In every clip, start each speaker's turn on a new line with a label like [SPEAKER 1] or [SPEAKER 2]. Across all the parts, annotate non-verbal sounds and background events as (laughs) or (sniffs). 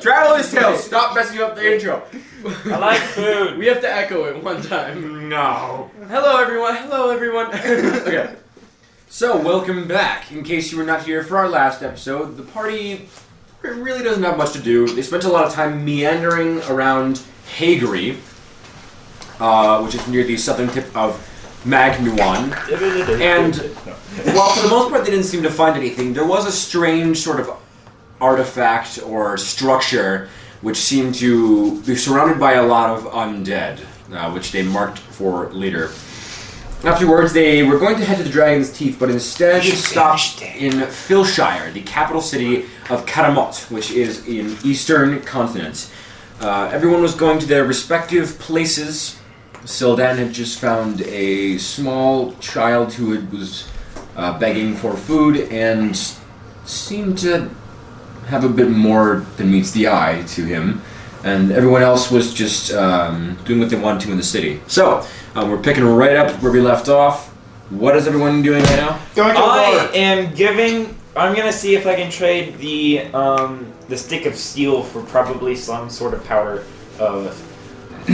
[SPEAKER 1] Tellers Tales, stop messing up the intro.
[SPEAKER 2] I like food.
[SPEAKER 1] We have to echo it one time.
[SPEAKER 2] No.
[SPEAKER 1] Hello, everyone. Hello, everyone. (laughs) okay. So, welcome back. In case you were not here for our last episode, the party really doesn't have much to do. They spent a lot of time meandering around Hagri, uh, which is near the southern tip of Magnuan. And- Well, for the most part, they didn't seem to find anything. There was a strange sort of artifact or structure which seemed to be surrounded by a lot of undead, uh, which they marked for later. Afterwards, they were going to head to the Dragon's Teeth, but instead stopped in Filshire, the capital city of Karamot, which is in eastern continent. Uh, everyone was going to their respective places. Sildan had just found a small child who had, was uh, begging for food and seemed to have a bit more than meets the eye to him. And everyone else was just um, doing what they wanted to in the city. So, um, we're picking right up where we left off. What is everyone doing right now?
[SPEAKER 3] (laughs) Going to
[SPEAKER 2] I am giving. I'm gonna see if I can trade the um the stick of steel for probably some sort of powder of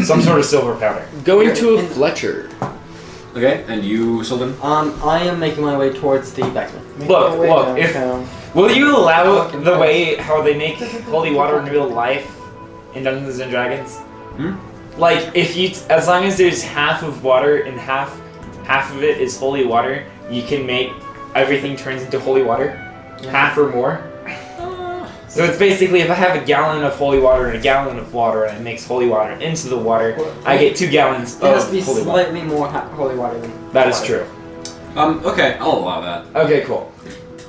[SPEAKER 2] some sort of silver powder.
[SPEAKER 4] Going to a Fletcher.
[SPEAKER 1] Okay, and you, Sultan?
[SPEAKER 5] Um, I am making my way towards the backsman.
[SPEAKER 2] Look, look. If will you allow the way how they make holy water in real life in Dungeons and Dragons?
[SPEAKER 1] Hmm?
[SPEAKER 2] Like if you, as long as there's half of water and half half of it is holy water, you can make everything turns into holy water, half or more.
[SPEAKER 5] Ah.
[SPEAKER 2] So it's basically if I have a gallon of holy water and a gallon of water and it makes holy water into the water, I get two gallons
[SPEAKER 5] It
[SPEAKER 2] of
[SPEAKER 5] has to be
[SPEAKER 2] Oh, holy water.
[SPEAKER 5] slightly more ha- holy water than.
[SPEAKER 2] That is true.
[SPEAKER 1] Um, okay, I'll allow that.
[SPEAKER 2] Okay, cool.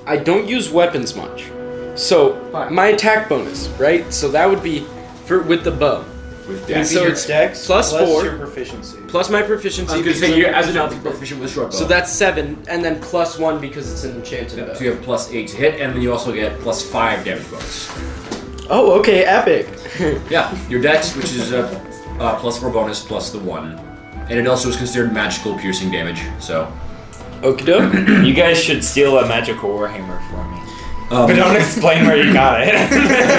[SPEAKER 4] I don't use weapons much. So
[SPEAKER 5] Fine.
[SPEAKER 4] my attack bonus, right? So that would be for with the bow.
[SPEAKER 1] With
[SPEAKER 4] And
[SPEAKER 1] that.
[SPEAKER 4] so it's
[SPEAKER 3] Dex
[SPEAKER 4] plus four.
[SPEAKER 3] your proficiency.
[SPEAKER 4] plus my
[SPEAKER 1] I
[SPEAKER 4] proficiency.
[SPEAKER 1] was gonna
[SPEAKER 4] because
[SPEAKER 1] say,
[SPEAKER 4] I'm
[SPEAKER 1] you as an
[SPEAKER 4] proficient
[SPEAKER 1] elf, proficient with short bow.
[SPEAKER 4] with- So that's seven, and then plus one because it's an enchanted
[SPEAKER 1] So
[SPEAKER 4] bow.
[SPEAKER 1] you have plus eight to hit, and then you also get plus five damage bonus.
[SPEAKER 4] Oh, okay,
[SPEAKER 1] (laughs)
[SPEAKER 4] epic.
[SPEAKER 1] Yeah, your dex, which is a uh, plus four bonus, plus the one, and it also is considered magical piercing damage. So,
[SPEAKER 4] Okie doke.
[SPEAKER 2] You guys should steal a magical warhammer for me,
[SPEAKER 1] um,
[SPEAKER 2] but
[SPEAKER 1] you
[SPEAKER 2] (laughs) don't explain where you got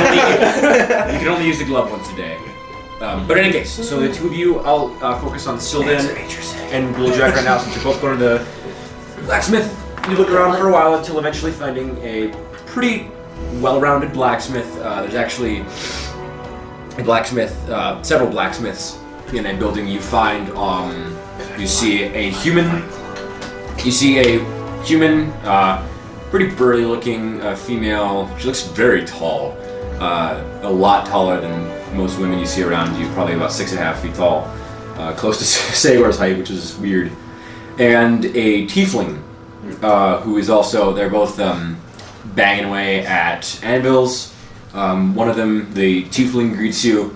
[SPEAKER 2] it.
[SPEAKER 1] can only use the glove once a day. Um, but in any case, so the two of you, I'll uh, focus on Sylvan and Guljack right now, since you're both going to the blacksmith. You look around for a while until eventually finding a pretty well-rounded blacksmith. Uh, there's actually a blacksmith, uh, several blacksmiths in a building. You find, um, you see a human, you see a human, uh, pretty burly-looking uh, female. She looks very tall, uh, a lot taller than most women you see around you. Probably about six and a half feet tall, uh, close to (laughs) Sagor's height, which is weird. And a tiefling, uh, who is also they're both um, banging away at anvils. Um, one of them, the tiefling, greets you.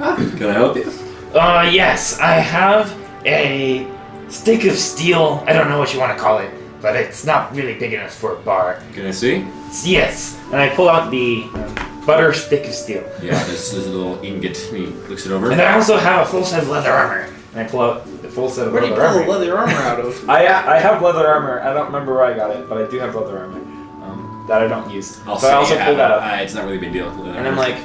[SPEAKER 1] Ah, can I help you?
[SPEAKER 2] (laughs) Uh, yes, I have a stick of steel. I don't know what you want to call it, but it's not really big enough for a bar.
[SPEAKER 1] Can I see?
[SPEAKER 2] It's- yes, and I pull out the um, butter stick of steel.
[SPEAKER 1] Yeah, this is a little ingot. He looks it
[SPEAKER 2] And
[SPEAKER 1] over.
[SPEAKER 2] I also have a full set of leather armor. And I pull out the full set of
[SPEAKER 3] Where do you
[SPEAKER 2] leather
[SPEAKER 3] pull
[SPEAKER 2] armor.
[SPEAKER 3] the leather armor out of?
[SPEAKER 2] I, uh, I have leather armor. I don't remember where I got it, but I do have leather armor um, that I don't use.
[SPEAKER 1] I'll
[SPEAKER 2] so I also
[SPEAKER 1] yeah,
[SPEAKER 2] pull that up.
[SPEAKER 1] Uh, it's not really a big deal.
[SPEAKER 2] And I'm like,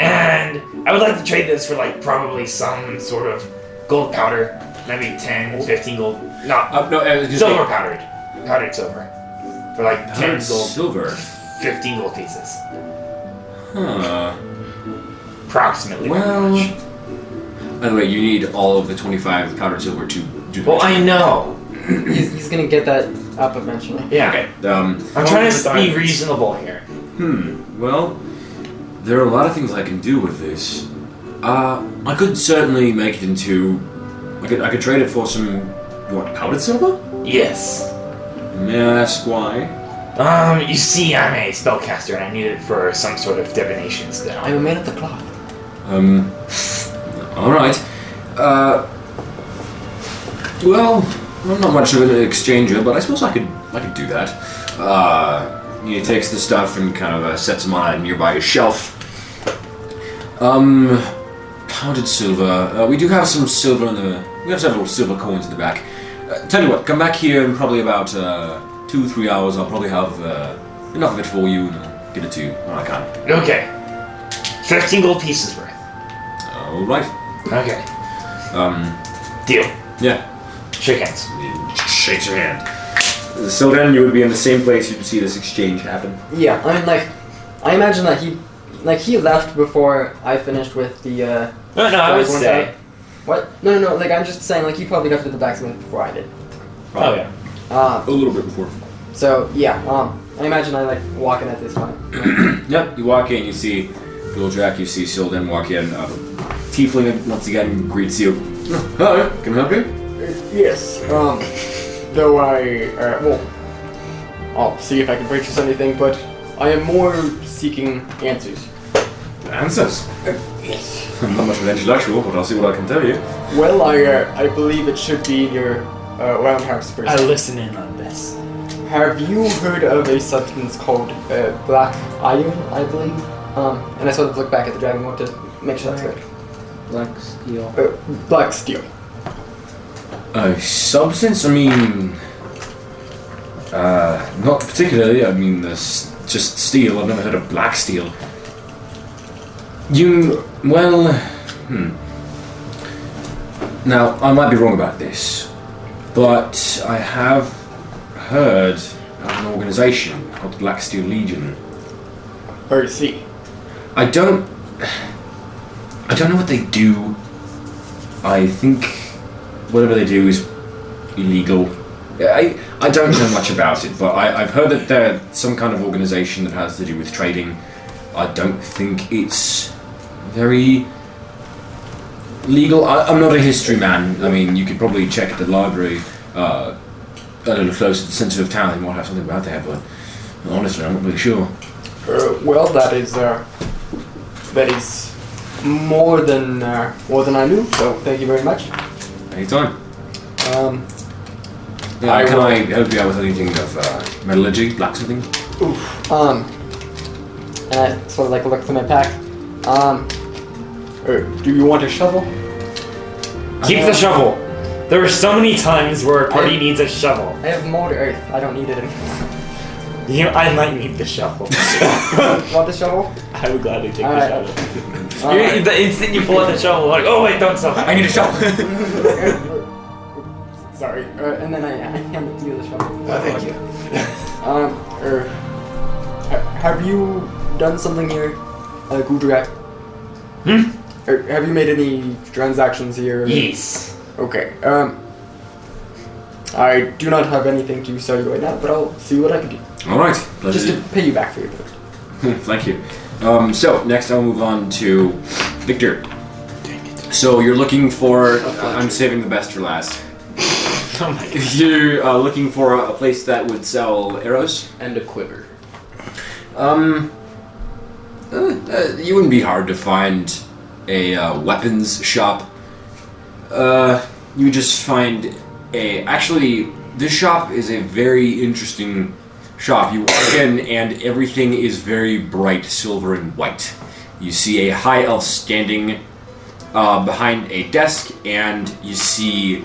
[SPEAKER 2] and I would like to trade this for like probably some sort of gold powder. Maybe 10, 15 gold. Not
[SPEAKER 1] uh, no, uh, just
[SPEAKER 2] silver powdered. Powdered silver. For like
[SPEAKER 1] like,
[SPEAKER 2] 10
[SPEAKER 1] powdered
[SPEAKER 2] gold,
[SPEAKER 1] silver.
[SPEAKER 2] 15 gold pieces.
[SPEAKER 1] Huh.
[SPEAKER 2] Approximately. that
[SPEAKER 1] Well.
[SPEAKER 2] much.
[SPEAKER 1] By the way, you need all of the 25 powdered silver to do
[SPEAKER 2] Well, I know.
[SPEAKER 5] He's, he's gonna get that up eventually.
[SPEAKER 2] Yeah.
[SPEAKER 1] Okay. Um,
[SPEAKER 2] I'm
[SPEAKER 3] Only
[SPEAKER 2] trying
[SPEAKER 3] the
[SPEAKER 2] to be
[SPEAKER 3] diamonds.
[SPEAKER 2] reasonable here.
[SPEAKER 1] Hmm. Well, there are a lot of things I can do with this. Uh, I could certainly make it into. I could, I could trade it for some. What, powdered silver?
[SPEAKER 2] Yes.
[SPEAKER 1] May I ask why?
[SPEAKER 2] Um, you see, I'm a spellcaster and I need it for some sort of divination spell.
[SPEAKER 5] I remain at the clock.
[SPEAKER 1] Um. Alright. Uh. Well, I'm not much of an exchanger, but I suppose I could I could do that. Uh, he takes the stuff and kind of uh, sets them on a nearby shelf. Um, powdered silver. Uh, we do have some silver in the. We have several silver coins in the back. Uh, tell you what, come back here in probably about uh, two three hours. I'll probably have uh, enough of it for you and I'll give it to you when I can.
[SPEAKER 2] Okay. 15 gold pieces worth.
[SPEAKER 1] All right.
[SPEAKER 2] Okay.
[SPEAKER 1] Um,
[SPEAKER 2] Deal.
[SPEAKER 1] yeah.
[SPEAKER 2] Shake hands.
[SPEAKER 1] Shakes your hand. Sylvan, you would be in the same place you'd see this exchange happen.
[SPEAKER 5] Yeah, I mean, like, I imagine that he, like, he left before I finished with the. uh...
[SPEAKER 2] Oh, No, no, I would
[SPEAKER 5] Like,
[SPEAKER 2] say.
[SPEAKER 5] What? No, no, no. Like, I'm just saying, like, he probably got to the blacksmith before I did.
[SPEAKER 2] Oh, yeah.
[SPEAKER 5] Um,
[SPEAKER 1] A little bit before.
[SPEAKER 5] so yeah, um, I imagine I like walking at this time.
[SPEAKER 1] Yep, you walk in, you see Little Jack, you see Silden walk in. Uh, Tiefling once again greets you. Hi, can I help you?
[SPEAKER 5] Yes. Um, though I, uh, well, I'll see if I can purchase anything, but I am more seeking answers.
[SPEAKER 1] Answers.
[SPEAKER 5] Yes.
[SPEAKER 1] I'm (laughs) not much of an intellectual, but I'll see what I can tell you.
[SPEAKER 5] Well, I, uh, I believe it should be your uh, roundhouse person.
[SPEAKER 2] listen in on this.
[SPEAKER 5] Have you heard of a substance called uh, black iron? I believe. Um, and I sort of look back at the dragon one to make sure that's correct.
[SPEAKER 4] Black steel.
[SPEAKER 5] Uh, black steel.
[SPEAKER 1] Uh, substance? I mean, uh, not particularly. I mean, there's just steel. I've never heard of black steel. You, well, hmm. Now, I might be wrong about this, but I have heard of an organization called the Black Steel Legion.
[SPEAKER 5] Or see.
[SPEAKER 1] I don't. I don't know what they do. I think whatever they do is illegal. I I don't know much about it, but I, I've heard that they're some kind of organization that has to do with trading. I don't think it's very legal. I, I'm not a history man. I mean, you could probably check at the library uh, a little closer to the centre of town. They might have something about there, but honestly, I'm not really sure.
[SPEAKER 5] Uh, well, that is uh, that is more than uh, more than I knew. So thank you very much.
[SPEAKER 1] Anytime.
[SPEAKER 5] Um,
[SPEAKER 1] Yeah,
[SPEAKER 5] I
[SPEAKER 1] can
[SPEAKER 5] will-
[SPEAKER 1] I help you out with anything of uh, metallurgy, blacksmithing?
[SPEAKER 5] um, and I sort of like look through my pack. Um, uh, do you want a shovel?
[SPEAKER 2] Keep the shovel. There are so many times where a party
[SPEAKER 5] I-
[SPEAKER 2] needs a shovel.
[SPEAKER 5] I have more to earth. I don't need it (laughs) anymore.
[SPEAKER 2] You know, I might need the shovel.
[SPEAKER 5] want the shovel?
[SPEAKER 2] (laughs) I would gladly take
[SPEAKER 5] All
[SPEAKER 2] the
[SPEAKER 5] right. (laughs)
[SPEAKER 2] shovel.
[SPEAKER 5] All
[SPEAKER 2] You-
[SPEAKER 5] right.
[SPEAKER 2] The instant you pull out the shovel, like, oh wait, don't stop.
[SPEAKER 1] (laughs) I need a shovel.
[SPEAKER 5] Sorry. Uh, and then I, (laughs) I hand it to you the shovel.
[SPEAKER 2] thank you.
[SPEAKER 5] (laughs) Um, er, ha- have you done something here, uh, Gudrak?
[SPEAKER 2] Hmm?
[SPEAKER 5] Er, have you made any transactions here?
[SPEAKER 2] Yes.
[SPEAKER 5] Okay. Um, I do not have anything to sell you right now, but I'll see what I can do.
[SPEAKER 1] (laughs) All right,
[SPEAKER 5] Just
[SPEAKER 1] pleasure.
[SPEAKER 5] to pay you back for your book.
[SPEAKER 1] (laughs) Thank you. Um, so next, I'll move on to Victor. So you're looking for. I'm saving the best for last. (laughs)
[SPEAKER 2] Oh my god.
[SPEAKER 1] You're uh, looking for a, a place that would sell arrows.
[SPEAKER 4] And a quiver.
[SPEAKER 1] Um, uh, uh, you wouldn't be hard to find a uh, weapons shop. Uh, you just find a. Actually, this shop is a very interesting shop. You walk in, and everything is very bright silver and white. You see a high elf standing uh, behind a desk, and you see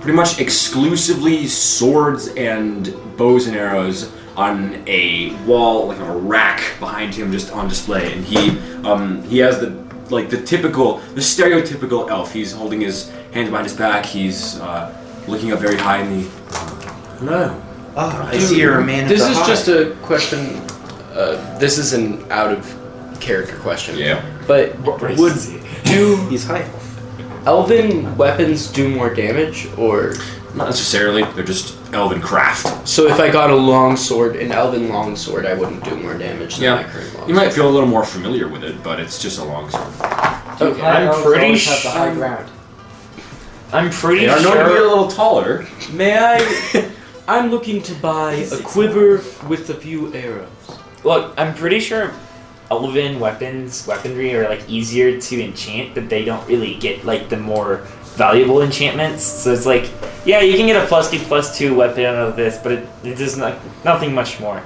[SPEAKER 1] pretty much exclusively swords and bows and arrows on a wall, like on a rack behind him, just on display. And he um, he has the like the typical, the stereotypical elf. He's holding his hands behind his back. He's uh, looking up very high in the. uh, Hello.
[SPEAKER 3] I see you're a man.
[SPEAKER 4] This is just a question. Uh, this is an out of character question.
[SPEAKER 1] Yeah.
[SPEAKER 4] But
[SPEAKER 2] What race
[SPEAKER 4] would
[SPEAKER 2] is he?
[SPEAKER 4] do
[SPEAKER 3] He's high.
[SPEAKER 4] elven weapons do more damage, or
[SPEAKER 1] Not necessarily. They're just elven craft.
[SPEAKER 4] so? If I got a long sword, an elven long sword, I wouldn't do more damage than
[SPEAKER 1] Yeah.
[SPEAKER 4] my current long
[SPEAKER 1] You might feel a little more familiar with it, but it's just a long sword.
[SPEAKER 4] sword. Okay.
[SPEAKER 5] High elves
[SPEAKER 2] pretty
[SPEAKER 5] always have the high
[SPEAKER 2] sure-
[SPEAKER 5] ground.
[SPEAKER 2] I'm pretty
[SPEAKER 1] They are known to be a
[SPEAKER 2] sure.
[SPEAKER 1] little taller.
[SPEAKER 4] May (laughs) I? I'm looking to buy a quiver with a few arrows.
[SPEAKER 2] Look, I'm pretty sure elven weapons, weaponry are like easier to enchant, but they don't really get like the more valuable enchantments. So it's like, yeah, you can get a plus two plus two weapon out of this, but it, it does not nothing much more.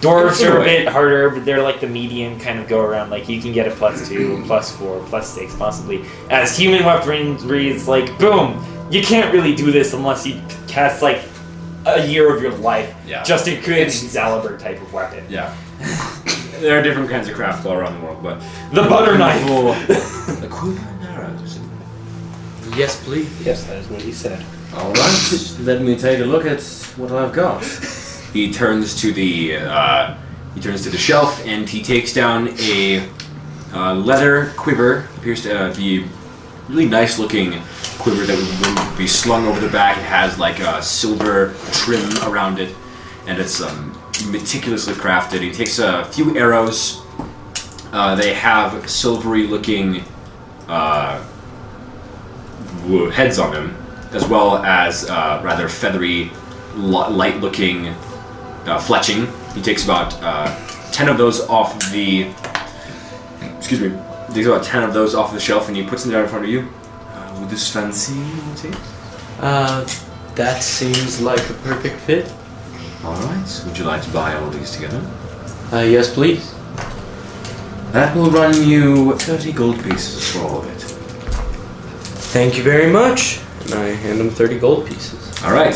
[SPEAKER 2] Dwarves are a bit harder, but they're like the medium kind of go around. Like you can get a plus two, plus four, plus six, possibly. As human weaponry, it's like boom. You can't really do this unless you cast like a year of your life
[SPEAKER 1] Yeah.
[SPEAKER 2] just to create
[SPEAKER 1] It's-
[SPEAKER 2] an Excalibur type of weapon.
[SPEAKER 1] Yeah. There are different kinds of crafts all around the world, but
[SPEAKER 2] The butter knife.
[SPEAKER 1] Oh,
[SPEAKER 2] (laughs)
[SPEAKER 1] the Kumanara, is it? Yes, please.
[SPEAKER 4] Yes, that is what he said.
[SPEAKER 1] All right, let me take a look at what I've got. He turns to the uh, he turns to the shelf and he takes down a uh, leather quiver. Appears to uh, be really nice looking quiver that would, would be slung over the back. It has like a silver trim around it, and it's um, meticulously crafted. He takes a few arrows. Uh, they have silvery looking uh, wo- heads on them, as well as uh, rather feathery, li- light looking uh, fletching. He takes about uh, 10 of those off the. Excuse me. He takes about 10 of those off the shelf and he puts them down in front of you. Uh, would this fancy you take?
[SPEAKER 4] Uh, that seems like a perfect fit.
[SPEAKER 1] Alright, so would you like to buy all these together?
[SPEAKER 4] Uh, yes, please.
[SPEAKER 1] That will run you 30 gold pieces for all of it.
[SPEAKER 4] Thank you very much. And I hand him 30 gold pieces.
[SPEAKER 1] All right.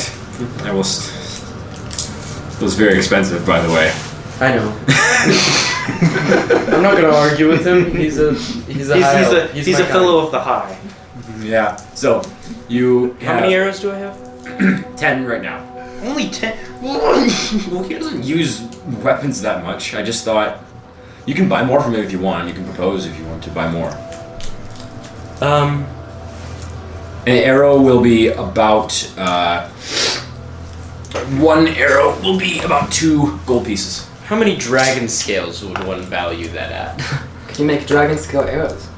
[SPEAKER 1] I will. S- it was very expensive, by the way.
[SPEAKER 4] I know. I'm not gonna argue with him. He's a he's a
[SPEAKER 2] He's,
[SPEAKER 4] high
[SPEAKER 2] he's a,
[SPEAKER 4] elf.
[SPEAKER 2] he's
[SPEAKER 4] my
[SPEAKER 2] a
[SPEAKER 4] guy.
[SPEAKER 2] fellow of the high.
[SPEAKER 1] Yeah. So you
[SPEAKER 2] How
[SPEAKER 1] have
[SPEAKER 2] many arrows do I have?
[SPEAKER 1] ten right now.
[SPEAKER 2] Only ten.
[SPEAKER 1] (laughs) well, he doesn't use weapons that much. I just thought you can buy more from him if you want. You can propose if you want to buy more.
[SPEAKER 4] Um,
[SPEAKER 1] An arrow will be about. Uh, one arrow will be about two gold pieces.
[SPEAKER 4] how many dragon scales would one value that at?
[SPEAKER 5] Can you make dragon scale arrows?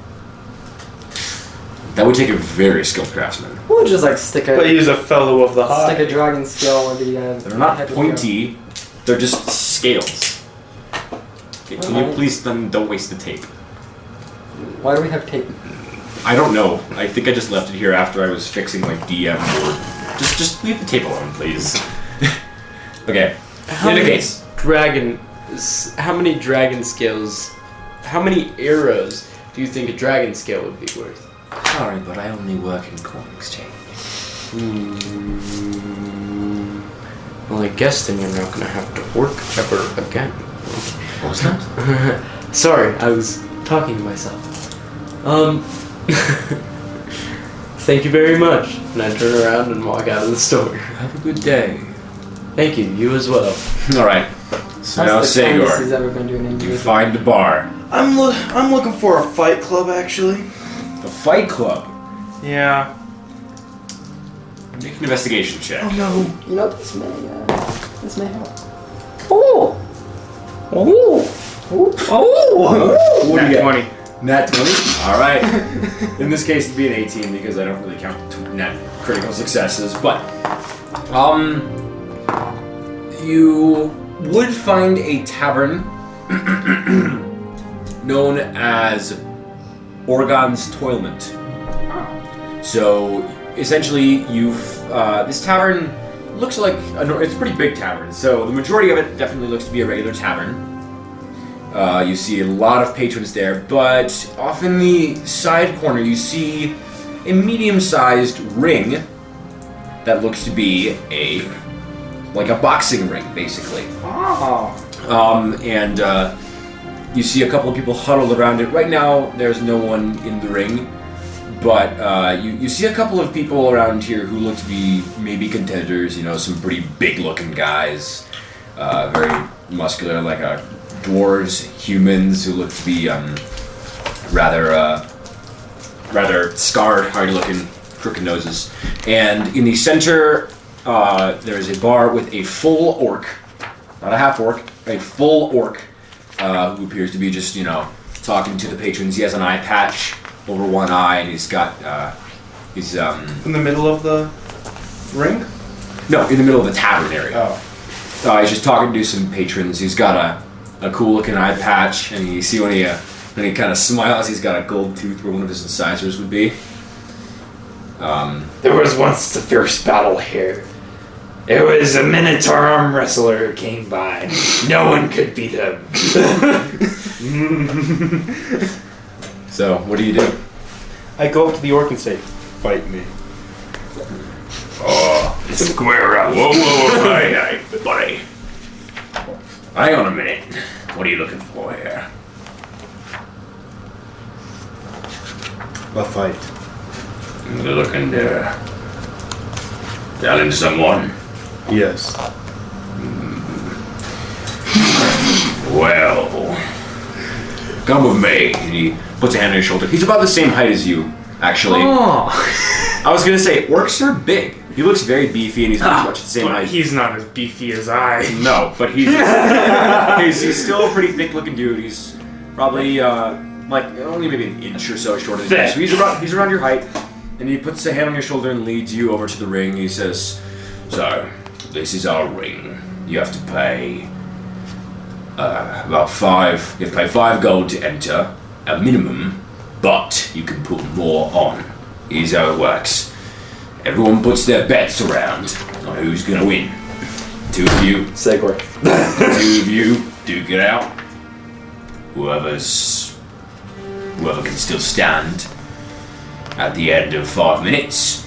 [SPEAKER 1] That would take a very skilled craftsman.
[SPEAKER 5] We'll just like stick
[SPEAKER 2] But
[SPEAKER 5] a
[SPEAKER 2] he's a fellow of the high.
[SPEAKER 5] stick a dragon scale on the. Uh,
[SPEAKER 1] They're not
[SPEAKER 5] head of the
[SPEAKER 1] pointy. They're just scales. Okay, can you please then don't waste the tape?
[SPEAKER 5] arrow. Why do we have tape?
[SPEAKER 1] I don't know. I think I just left it here after I was fixing like DM or just just leave the tape alone, please. (laughs) okay.
[SPEAKER 4] How
[SPEAKER 1] In any
[SPEAKER 4] many
[SPEAKER 1] case.
[SPEAKER 4] dragon? s- How many dragon scales? How many arrows do you think a dragon scale would be worth?
[SPEAKER 1] Sorry, but I only work in coin exchange.
[SPEAKER 4] Hmm. Well, I guess then you're not gonna have to work ever again.
[SPEAKER 1] What was that?
[SPEAKER 4] (laughs) Sorry, I was talking to myself. Um. (laughs) Thank you very much. And I turn around and walk out of the store.
[SPEAKER 1] Have a good day.
[SPEAKER 4] Thank you, you as well.
[SPEAKER 1] (laughs) All right. So now
[SPEAKER 5] That's the kindest he's
[SPEAKER 1] Segor,
[SPEAKER 5] ever been to an
[SPEAKER 1] you
[SPEAKER 5] individual.
[SPEAKER 1] find the bar,
[SPEAKER 2] I'm look. I'm looking for a Fight Club, actually.
[SPEAKER 1] the Fight Club.
[SPEAKER 2] Yeah.
[SPEAKER 1] Make an investigation check.
[SPEAKER 2] no.
[SPEAKER 5] You know this may uh, this may help. Oh. Oh.
[SPEAKER 1] Oh, what do you
[SPEAKER 2] Nat
[SPEAKER 1] get?
[SPEAKER 2] twenty.
[SPEAKER 1] Nat 20? Alright. (laughs) In this case, it'd be an 18 because I don't really count t- net critical successes, but. Um. You would find a tavern (clears throat) known as Orgon's Toilment. So essentially, you've uh, this tavern looks like a, nor- it's a pretty big tavern. So the majority of it definitely looks to be a regular tavern. Uh, you see a lot of patrons there, but off in the side corner, you see a medium-sized ring that looks to be a like a boxing ring, basically.
[SPEAKER 2] Oh.
[SPEAKER 1] Um, and uh, you see a couple of people huddled around it. Right now, there's no one in the ring, but uh, you, you see a couple of people around here who look to be maybe contenders, you know, some pretty big looking guys, uh, very muscular, like uh, dwarves, humans who look to be um, rather. Uh, rather scarred, hard looking, crooked noses. And in the center, uh, there is a bar with a full orc, not a half orc, a full orc, uh, who appears to be just, you know, talking to the patrons. He has an eye patch over one eye, and he's got, uh, he's, um,
[SPEAKER 2] In the middle of the ring.
[SPEAKER 1] no, in the middle of the tavern area.
[SPEAKER 2] Oh.
[SPEAKER 1] Uh, he's just talking to some patrons. He's got a, a cool looking eye patch, and you see when he, uh, when he kind of smiles, he's got a gold tooth where one of his incisors would be. Um,
[SPEAKER 2] There was once the fierce battle here. It was a Minotaur arm wrestler who came by. No one could beat him.
[SPEAKER 1] So, what do you do?
[SPEAKER 3] I go up to the orc and say, "Fight me."
[SPEAKER 1] (laughs) Square up. Whoa, whoa, whoa, buddy, buddy. Hang on a minute. What are you looking for here?
[SPEAKER 3] A fight.
[SPEAKER 1] You're looking to challenge someone.
[SPEAKER 3] Yes.
[SPEAKER 1] Well, come with me. And he puts a hand on your shoulder. He's about the same height as you, actually.
[SPEAKER 2] Oh,
[SPEAKER 1] I was gonna say orcs are big. He looks very beefy, and he's pretty much the same height.
[SPEAKER 6] he's not as beefy as I.
[SPEAKER 1] No, but he's he's, he's still a pretty thick-looking dude. He's probably uh, like only maybe an inch or so shorter than you.
[SPEAKER 6] Thick.
[SPEAKER 1] So he's around he's around your height, and he puts a hand on your shoulder and leads you over to the ring. He says, "So, this is our ring. You have to pay uh, about five. You have to pay five gold to enter, a minimum, but you can put more on. Here's how it works. Everyone puts their bets around on who's gonna win. Two of you
[SPEAKER 4] Segway.
[SPEAKER 1] two of you duke it out. Whoever's whoever can still stand at the end of five minutes,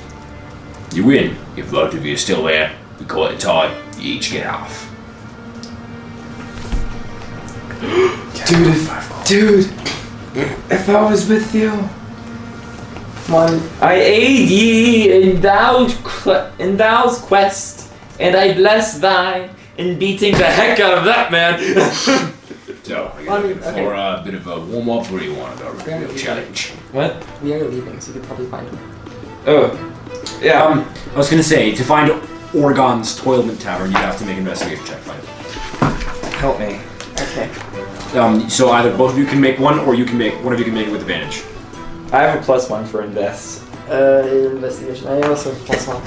[SPEAKER 1] you win. If both of you are still there, we call it a tie. You each get half.
[SPEAKER 4] Dude, if, dude, if I was with you, man, I aid ye in thou's cl- in thou's quest, and I bless thy in beating the heck out of that man. (laughs)
[SPEAKER 1] So, I guess
[SPEAKER 5] I mean,
[SPEAKER 1] for a bit of a warm up, what do you want to go with? Real challenge.
[SPEAKER 2] what?
[SPEAKER 5] We are leaving, so you could probably find him.
[SPEAKER 2] Oh, yeah.
[SPEAKER 1] Um, I was gonna say to find Oregon's Toilment Tavern, you would have to make an investigation check. Find it.
[SPEAKER 2] help me.
[SPEAKER 5] Okay.
[SPEAKER 1] Um, so either both of you can make one, or you can make one of you can make it with advantage.
[SPEAKER 2] I have a plus one for invest.
[SPEAKER 5] Uh, investigation. I also have plus one.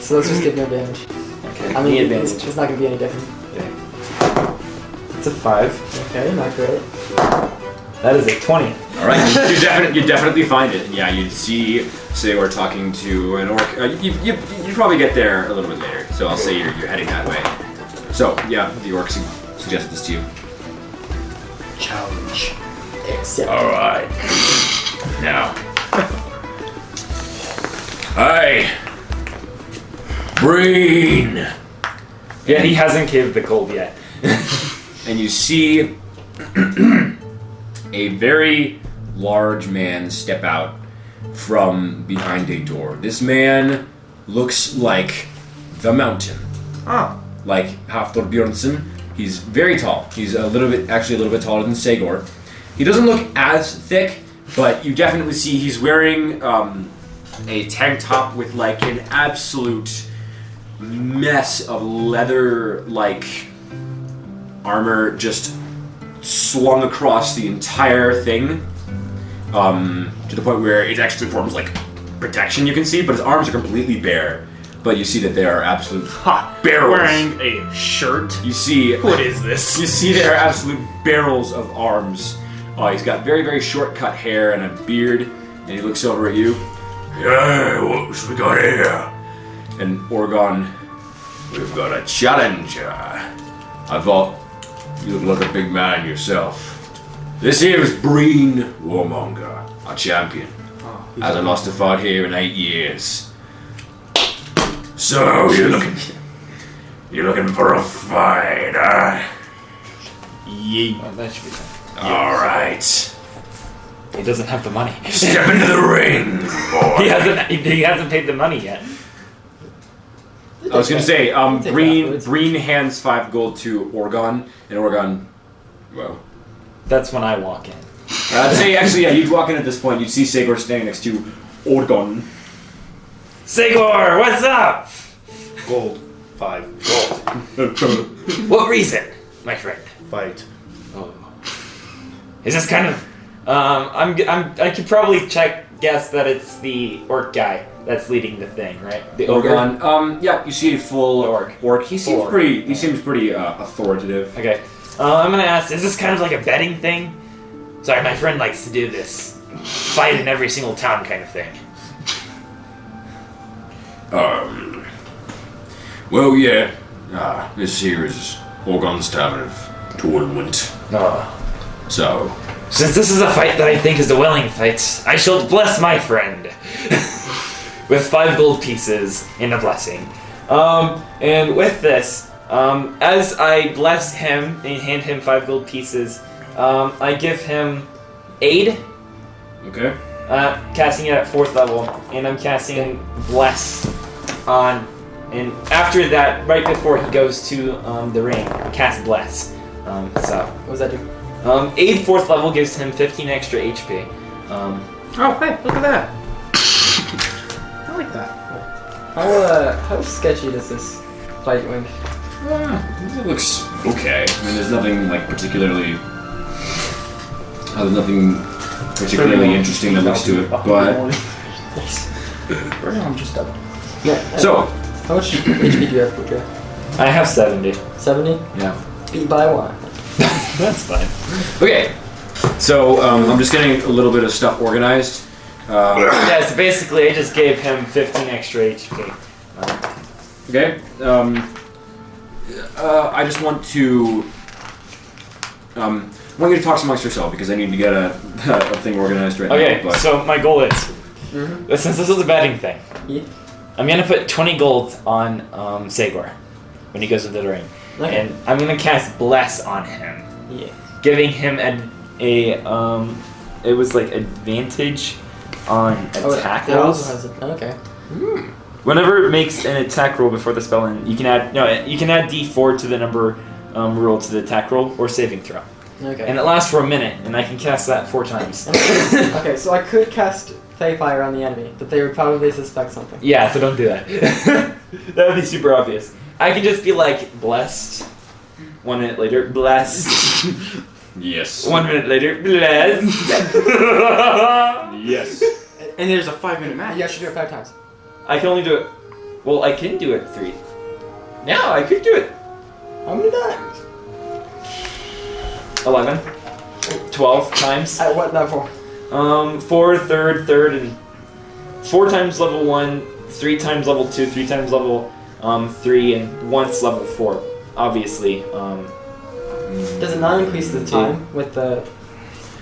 [SPEAKER 5] so let's just give no damage.
[SPEAKER 2] Okay.
[SPEAKER 5] I mean,
[SPEAKER 2] Me
[SPEAKER 5] it's,
[SPEAKER 2] advantage.
[SPEAKER 5] it's not gonna be any different.
[SPEAKER 2] It's a five.
[SPEAKER 5] Okay, not great.
[SPEAKER 2] That is a twenty.
[SPEAKER 1] All right, you, you, definite, you definitely find it. Yeah, you see, say we're talking to an orc. Uh, you, you, you probably get there a little bit later, so I'll say you're, you're heading that way. So, yeah, the orc su- suggested this to you.
[SPEAKER 3] Challenge.
[SPEAKER 5] Except.
[SPEAKER 1] All right. Now. Hey! Breen!
[SPEAKER 2] Yeah, he hasn't caved the cold yet.
[SPEAKER 1] and you see (clears throat) a very large man step out from behind a door. This man looks like the mountain.
[SPEAKER 2] Oh.
[SPEAKER 1] Like Hafthor Bjornsson. He's very tall. He's a little bit, actually, a little bit taller than Segor. He doesn't look as thick, but you definitely see he's wearing um, a tank top with like an absolute mess of leather, like armor just slung across the entire thing um, to the point where it actually forms like protection you can see but his arms are completely bare but you see that they are absolute
[SPEAKER 6] Ha!
[SPEAKER 1] Barrels.
[SPEAKER 6] Wearing a shirt.
[SPEAKER 1] you see
[SPEAKER 6] What is this?
[SPEAKER 1] you see there are absolute barrels of arms oh he's got very very short cut hair and a beard and he looks over at you yeah what's we got here and Oregon we've got a challenger I thought you look like a big man yourself this here is Breen Warmonger our champion hasn't lost a fight here in eight years so you're looking you're looking for a fight huh?
[SPEAKER 2] Oh, that should be fine.
[SPEAKER 1] All right.
[SPEAKER 2] He doesn't have the money.
[SPEAKER 1] Step into the ring, boy.
[SPEAKER 2] he hasn't. He hasn't paid the money yet.
[SPEAKER 1] I was gonna say, um,
[SPEAKER 5] Take it
[SPEAKER 1] Breen,
[SPEAKER 5] afterwards.
[SPEAKER 1] Breen hands five gold to Orgon, and Orgon, well,
[SPEAKER 2] That's when I walk in.
[SPEAKER 1] I'd say actually, yeah, you'd walk in at this point, you'd see Sigor standing next to Orgon.
[SPEAKER 2] Sigor, what's up?
[SPEAKER 3] Gold. Five. Gold.
[SPEAKER 2] What reason, my friend?
[SPEAKER 3] Fight.
[SPEAKER 2] Is this kind of? Oh. Um, I'm, I'm. I could probably check guess that it's the orc guy that's leading the thing, right? The ogre.
[SPEAKER 1] Orgon, um, yeah, you see a full
[SPEAKER 2] Orc.
[SPEAKER 1] Orc. He seems
[SPEAKER 2] Orc.
[SPEAKER 1] pretty. He seems pretty uh, authoritative.
[SPEAKER 2] Okay. Uh, I'm gonna ask. Is this kind of like a betting thing? Sorry, my friend likes to do this. Fight in every single town, kind of thing.
[SPEAKER 1] Um. Well, yeah. Ah, this here is Orgon's tavern of tournament.
[SPEAKER 2] Oh.
[SPEAKER 1] So
[SPEAKER 2] Since this is a fight that I think is a willing fight, I shall bless my friend (laughs) with five gold pieces in a blessing. Um, and with this, Um, as I bless him and hand him five gold pieces, um, I give him aid,
[SPEAKER 1] Okay.
[SPEAKER 2] uh, casting it at fourth level, and I'm casting bless on. And after that, right before he goes to um, the ring, cast bless. Um, so
[SPEAKER 5] What does that do?
[SPEAKER 2] um, aid fourth level gives him 15 extra HP. Um,
[SPEAKER 6] Oh, hey, look at that. I like that.
[SPEAKER 5] How uh, how sketchy does this fight link?
[SPEAKER 1] Uh, it looks okay. I mean, there's nothing like particularly. Uh, there's nothing particularly interesting that looks to it, but
[SPEAKER 5] I'm just up. Yeah.
[SPEAKER 1] so
[SPEAKER 5] How much HP do you have, Putra?
[SPEAKER 2] (laughs) I have 70.
[SPEAKER 5] Seventy.
[SPEAKER 1] Yeah.
[SPEAKER 5] Beat by one.
[SPEAKER 2] That's fine.
[SPEAKER 1] okay. So um, I'm just getting a little bit of stuff organized. Uh,
[SPEAKER 2] Yeah, so basically I just gave him 15 extra Um, HP.
[SPEAKER 1] okay. Um, uh, I just want to. Um, I want you to talk amongst yourself because I need to get a, (laughs) a thing organized right
[SPEAKER 2] Okay,
[SPEAKER 1] now. but-
[SPEAKER 2] so my goal is
[SPEAKER 5] Mhm.
[SPEAKER 2] uh, since this is a betting thing,
[SPEAKER 5] Yeah.
[SPEAKER 2] I'm gonna put 20 gold on um, Sagor when he goes to the ring,
[SPEAKER 5] Okay.
[SPEAKER 2] and I'm gonna cast Bless on him,
[SPEAKER 5] Yeah.
[SPEAKER 2] giving him a, a um, it was like advantage on attack
[SPEAKER 5] Oh, that
[SPEAKER 2] rolls.
[SPEAKER 5] also has it. Okay.
[SPEAKER 2] Whenever it makes an attack roll before the spell end, you can add no, you can add D4 to the number um, rolled to the attack roll or saving throw,
[SPEAKER 5] Okay. (laughs)
[SPEAKER 2] and it lasts for a minute, and I can cast that four times.
[SPEAKER 5] okay, so I could cast Fey Fire on the enemy, but they would probably suspect something.
[SPEAKER 2] Yeah, so don't do that. (laughs) that would be super obvious. I can just be like, blessed. One minute later, blessed. (laughs)
[SPEAKER 1] yes.
[SPEAKER 2] One minute later, blessed. (laughs)
[SPEAKER 1] Yes.
[SPEAKER 6] And there's a five minute match.
[SPEAKER 5] Ah, You guys should do it five times.
[SPEAKER 2] I can only do it. Well, I can do it three. Yeah, I could do it.
[SPEAKER 5] How many times?
[SPEAKER 2] 11. 12 times.
[SPEAKER 5] At what level?
[SPEAKER 2] Um, four, third, third, and four times level one, three times level two, three times level um, three, and once level four. Obviously, um,
[SPEAKER 5] Does it not increase the time with the?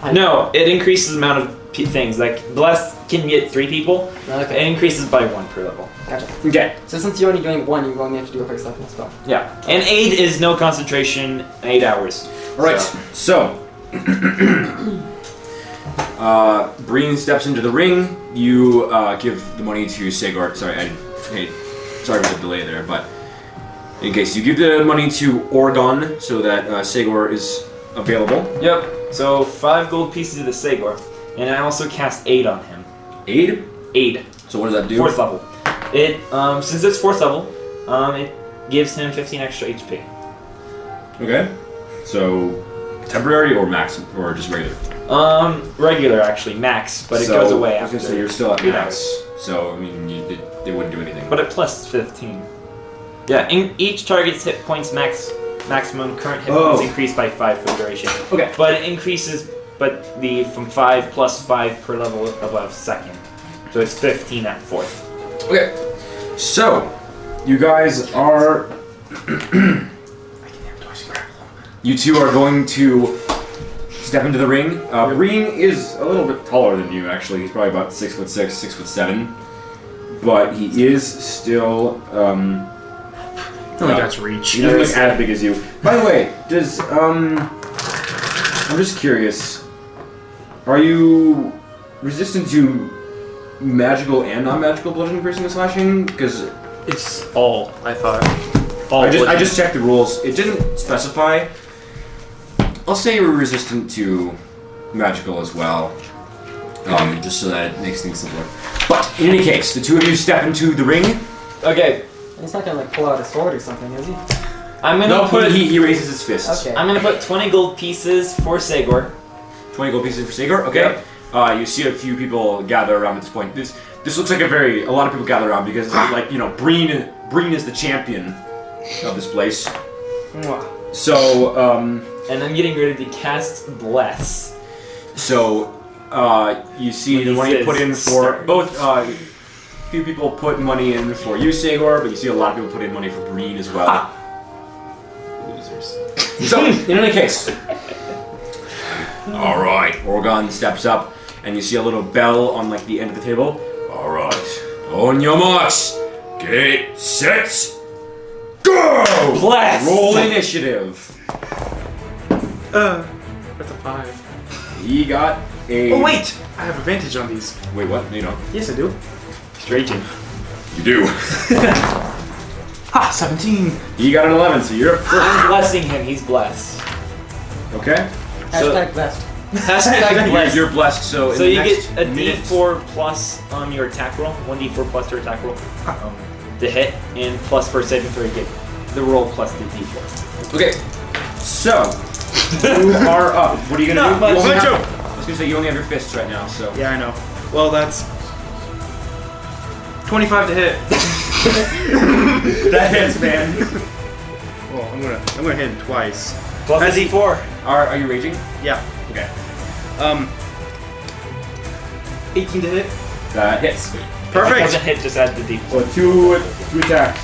[SPEAKER 5] I-
[SPEAKER 2] No, it increases the amount of p- things. Like bless can get three people. It
[SPEAKER 5] Okay.
[SPEAKER 2] increases by one per level.
[SPEAKER 5] Gotcha.
[SPEAKER 1] Okay.
[SPEAKER 5] So since you're only doing one, you only have to do a first level spell.
[SPEAKER 2] Yeah, and aid is no concentration, eight hours.
[SPEAKER 1] All right.
[SPEAKER 2] So-
[SPEAKER 1] So, (clears throat) uh, Breen steps into the ring. You uh, give the money to Sagor. Sorry, I hey, sorry for the delay there, but in case you give the money to Orgon so that uh, Sagor is available.
[SPEAKER 2] Yep. So five gold pieces of the Sagor, and I also cast aid on him.
[SPEAKER 1] Aid.
[SPEAKER 2] Aid,
[SPEAKER 1] So what does that do?
[SPEAKER 2] fourth level. It um, since it's fourth level, um, it gives him 15 extra HP.
[SPEAKER 1] Okay. So temporary or max or just regular.
[SPEAKER 2] Um, regular actually, max, but it
[SPEAKER 1] So-
[SPEAKER 2] goes away
[SPEAKER 1] I was
[SPEAKER 2] after.
[SPEAKER 1] gonna say you're still at
[SPEAKER 2] eight
[SPEAKER 1] max. So I mean, you, it, they wouldn't do anything.
[SPEAKER 2] but at plus 15. Yeah, in each target's hit points max maximum current hit
[SPEAKER 1] Oh.
[SPEAKER 2] points increase by 5 for the duration.
[SPEAKER 1] Okay.
[SPEAKER 2] But it increases but the from 5 plus 5 per level above second. So it's 15 at fourth.
[SPEAKER 1] Okay. So, you guys are. (clears throat) you two are going to step into the ring. Uh, Breen is a little bit taller than you, actually. He's probably about six foot six, six foot seven, but he is still. Um, uh,
[SPEAKER 6] I feel like
[SPEAKER 1] Yeah.
[SPEAKER 6] that's Oh reach.
[SPEAKER 1] he doesn't look as big as you. By the way, does um, I'm just curious. Are you resistant to magical and non-magical bludgeoning, piercing, and slashing? Because
[SPEAKER 6] It's all, I thought. All
[SPEAKER 1] I just, I
[SPEAKER 6] wood.
[SPEAKER 1] just checked the rules. It didn't specify. I'll say you're resistant to magical as well, um, just so that it makes things simpler. But in any case, the two of you step into the ring.
[SPEAKER 2] Okay,
[SPEAKER 5] He's not gonna like pull out a sword or something, is he?
[SPEAKER 2] I'm gonna
[SPEAKER 1] No,
[SPEAKER 2] put
[SPEAKER 1] he, he raises his fist.
[SPEAKER 5] Okay.
[SPEAKER 2] I'm gonna put 20 gold pieces for Segor.
[SPEAKER 1] Twenty gold pieces for Sigurd. Okay. Uh, you see a few people gather around at this point. This this looks like a very a lot of people gather around because like you know Breen Breen is the champion of this place.
[SPEAKER 5] Mwah.
[SPEAKER 1] So. Um,
[SPEAKER 2] And I'm getting ready to cast Bless.
[SPEAKER 1] So uh, you see
[SPEAKER 2] When
[SPEAKER 1] the
[SPEAKER 2] he
[SPEAKER 1] money
[SPEAKER 2] says
[SPEAKER 1] put in for
[SPEAKER 2] start.
[SPEAKER 1] both. Uh, few people put money in for you, Sagor, but you see a lot of people put in money for Breen as well.
[SPEAKER 2] Ah.
[SPEAKER 3] Losers.
[SPEAKER 1] So in any case, all right. Orgon steps up, and you see a little bell on like the end of the table. All right, on your marks, get set, go. So,
[SPEAKER 2] Bless.
[SPEAKER 1] roll initiative.
[SPEAKER 6] Uh, that's a five.
[SPEAKER 1] He got a.
[SPEAKER 6] Oh wait, I have advantage on these.
[SPEAKER 1] Wait, what? No, you don't.
[SPEAKER 6] Yes, I do.
[SPEAKER 2] Straight in.
[SPEAKER 1] You do.
[SPEAKER 6] Ah, seventeen.
[SPEAKER 1] He got an 11, so you're up first.
[SPEAKER 2] I'm blessing him. He's blessed.
[SPEAKER 1] Okay.
[SPEAKER 2] So,
[SPEAKER 4] Hashtag blessed.
[SPEAKER 2] hashtag (laughs) blessed.
[SPEAKER 1] You're blessed, so. in
[SPEAKER 2] So
[SPEAKER 1] the
[SPEAKER 2] you
[SPEAKER 1] next
[SPEAKER 2] get a
[SPEAKER 1] minute-
[SPEAKER 2] D4 plus on your attack roll, one D4 plus your attack roll to hit, and plus for saving throw you get the roll plus the D4.
[SPEAKER 1] Okay. So, you
[SPEAKER 2] (laughs)
[SPEAKER 1] are up. What are you
[SPEAKER 6] No,
[SPEAKER 1] gonna do?
[SPEAKER 6] but-
[SPEAKER 1] You only
[SPEAKER 6] Let's
[SPEAKER 1] have-
[SPEAKER 6] go.
[SPEAKER 1] I was gonna say you only have your fists right now, so.
[SPEAKER 6] Yeah, I know. Well, that's twenty-five to
[SPEAKER 2] (laughs)
[SPEAKER 6] hit.
[SPEAKER 1] That hits, man.
[SPEAKER 6] Well, I'm gonna I'm gonna hit him twice.
[SPEAKER 2] Plus
[SPEAKER 6] As
[SPEAKER 2] the
[SPEAKER 6] he-
[SPEAKER 2] D4.
[SPEAKER 1] Are, are you raging?
[SPEAKER 6] Yeah.
[SPEAKER 1] Okay.
[SPEAKER 6] Um. Eighteen to hit.
[SPEAKER 1] That hits.
[SPEAKER 2] If it
[SPEAKER 6] Perfect.
[SPEAKER 2] doesn't hit, just add the D4.
[SPEAKER 1] So two two attacks.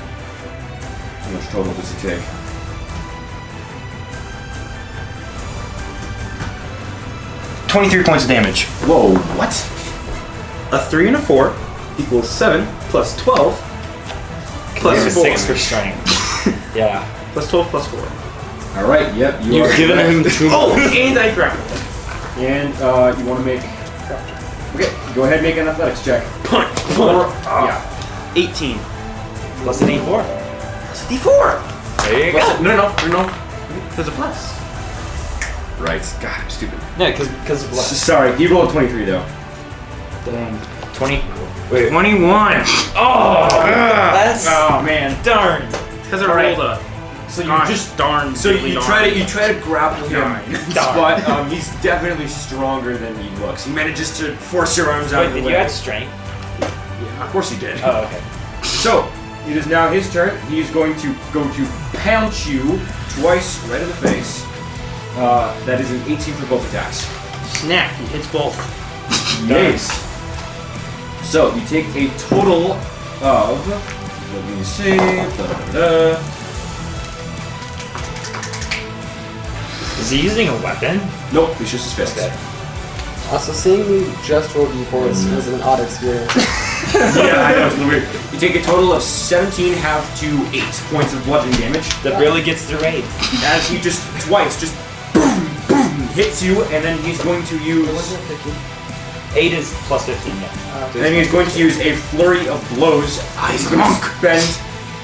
[SPEAKER 1] How much total does he take?
[SPEAKER 6] Twenty-three points of damage.
[SPEAKER 1] Whoa, what?
[SPEAKER 6] A three and a four equals seven plus twelve plus
[SPEAKER 2] Give a
[SPEAKER 6] four.
[SPEAKER 2] six
[SPEAKER 6] (laughs)
[SPEAKER 2] for strength. yeah.
[SPEAKER 6] Plus twelve plus four.
[SPEAKER 1] Alright, yep, you
[SPEAKER 2] You've
[SPEAKER 1] are
[SPEAKER 2] given
[SPEAKER 1] correct.
[SPEAKER 2] him two.
[SPEAKER 6] Oh, and I grapple.
[SPEAKER 1] And uh, you wanna make Okay, go ahead and make an athletics check.
[SPEAKER 6] Punch.
[SPEAKER 1] Or,
[SPEAKER 6] Punch.
[SPEAKER 1] yeah.
[SPEAKER 6] Eighteen.
[SPEAKER 2] Plus the D4.
[SPEAKER 6] That's a D4.
[SPEAKER 2] There you
[SPEAKER 1] Plus- No, no, no, no.
[SPEAKER 6] There's a plus.
[SPEAKER 1] Right. God, I'm stupid.
[SPEAKER 2] No, because because of
[SPEAKER 1] S-
[SPEAKER 2] bless.
[SPEAKER 1] Sorry, he rolled a 23 though.
[SPEAKER 2] Dang. Twenty. Wait.
[SPEAKER 6] Twenty-one.
[SPEAKER 2] Oh.
[SPEAKER 6] That's
[SPEAKER 1] Oh man.
[SPEAKER 2] Darn.
[SPEAKER 6] because I
[SPEAKER 1] Alright.
[SPEAKER 6] rolled a.
[SPEAKER 1] So you
[SPEAKER 6] Darn.
[SPEAKER 1] just
[SPEAKER 6] darn.
[SPEAKER 1] so you, you try to you try to grapple him,
[SPEAKER 6] Darn.
[SPEAKER 1] (laughs) but um, he's definitely stronger than he looks. He manages to force your arms out
[SPEAKER 2] Wait,
[SPEAKER 1] of the
[SPEAKER 2] did
[SPEAKER 1] way.
[SPEAKER 2] you add strength?
[SPEAKER 1] Of course he did.
[SPEAKER 2] Oh, okay.
[SPEAKER 1] So, it is now his turn. He is going to go to pounce you twice right in the face. Uh, that is an 18 for both attacks.
[SPEAKER 6] snack. He hits both.
[SPEAKER 1] Nice. So, you take a total of. Let me see. da, da, da.
[SPEAKER 2] Is he using a weapon?
[SPEAKER 1] Nope, it's just his (laughs) fist.
[SPEAKER 2] Okay.
[SPEAKER 4] Also, seeing me just roll d4 was, was an odd experience.
[SPEAKER 1] yeah, I know, it's a little weird. You take a total of 17 half to 8 points of bludgeoning damage
[SPEAKER 2] That really gets the raid.
[SPEAKER 1] as he just twice just boom, boom, hits you, and then he's going to use.
[SPEAKER 4] Wasn't it picky?
[SPEAKER 2] Eight is plus fifteen. Yeah.
[SPEAKER 1] And then he's going to use a flurry of blows. He's going to spend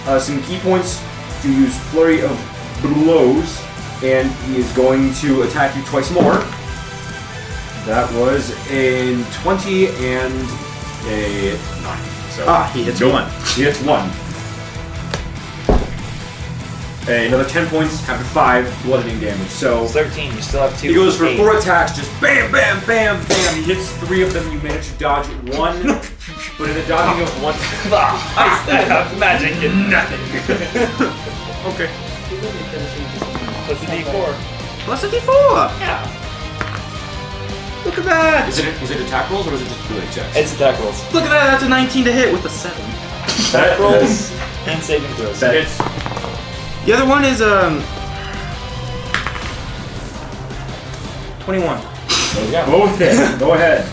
[SPEAKER 1] uh, some key points to use flurry of blows, and he is going to attack you twice more. That was a 20 and a 9. So
[SPEAKER 6] Ah, he hits one.
[SPEAKER 1] he hits one. A- another 10 points, have 5 bludgeoning damage. So
[SPEAKER 2] Thirteen. You still have two.
[SPEAKER 1] he goes for
[SPEAKER 2] Eight.
[SPEAKER 1] four attacks, just bam, bam, bam, bam. He hits three of them. You manage to dodge one, but in the dodging of one,
[SPEAKER 2] Ah,
[SPEAKER 1] Ah.
[SPEAKER 2] I have magic
[SPEAKER 1] (laughs)
[SPEAKER 2] and nothing.
[SPEAKER 6] Okay.
[SPEAKER 2] Plus the D4.
[SPEAKER 6] Plus a D4.
[SPEAKER 2] Yeah.
[SPEAKER 6] Look at that.
[SPEAKER 1] is it is it attack rolls or is it just ability checks?
[SPEAKER 2] It's attack rolls.
[SPEAKER 6] Look at that. That's a 19 to hit with a seven.
[SPEAKER 1] attack
[SPEAKER 2] Rolls and saving throws.
[SPEAKER 1] That hits.
[SPEAKER 6] The other one is um. Twenty-one.
[SPEAKER 2] There you go.
[SPEAKER 1] Both hit. Go ahead.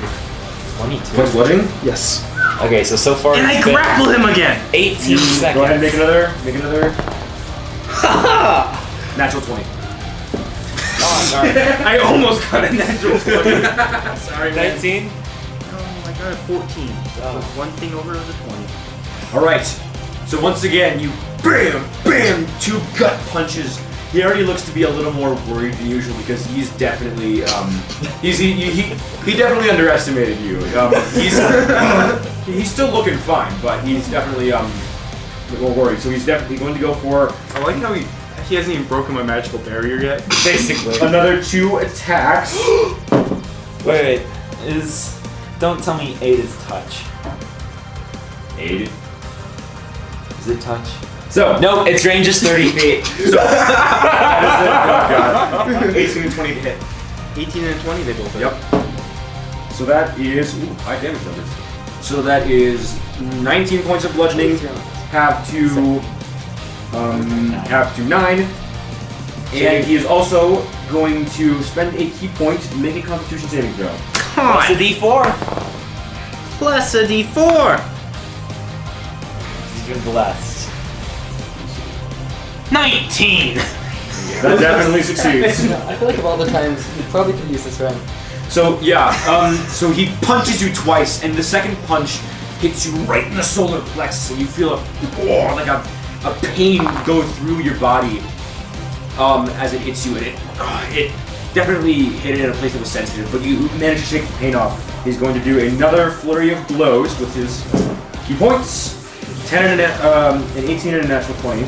[SPEAKER 2] Twenty-two.
[SPEAKER 1] What's bludgeoning?
[SPEAKER 6] Yes.
[SPEAKER 2] Okay, so so far
[SPEAKER 6] And I
[SPEAKER 2] it's been
[SPEAKER 6] grapple him again.
[SPEAKER 2] eighteen seconds.
[SPEAKER 1] Go ahead and make another. Make another. Natural twenty.
[SPEAKER 2] Oh, sorry.
[SPEAKER 6] I almost got a natural 20.
[SPEAKER 1] Sorry,
[SPEAKER 2] Nineteen.
[SPEAKER 6] Oh, I got a 14.
[SPEAKER 2] Oh.
[SPEAKER 6] So one thing over is a 20.
[SPEAKER 1] All right. So once again, you bam, bam, two gut punches. He already looks to be a little more worried than usual because he's definitely um, he's he, he, he definitely underestimated you. Um, he's he's (laughs) still looking fine, but he's definitely um a little worried. So he's definitely going to go for
[SPEAKER 6] I like how he he hasn't even broken my magical barrier yet.
[SPEAKER 2] Basically. Wait,
[SPEAKER 1] another two attacks.
[SPEAKER 2] wait. Is don't tell me eight is touch.
[SPEAKER 1] Eight.
[SPEAKER 2] Is it touch?
[SPEAKER 1] So
[SPEAKER 2] No, its range is
[SPEAKER 1] (laughs)
[SPEAKER 2] thirty feet.
[SPEAKER 1] that is it. Oh, God. eighteen and twenty to hit.
[SPEAKER 6] 18 and 20 they both. hit.
[SPEAKER 1] Yep. So that is ooh, high damage numbers. So that is 19 points of bludgeoning. Have to um, have to nine. and he is also going to spend a key point to make a Constitution saving
[SPEAKER 2] (laughs)
[SPEAKER 1] throw.
[SPEAKER 2] It's a D4.
[SPEAKER 7] Plus a d4.
[SPEAKER 2] He's been blessed.
[SPEAKER 7] 19!
[SPEAKER 1] That definitely succeeds.
[SPEAKER 4] I feel like of all the times, you probably could use this round.
[SPEAKER 1] So yeah, um, so he punches you twice, and the second punch hits you right in the solar plexus, and you feel a oh, like a, a pain go through your body um, as it hits you, and it (sighs) ah, it definitely hit it in a place that was sensitive. But you manage to shake the pain off. He's going to do another flurry of blows with his key points. Ten and a, um, an eighteen and a natural twenty.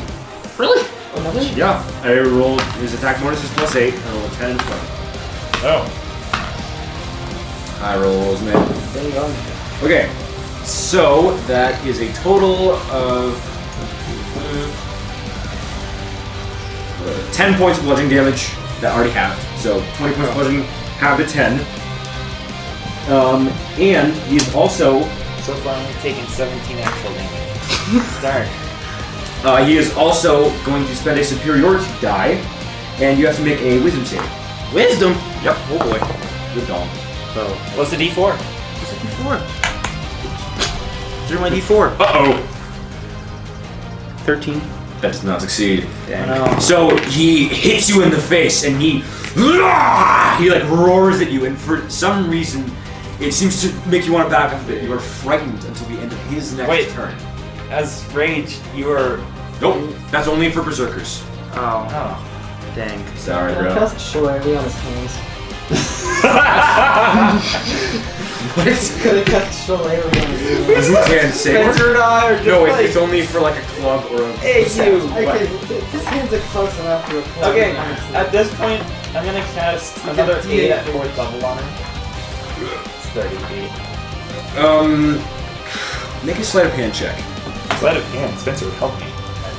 [SPEAKER 4] Really? Another?
[SPEAKER 1] Yeah, I rolled his attack bonus is plus eight, and I rolled ten and twenty.
[SPEAKER 2] Oh.
[SPEAKER 1] High rolls, man.
[SPEAKER 4] There you go.
[SPEAKER 1] Okay, so that is a total of uh, ten points of bludgeoning damage that already halved. So twenty points of bludgeoning, halved to ten. Um, and he is also
[SPEAKER 2] So far, I've taken 17 actual damage. (laughs) Darn.
[SPEAKER 1] uh, he is also going to spend a superiority die, and you have to make a wisdom save.
[SPEAKER 7] Wisdom?
[SPEAKER 1] Yep. Oh boy. Good dog.
[SPEAKER 2] What's the D4?
[SPEAKER 7] What's a d4? Through my d4.
[SPEAKER 1] Uh oh. Thirteen. That does not succeed.
[SPEAKER 2] No.
[SPEAKER 1] So he hits you in the face and he (laughs) he like roars at you and for some reason it seems to make you want to back up a bit. You are frightened until the end of his next
[SPEAKER 2] Wait.
[SPEAKER 1] turn.
[SPEAKER 2] As rage, you are.
[SPEAKER 1] Nope, that's only for berserkers.
[SPEAKER 7] Oh,
[SPEAKER 2] Oh.
[SPEAKER 7] dang.
[SPEAKER 1] Sorry,
[SPEAKER 4] Can I
[SPEAKER 1] (laughs) bro.
[SPEAKER 4] cast Shore? We on his hands. Could I cast Shore? We on his hands.
[SPEAKER 1] You can't say it.
[SPEAKER 4] or just
[SPEAKER 1] No, it's,
[SPEAKER 4] like,
[SPEAKER 1] it's only for like a club or a.
[SPEAKER 2] Hey, you!
[SPEAKER 4] Okay, his hands are close enough to a club.
[SPEAKER 2] Okay, uh,
[SPEAKER 4] honestly.
[SPEAKER 2] at this point, I'm gonna cast
[SPEAKER 4] Okay,
[SPEAKER 2] another
[SPEAKER 4] D8.
[SPEAKER 2] 8 at 4th level on him. It's 38.
[SPEAKER 1] Um, make a sleight of hand check.
[SPEAKER 2] Sleight of hand, Spencer, help me.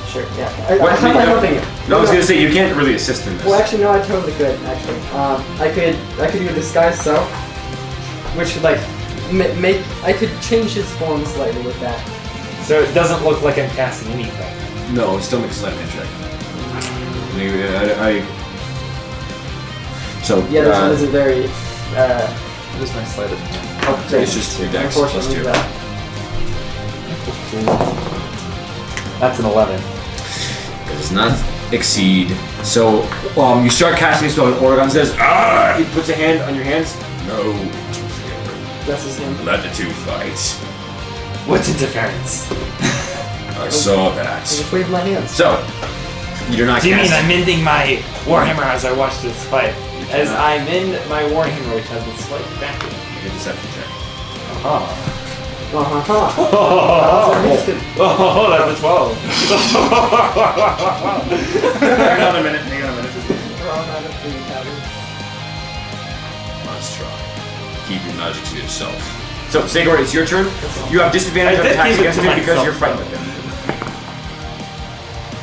[SPEAKER 4] Sure, yeah. I,
[SPEAKER 1] What-
[SPEAKER 4] I, how am I
[SPEAKER 1] no.
[SPEAKER 4] helping you?
[SPEAKER 1] No, I was gonna say you can't really assist in
[SPEAKER 4] Well,
[SPEAKER 1] this.
[SPEAKER 4] actually, no. I totally could. Actually, um, I could. I could do a disguise self, which would like ma- make. I could change his form slightly with that.
[SPEAKER 2] So it doesn't look like I'm casting anything.
[SPEAKER 1] No, still make a sleight of hand check. Maybe I. I so
[SPEAKER 4] Yeah, this
[SPEAKER 1] uh,
[SPEAKER 4] one isn't very. Uh, what is my sleight of
[SPEAKER 1] it's just your dex plus
[SPEAKER 4] Unfortunately,
[SPEAKER 1] two.
[SPEAKER 4] but-
[SPEAKER 2] That's an 11.
[SPEAKER 1] does not exceed. So um, you start casting spell, and Oregon says, "Ah!" He puts a hand on your hands. No,
[SPEAKER 4] that's his name.
[SPEAKER 1] let the two fight.
[SPEAKER 2] What's the difference?
[SPEAKER 1] I saw that.
[SPEAKER 4] I just waved my hands.
[SPEAKER 1] So you do not
[SPEAKER 2] Do you mean
[SPEAKER 1] cast.
[SPEAKER 2] I'm mending my Warhammer as I watch this fight? As I mend my Warhammer, which has a slight vacuum.
[SPEAKER 1] Make a deception check.
[SPEAKER 2] Oh.
[SPEAKER 4] Uh
[SPEAKER 2] (laughs)
[SPEAKER 4] huh.
[SPEAKER 1] (laughs)
[SPEAKER 2] Oh, that's a
[SPEAKER 4] (laughs)
[SPEAKER 2] 12.
[SPEAKER 1] hang on a minute. Hang on a minute. Must try. Keep your magic to yourself. So Sigurd, it's your turn. You have disadvantage
[SPEAKER 2] I
[SPEAKER 1] on
[SPEAKER 2] did
[SPEAKER 1] attacks
[SPEAKER 2] keep it
[SPEAKER 1] against
[SPEAKER 2] to
[SPEAKER 1] him because
[SPEAKER 2] myself,
[SPEAKER 1] you're frightened of him.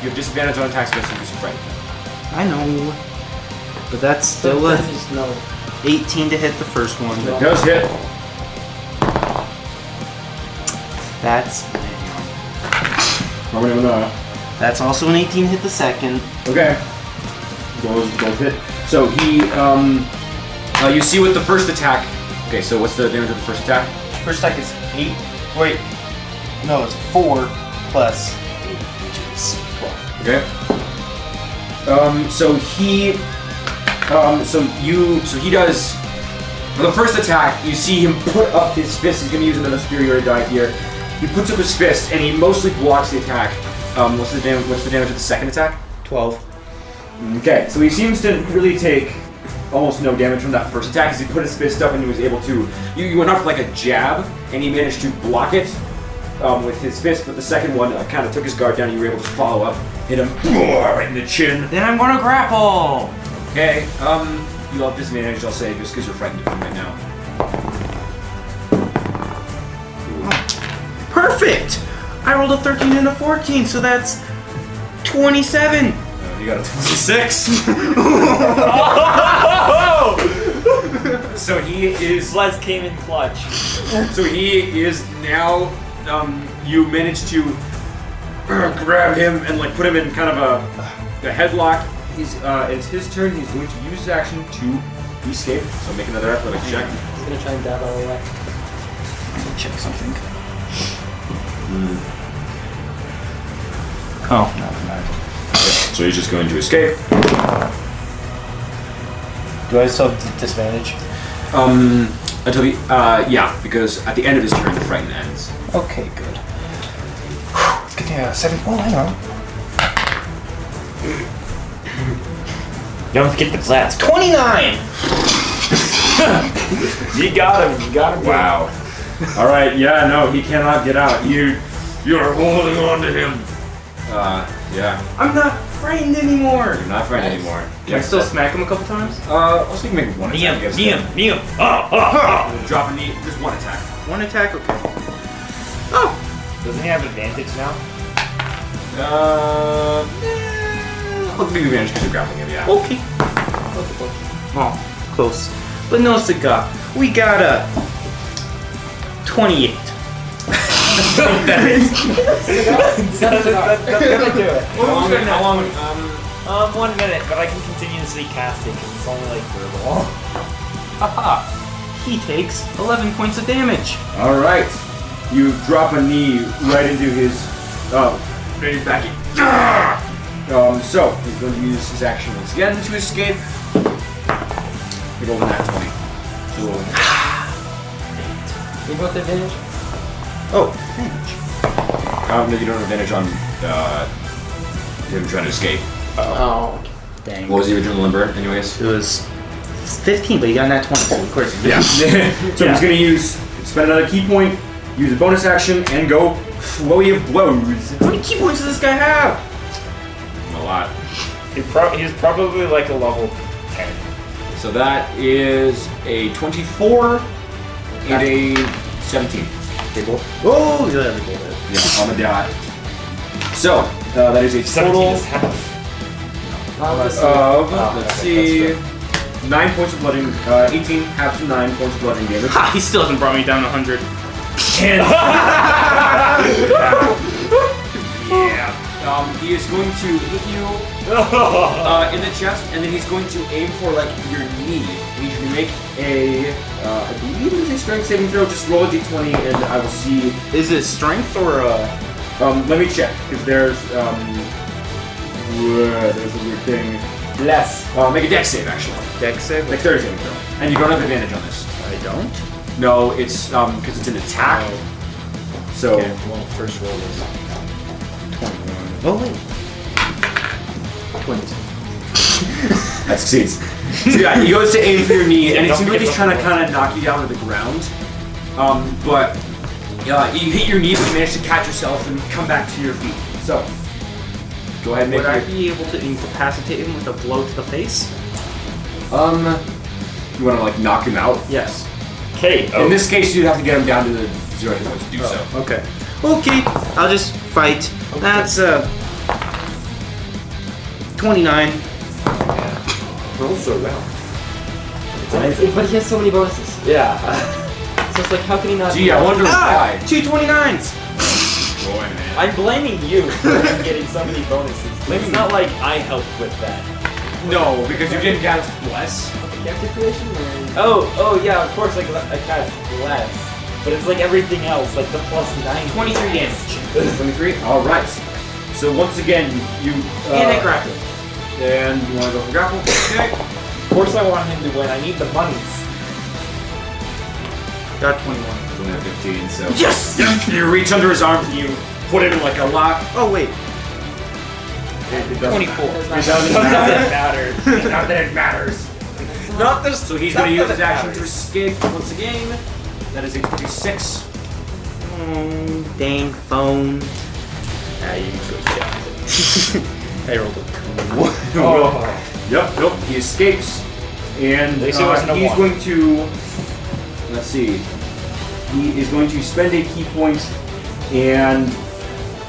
[SPEAKER 1] You have disadvantage on attacks against him because you're frightened. of him.
[SPEAKER 7] I know. But that's still a 18 to hit the first one.
[SPEAKER 1] That does hit.
[SPEAKER 7] That's that's also an 18 to hit the second.
[SPEAKER 1] Okay. Those both hit. So he, um, uh, you see with the first attack. Okay, so what's the damage of the first attack?
[SPEAKER 2] First attack is 8. Wait,
[SPEAKER 7] No, it's four plus eight, which is
[SPEAKER 1] Okay. Um, so he, um, so you, so he does. For the first attack, you see him put up his fist. He's gonna use another superiority die here. He puts up his fist and he mostly blocks the attack. Um, what's the damage? What's the damage of the second attack?
[SPEAKER 7] 12.
[SPEAKER 1] Okay, so he seems to really take almost no damage from that first attack as he put his fist up and he was able to. You, you went off like a jab and he managed to block it um, with his fist, but the second one uh, kind of took his guard down and you were able to follow up, hit him (laughs) roar, in the chin.
[SPEAKER 7] Then I'm gonna grapple!
[SPEAKER 1] Okay, um, you have disadvantage, I'll say, just because you're frightened of him right now.
[SPEAKER 7] Perfect! I rolled a 13 and a 14, so that's 27!
[SPEAKER 1] Uh, you got a (laughs)
[SPEAKER 7] (laughs)
[SPEAKER 1] 26!
[SPEAKER 7] Oh!
[SPEAKER 1] so he is
[SPEAKER 2] Slez came in clutch.
[SPEAKER 1] So he is now. Um, you (clears throat) managed to uh, grab him and like put him in kind of a, a headlock, He's, uh, it's his turn. He's going to use his action to escape. So make another athletics check.
[SPEAKER 4] He's gonna try and dab out of the way.
[SPEAKER 6] Check something. Oh, not bad.
[SPEAKER 1] So he's just going to escape.
[SPEAKER 7] Do I still have disadvantage?
[SPEAKER 1] Um, until the uh, yeah, because at the end of his turn, the frighten ends.
[SPEAKER 7] Okay, good. It's getting a seven. Well, hang on.
[SPEAKER 2] Don't forget the blast.
[SPEAKER 7] 29!
[SPEAKER 2] You got him. You got him.
[SPEAKER 1] Wow. All right. Yeah. No, he cannot get out. You, you're holding on to him. Uh, yeah.
[SPEAKER 6] I'm not frightened anymore.
[SPEAKER 1] You're not frightened anymore.
[SPEAKER 6] Can I still smack him a couple times?
[SPEAKER 1] Uh, I'll see you can make one attack.
[SPEAKER 2] Neem,
[SPEAKER 1] against him.
[SPEAKER 2] Neem, Neem. Oh, oh,
[SPEAKER 1] Drop a knee. Just one attack.
[SPEAKER 7] One attack, okay.
[SPEAKER 2] oh. Doesn't he have advantage now?
[SPEAKER 1] Uh, eh, I'll give you advantage because you're grappling him. Yeah.
[SPEAKER 7] Okay. Oh, close. But no cigar. We got a (laughs) 28.
[SPEAKER 2] That's gonna do it.
[SPEAKER 1] How long? How long? Um,
[SPEAKER 2] Um, one minute, but I can continuously cast it because it's only like (laughs) verbal.
[SPEAKER 7] Haha. He takes 11 points of damage.
[SPEAKER 1] All right, you drop a knee right into his, uh, right his back. Um, so he's going to use his action once again to escape. He rolled a nat twenty. So,
[SPEAKER 4] You both advantage?
[SPEAKER 7] Oh, damage.
[SPEAKER 1] um, no, you don't have advantage on uh, him trying to escape.
[SPEAKER 4] Oh.
[SPEAKER 7] Dang.
[SPEAKER 1] What was the original number, anyways?
[SPEAKER 7] It was 15, but he got that 20, so of course.
[SPEAKER 1] Yeah. (laughs) so he's going to use spend another key point, use a bonus action, and go flowy of blows.
[SPEAKER 7] How many key points does this guy have?
[SPEAKER 1] A lot.
[SPEAKER 2] He prob- he's probably like a level 10.
[SPEAKER 1] So that is a twenty-four and a seventeen.
[SPEAKER 7] Table. Oh, you have a table.
[SPEAKER 1] Yeah, on the dot. So, uh, that is a
[SPEAKER 2] 17
[SPEAKER 1] total
[SPEAKER 2] is half.
[SPEAKER 1] of,
[SPEAKER 6] Ah,
[SPEAKER 1] let's see, 9 points of blood in, uh, 18, half to 9 points of blood in damage.
[SPEAKER 6] Ha! He still hasn't brought me down 100. (laughs)
[SPEAKER 1] Um, he is going to hit you uh, in the chest, and then he's going to aim for, like, your knee. And you should make a, uh, I believe it is a strength saving throw. Just roll a d20, and I will see.
[SPEAKER 7] Is it strength or uh?
[SPEAKER 1] Um, let me check, because there's, um, whoa, there's a weird thing. Less. Uh, make a dex save, actually.
[SPEAKER 7] Dex save?
[SPEAKER 1] Dexterity saving throw. And you don't have advantage on this.
[SPEAKER 7] I don't.
[SPEAKER 1] No, it's um because it's an attack. So
[SPEAKER 7] Okay. Well, first roll is twenty-one. Oh wait. Twenty.
[SPEAKER 1] that succeeds. so yeah, he goes to aim for your knee, and
[SPEAKER 2] Yeah,
[SPEAKER 1] it's
[SPEAKER 2] don't
[SPEAKER 1] really just
[SPEAKER 2] give
[SPEAKER 1] trying
[SPEAKER 2] up.
[SPEAKER 1] to kind of knock you down to the ground. Um, but yeah, you hit your knee, but you manage to catch yourself and come back to your feet. So go ahead and make
[SPEAKER 7] Would I
[SPEAKER 1] your
[SPEAKER 7] be able to incapacitate him with a blow to the face?
[SPEAKER 1] um. You want to like knock him out.
[SPEAKER 7] Yes.
[SPEAKER 2] Okay.
[SPEAKER 1] In
[SPEAKER 2] Oh.
[SPEAKER 1] this case, you'd have to get him down to the zero hit points to do so.
[SPEAKER 7] Okay. Okay. I'll just fight. That's uh. Twenty-nine.
[SPEAKER 5] Roll so well.
[SPEAKER 4] But he has so many bonuses.
[SPEAKER 2] Yeah.
[SPEAKER 4] So it's like, how can he not?
[SPEAKER 1] Gee, I wonder
[SPEAKER 7] Ah,
[SPEAKER 1] why.
[SPEAKER 7] two 29s.
[SPEAKER 1] Boy, man.
[SPEAKER 2] I'm blaming you (laughs) for him getting so many bonuses. It's not like I helped with that.
[SPEAKER 1] No, because you didn't cast bless.
[SPEAKER 4] Character creation or?
[SPEAKER 2] Oh, oh yeah, of course, like I cast less, but it's like everything else, like the plus nine. Uh,
[SPEAKER 7] 23
[SPEAKER 2] (laughs)
[SPEAKER 7] damage.
[SPEAKER 1] 23. All right. So once again, you. you uh,
[SPEAKER 7] And I grapple.
[SPEAKER 1] And you want to go for grapple? Okay.
[SPEAKER 2] Of course, I want him to win. I need the monies.
[SPEAKER 7] Got 21.
[SPEAKER 1] It's only a 15, so.
[SPEAKER 7] Yes!
[SPEAKER 1] You reach under his arms and you put him in like a lock.
[SPEAKER 7] Oh wait,
[SPEAKER 1] It, it doesn't
[SPEAKER 7] 24.
[SPEAKER 1] matter. It doesn't matter.
[SPEAKER 2] Doesn't
[SPEAKER 1] (laughs)
[SPEAKER 2] matter.
[SPEAKER 1] Not that it matters. Not this. So he's going to use his action to escape once again. That is a 26.
[SPEAKER 7] Mm, dang phone. Ah, you good I rolled a one.
[SPEAKER 1] (laughs)
[SPEAKER 2] Oh.
[SPEAKER 1] Yep, nope. He escapes, and
[SPEAKER 2] At least it
[SPEAKER 1] uh,
[SPEAKER 2] wasn't a
[SPEAKER 1] he's
[SPEAKER 2] one.
[SPEAKER 1] going to. Let's see. He is going to spend a key point and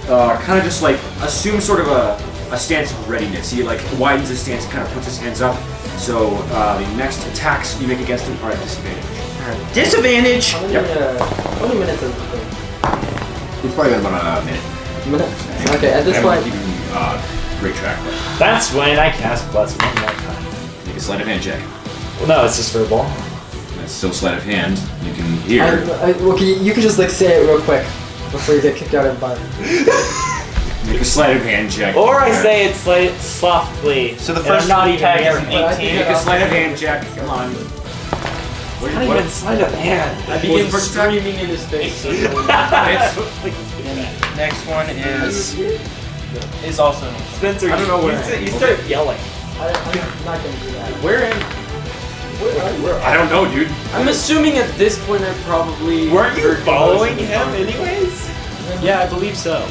[SPEAKER 1] uh, kind of just like assume sort of a, a stance of readiness. He like widens his stance, kind of puts his hands up. So uh, the next attacks you make against him are at disadvantage.
[SPEAKER 7] Disadvantage.
[SPEAKER 4] How many,
[SPEAKER 1] Yep.
[SPEAKER 4] uh, how many minutes is it?
[SPEAKER 1] It's probably been about a minute.
[SPEAKER 4] Minutes. Okay, at this point,
[SPEAKER 1] uh, retract.
[SPEAKER 2] (laughs) That's when I cast Bless one more time.
[SPEAKER 1] Make a sleight of hand check.
[SPEAKER 2] Well, no, it's just for a ball.
[SPEAKER 1] That's still sleight of hand. You can hear.
[SPEAKER 5] I, I, well, can you, you can just like say it real quick before you get kicked out of the bar.
[SPEAKER 1] Make a sleight of hand check.
[SPEAKER 2] Or I say it sli- softly.
[SPEAKER 7] So the
[SPEAKER 2] and I'm
[SPEAKER 7] first
[SPEAKER 2] not even
[SPEAKER 7] tag is
[SPEAKER 2] there.
[SPEAKER 7] an
[SPEAKER 5] But I think
[SPEAKER 1] Make
[SPEAKER 5] I'll-
[SPEAKER 1] a sleight of hand check. Come on. What,
[SPEAKER 2] Not
[SPEAKER 1] what-
[SPEAKER 2] even sleight of hand.
[SPEAKER 5] I
[SPEAKER 1] begin
[SPEAKER 5] begin
[SPEAKER 1] for-
[SPEAKER 5] screaming in his face.
[SPEAKER 2] It's-
[SPEAKER 7] Next one is is also
[SPEAKER 2] Spencer,
[SPEAKER 1] I don't know
[SPEAKER 2] you-
[SPEAKER 1] what
[SPEAKER 2] you
[SPEAKER 1] I-
[SPEAKER 2] st- you start (laughs) yelling.
[SPEAKER 5] I, I'm not gonna do that.
[SPEAKER 1] Where in?
[SPEAKER 5] Where are you?
[SPEAKER 1] I don't know, dude.
[SPEAKER 4] I'm assuming at this point they're probably.
[SPEAKER 2] Weren't you
[SPEAKER 4] Virgin
[SPEAKER 2] following
[SPEAKER 4] Moses.
[SPEAKER 2] him anyways?
[SPEAKER 7] Yeah, I believe so.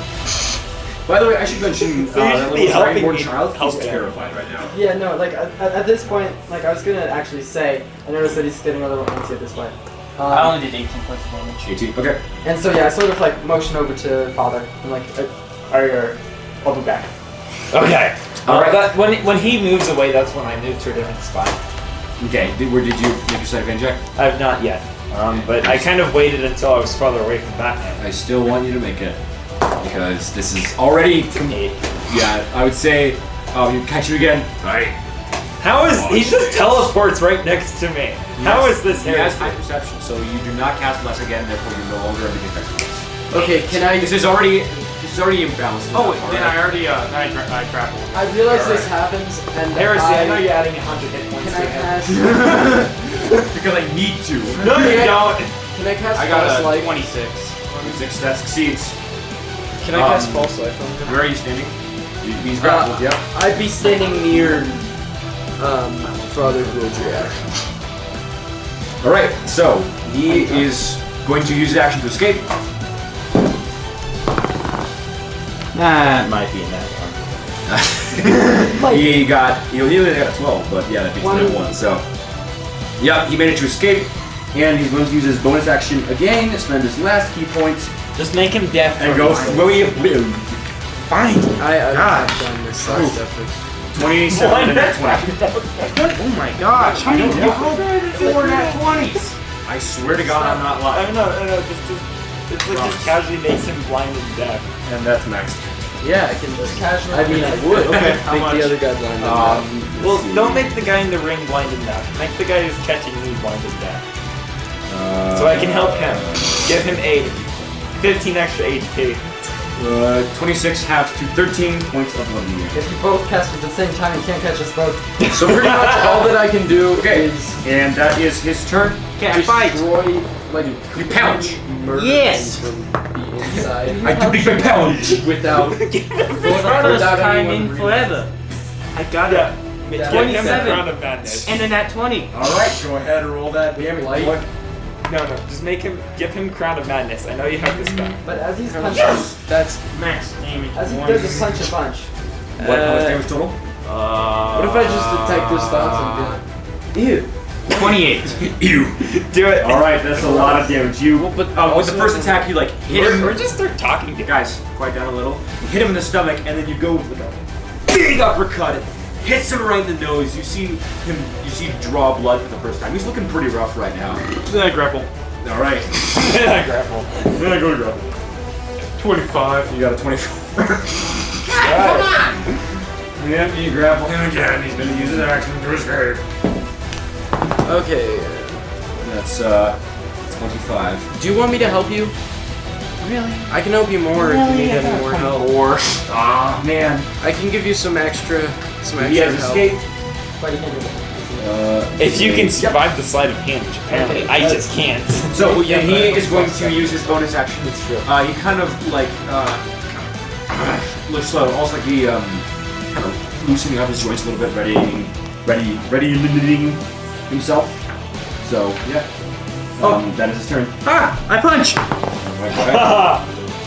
[SPEAKER 1] By the way, I should (laughs) mention
[SPEAKER 2] So you
[SPEAKER 1] uh,
[SPEAKER 2] should
[SPEAKER 1] that
[SPEAKER 2] be
[SPEAKER 1] little
[SPEAKER 2] helping
[SPEAKER 1] dragonborn
[SPEAKER 2] me
[SPEAKER 1] child.
[SPEAKER 2] help
[SPEAKER 1] He's
[SPEAKER 2] him.
[SPEAKER 1] terrified right now.
[SPEAKER 5] Yeah, no, like at, at at this point, like I was gonna actually say, I noticed that he's getting a little antsy at this point.
[SPEAKER 7] I
[SPEAKER 5] Um,
[SPEAKER 7] only did 18 points of damage.
[SPEAKER 1] 18. Okay.
[SPEAKER 5] and so yeah, I sort of like motion over to father. and like, uh, alright, alright, I'll be back.
[SPEAKER 2] Okay.
[SPEAKER 1] All
[SPEAKER 2] All
[SPEAKER 1] right.
[SPEAKER 2] right. That, when when he moves away, that's when I move to a different spot.
[SPEAKER 1] Okay. Did, where did you make your sleight of hand check?
[SPEAKER 2] I've not yet, um, but I kind of waited until I was farther away from Batman.
[SPEAKER 1] I still want you to make it because this is already.
[SPEAKER 2] Eight.
[SPEAKER 1] Yeah, I would say. Oh, you catch you again. All right.
[SPEAKER 2] How is he just teleports right next to me? How is this
[SPEAKER 1] He has
[SPEAKER 2] here?
[SPEAKER 1] high perception, so you do not cast less again. Therefore, you're no longer under the effect of this.
[SPEAKER 5] Okay, can I?
[SPEAKER 1] This is already. This is already imbalanced.
[SPEAKER 7] Oh, wait, then I already uh, I, gra- I grappled.
[SPEAKER 5] I realize this happens, and
[SPEAKER 2] Heresy, I know
[SPEAKER 5] I,
[SPEAKER 2] you're adding 100 hit points
[SPEAKER 5] can
[SPEAKER 2] to
[SPEAKER 5] I
[SPEAKER 2] your head.
[SPEAKER 5] cast?
[SPEAKER 1] because I need to.
[SPEAKER 2] No, you
[SPEAKER 5] Yeah.
[SPEAKER 2] don't.
[SPEAKER 5] Can I cast
[SPEAKER 7] I got
[SPEAKER 5] false
[SPEAKER 7] a
[SPEAKER 5] light?
[SPEAKER 7] 26.
[SPEAKER 1] Six that succeeds.
[SPEAKER 4] Can I cast
[SPEAKER 1] Um,
[SPEAKER 4] false life on him?
[SPEAKER 1] Where are you standing? You- He's grappled. yeah.
[SPEAKER 4] I'd be standing near um, Father Wildriak.
[SPEAKER 1] All right. So he is going to use his action to escape.
[SPEAKER 7] That might be in that one.
[SPEAKER 1] he got he only got a 12, but yeah, that beats
[SPEAKER 5] One.
[SPEAKER 1] one. one. So, yeah, he made it to escape, and he's going to use his bonus action again, spend his last key points,
[SPEAKER 7] Just make him deaf.
[SPEAKER 1] and
[SPEAKER 7] for
[SPEAKER 1] go
[SPEAKER 7] mine.
[SPEAKER 1] way of blue.
[SPEAKER 7] Fine.
[SPEAKER 4] I, I
[SPEAKER 7] Gosh.
[SPEAKER 4] have done this last effort.
[SPEAKER 1] 27 and that's
[SPEAKER 7] Oh my gosh. How many
[SPEAKER 1] Yeah.
[SPEAKER 7] people? Four nat 20s.
[SPEAKER 1] I swear to God, I'm not
[SPEAKER 2] I
[SPEAKER 1] lying.
[SPEAKER 2] don't know. I don't know. Just, just it's like just casually makes him blind and deaf.
[SPEAKER 1] And that's next.
[SPEAKER 4] Yeah, I can.
[SPEAKER 5] Just casually.
[SPEAKER 4] I mean, I would. (laughs)
[SPEAKER 1] Okay,
[SPEAKER 4] Make
[SPEAKER 7] how much?
[SPEAKER 4] the other guy blind. on
[SPEAKER 1] Um, let's
[SPEAKER 2] Well,
[SPEAKER 1] see.
[SPEAKER 2] don't make the guy in the ring blind and deaf. Make the guy who's catching me blind and deaf,
[SPEAKER 1] Uh,
[SPEAKER 2] so I can help him. Give him aid. 15 extra HP.
[SPEAKER 1] Uh, 26 halves to 13 points of lumiere.
[SPEAKER 5] If you both cast at the same time, you can't catch us both.
[SPEAKER 1] So pretty
[SPEAKER 4] that.
[SPEAKER 1] (laughs) much
[SPEAKER 4] All
[SPEAKER 1] all
[SPEAKER 4] that
[SPEAKER 1] that.
[SPEAKER 4] I can do
[SPEAKER 1] Okay.
[SPEAKER 4] is
[SPEAKER 1] And that is his turn.
[SPEAKER 7] Can't fight.
[SPEAKER 4] destroy, like,
[SPEAKER 1] You pounce.
[SPEAKER 4] murder
[SPEAKER 7] Yes.
[SPEAKER 4] him from the inside
[SPEAKER 1] I do the big pounce.
[SPEAKER 4] without.
[SPEAKER 7] (laughs) First
[SPEAKER 4] without
[SPEAKER 7] time
[SPEAKER 4] anyone
[SPEAKER 7] in
[SPEAKER 4] realizing.
[SPEAKER 7] forever. I got it.
[SPEAKER 2] Yeah.
[SPEAKER 4] Yeah.
[SPEAKER 2] Give him a
[SPEAKER 7] 27.
[SPEAKER 2] round of madness.
[SPEAKER 7] And a nat 20.
[SPEAKER 1] All right, go ahead and roll that damage.
[SPEAKER 5] Light.
[SPEAKER 1] What?
[SPEAKER 2] No, no, just make him, give him Crown of Madness. I know you have this guy.
[SPEAKER 5] But as he's punching,
[SPEAKER 4] That's.
[SPEAKER 7] Mm, Max damage.
[SPEAKER 5] as he
[SPEAKER 7] One.
[SPEAKER 5] does a punch a bunch.
[SPEAKER 1] What? How much
[SPEAKER 4] Uh,
[SPEAKER 1] damage total?
[SPEAKER 7] Uh,
[SPEAKER 4] What if I just attack those thoughts and be like, ew?
[SPEAKER 7] 28.
[SPEAKER 1] You.
[SPEAKER 2] Do it.
[SPEAKER 1] All right, that's a lot of damage. You.
[SPEAKER 4] but
[SPEAKER 1] uh, with the first attack, you like hit
[SPEAKER 2] Or, or
[SPEAKER 1] him.
[SPEAKER 2] just start talking to him.
[SPEAKER 1] Guys, quiet down a little. You hit him in the stomach, and then you go with a big uppercut. Hits him right in the nose. You see him. You see draw blood for the first time. He's looking pretty rough right now.
[SPEAKER 7] Then I grapple.
[SPEAKER 1] All (laughs) right.
[SPEAKER 2] Then I grapple.
[SPEAKER 1] Then I go to grapple.
[SPEAKER 7] 25.
[SPEAKER 1] You got a twenty-four. (laughs) God, come on. Yep, you grapple him again. He's gonna use his action to escape.
[SPEAKER 4] Okay.
[SPEAKER 1] That's uh, twenty-five.
[SPEAKER 4] Do you want me to help you?
[SPEAKER 7] Really?
[SPEAKER 4] I can help you more if you need any more help.
[SPEAKER 1] Four. Ah, man.
[SPEAKER 4] I can give you some extra, some extra
[SPEAKER 1] He has
[SPEAKER 4] help.
[SPEAKER 1] escaped.
[SPEAKER 5] But he can't do that.
[SPEAKER 1] Uh,
[SPEAKER 2] If you can survive the sleight of hand, which apparently I just can't. (laughs)
[SPEAKER 1] So
[SPEAKER 4] Yeah,
[SPEAKER 1] and he
[SPEAKER 4] but-
[SPEAKER 1] is going to use his bonus action.
[SPEAKER 4] That's true.
[SPEAKER 1] Uh, he kind of like uh, looks slow. Also, like he um, kind of loosening up his joints a little bit, readying, ready, ready, limiting himself. So yeah, um, that is his turn.
[SPEAKER 7] Ah! I punch!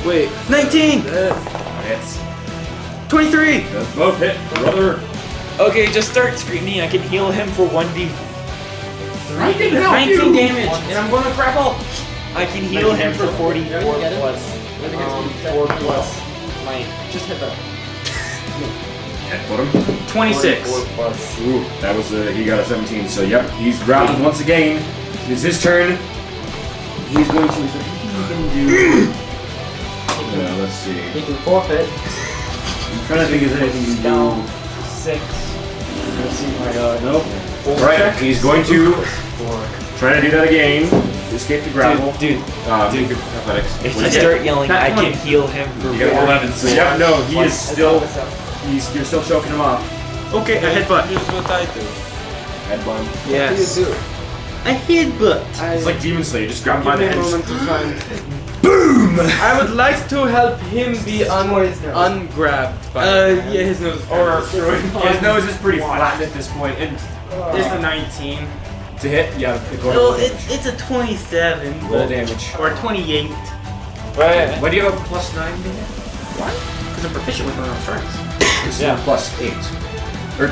[SPEAKER 4] Wait,
[SPEAKER 7] 19!
[SPEAKER 4] uh,
[SPEAKER 1] Hits.
[SPEAKER 7] 23!
[SPEAKER 1] Does both hit, brother.
[SPEAKER 2] okay, just start screaming. I can heal him for 1d.
[SPEAKER 1] I can
[SPEAKER 7] 19 damage! And I'm gonna grapple!
[SPEAKER 2] I can heal him for 44
[SPEAKER 5] Get it?
[SPEAKER 2] plus
[SPEAKER 5] I think it's
[SPEAKER 2] Um,
[SPEAKER 5] pretty
[SPEAKER 2] four
[SPEAKER 5] effective.
[SPEAKER 2] plus my.
[SPEAKER 5] Just hit that.
[SPEAKER 1] him.
[SPEAKER 7] 26.
[SPEAKER 4] plus.
[SPEAKER 1] Ooh, that was uh, he got a 17. So yep, he's grounded once again. It is his turn. He's going to. He can do. Uh, let's see.
[SPEAKER 5] He can forfeit.
[SPEAKER 7] trying to think if there's anything you can
[SPEAKER 2] No.
[SPEAKER 7] do.
[SPEAKER 2] Six.
[SPEAKER 7] Nope.
[SPEAKER 2] Four.
[SPEAKER 1] Right, he's going to
[SPEAKER 2] Four.
[SPEAKER 1] try to do that again. Escape the gravel.
[SPEAKER 2] Dude, dude,
[SPEAKER 1] Um, athletics.
[SPEAKER 2] if
[SPEAKER 1] What
[SPEAKER 2] you
[SPEAKER 1] is it?
[SPEAKER 2] start yelling,
[SPEAKER 6] Not
[SPEAKER 2] I
[SPEAKER 6] one.
[SPEAKER 2] can heal him for
[SPEAKER 1] You got
[SPEAKER 2] four.
[SPEAKER 1] 11. So yeah, no, he is
[SPEAKER 2] Let's
[SPEAKER 1] still.
[SPEAKER 2] help us out.
[SPEAKER 1] He's, you're still choking him off.
[SPEAKER 6] Okay, a headbutt.
[SPEAKER 3] Here's what I do.
[SPEAKER 1] Headbutt.
[SPEAKER 7] Yes.
[SPEAKER 5] You do.
[SPEAKER 7] A headbutt.
[SPEAKER 5] I
[SPEAKER 1] It's like Demon Slayer. Just grab him by
[SPEAKER 5] give me
[SPEAKER 1] the
[SPEAKER 5] a
[SPEAKER 1] head.
[SPEAKER 5] moment to find.
[SPEAKER 3] I would like to help him be un-
[SPEAKER 5] Or his nose.
[SPEAKER 3] ungrabbed by
[SPEAKER 5] Uh,
[SPEAKER 3] the hand.
[SPEAKER 5] yeah, his nose.
[SPEAKER 3] Or-
[SPEAKER 1] His nose is pretty flattened at this point, and
[SPEAKER 3] It's a 19.
[SPEAKER 1] to hit, yeah, it goes
[SPEAKER 7] Well, it's it's a 27
[SPEAKER 1] full damage.
[SPEAKER 7] or 28
[SPEAKER 2] Right.
[SPEAKER 1] Why do you have a plus nine to hit?
[SPEAKER 7] because I'm proficient with my own strikes.
[SPEAKER 1] It's
[SPEAKER 2] Yeah.
[SPEAKER 1] plus eight. Er,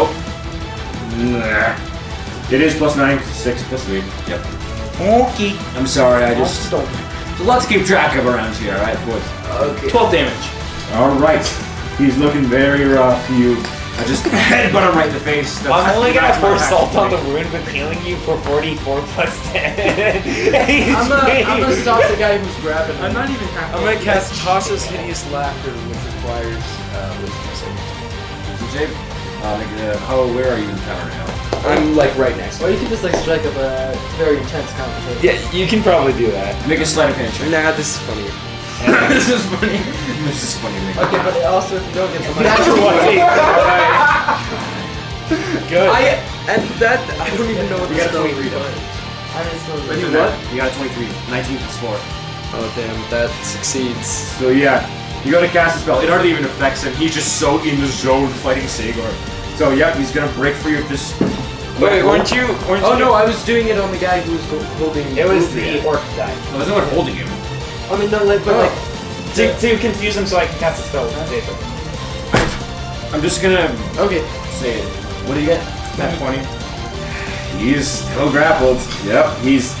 [SPEAKER 1] Or Nah. It is plus nine, 'cause it's six, plus three. Yep.
[SPEAKER 7] Okay.
[SPEAKER 1] I'm sorry, I just. There's a lot to keep track of around here, alright, boys?
[SPEAKER 6] 12 damage.
[SPEAKER 1] Alright. He's looking very rough, you. I (laughs) just headbutt him right in the face. That's-
[SPEAKER 2] I'm only gonna
[SPEAKER 1] that's my
[SPEAKER 2] pour salt on the
[SPEAKER 1] action.
[SPEAKER 2] wound with healing you for 44 plus (laughs) 10. I'm
[SPEAKER 5] I'm gonna, I'm gonna stop the guy who's grabbing him.
[SPEAKER 6] I'm not even half.
[SPEAKER 3] I'm gonna cast Tasha's Hideous Laughter, which requires uh, wisdom saving.
[SPEAKER 1] Jake, uh, like, uh, how aware are you in the tower now?
[SPEAKER 5] I'm like right next. to him.
[SPEAKER 8] Or you could just like strike up a very intense conversation.
[SPEAKER 2] Yeah, you can probably do that.
[SPEAKER 1] Make a slight penetration.
[SPEAKER 5] Nah, this is funnier.
[SPEAKER 2] Yeah.
[SPEAKER 6] this is funny.
[SPEAKER 1] (laughs) this is funny. Nick.
[SPEAKER 8] Okay, but also if you don't get the
[SPEAKER 2] That's
[SPEAKER 8] money,
[SPEAKER 2] what it- Alright. Good.
[SPEAKER 5] I and that I don't even know what
[SPEAKER 1] You got
[SPEAKER 5] this
[SPEAKER 1] a 23
[SPEAKER 5] is.
[SPEAKER 1] though.
[SPEAKER 8] I'm just gonna
[SPEAKER 1] You
[SPEAKER 8] leave.
[SPEAKER 1] what? You got a 23. 19 plus 4.
[SPEAKER 5] Oh damn, that succeeds.
[SPEAKER 1] So yeah, you gotta cast a spell. It hardly even affects him. He's just so in the zone fighting Sagor. So yeah, he's gonna break free of this.
[SPEAKER 2] (laughs) Wait, weren't you? Weren't
[SPEAKER 5] Oh
[SPEAKER 2] you
[SPEAKER 5] no, I was doing it on the guy who was ho- holding.
[SPEAKER 2] It was
[SPEAKER 5] Rufia.
[SPEAKER 2] the orc guy.
[SPEAKER 1] Well, there's no one holding him.
[SPEAKER 5] I mean, no, like, but
[SPEAKER 8] Oh.
[SPEAKER 5] like,
[SPEAKER 2] To, to confuse him so I can cast a spell with Jacob.
[SPEAKER 1] I'm just gonna
[SPEAKER 5] okay,
[SPEAKER 1] say it. What do you get? That 20. He's still grappled. Yep, he's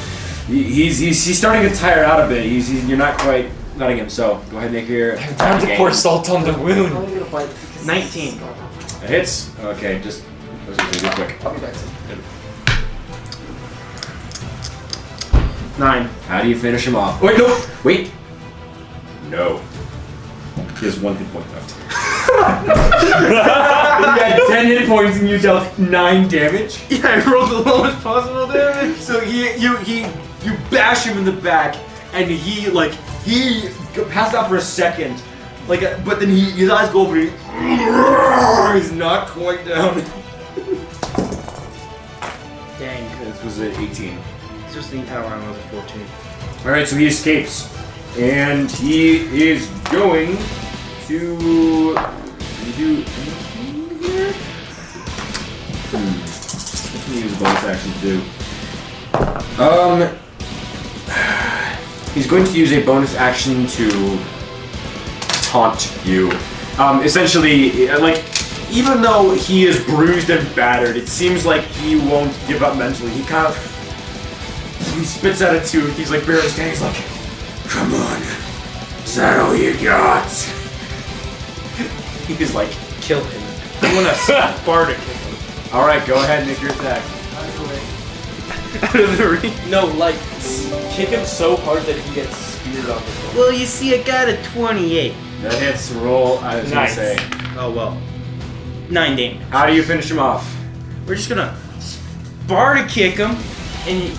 [SPEAKER 1] he- he's he's, he's starting to tire out a bit. He's, he's you're not quite nutting him. So go ahead and make your
[SPEAKER 2] Time to
[SPEAKER 1] game.
[SPEAKER 2] pour salt on the
[SPEAKER 8] I'm
[SPEAKER 2] wound.
[SPEAKER 8] only gonna fight because
[SPEAKER 7] 19.
[SPEAKER 1] It hits. Okay, just that was gonna be real quick.
[SPEAKER 8] I'll be back soon.
[SPEAKER 6] Nine.
[SPEAKER 1] How do you finish him off? Wait, no. Wait. No. He has one hit point (laughs) left.
[SPEAKER 6] yeah,
[SPEAKER 1] You had 10 hit points and you dealt 9 damage.
[SPEAKER 6] I rolled the lowest possible damage.
[SPEAKER 1] So he, you, he, you bash him in the back, and he, like, he g- passed out for a second. Like, uh, but then he, his eyes go over, and he, he's not quite down.
[SPEAKER 7] Dang.
[SPEAKER 1] This was at 18.
[SPEAKER 7] This was the entire round. I was at (laughs) 14.
[SPEAKER 1] Alright, so he escapes. And he is going to. Can you do anything here? Hmm. What can he use a bonus action to do? Um. (sighs) He's going to use a bonus action to taunt you. Um, essentially, uh, like, even though he is bruised and battered, it seems like he won't give up mentally. He kind of he spits out a tooth. He's like barely standing. He's like, "Come on, is that all you got?" (laughs) He's like,
[SPEAKER 7] Kill him.
[SPEAKER 6] I'm gonna Sparta kick him
[SPEAKER 1] "All right, go ahead, and make your attack."
[SPEAKER 6] out of the ring.
[SPEAKER 3] No, like, kick him so hard that he gets speared off the floor.
[SPEAKER 7] Well, you see, I got a 28.
[SPEAKER 1] That hits. Roll. I was
[SPEAKER 2] Nice.
[SPEAKER 1] gonna say,
[SPEAKER 7] Oh well. Nine damage.
[SPEAKER 1] how do you finish him off?
[SPEAKER 7] We're just gonna Sparta kick him.
[SPEAKER 6] And you,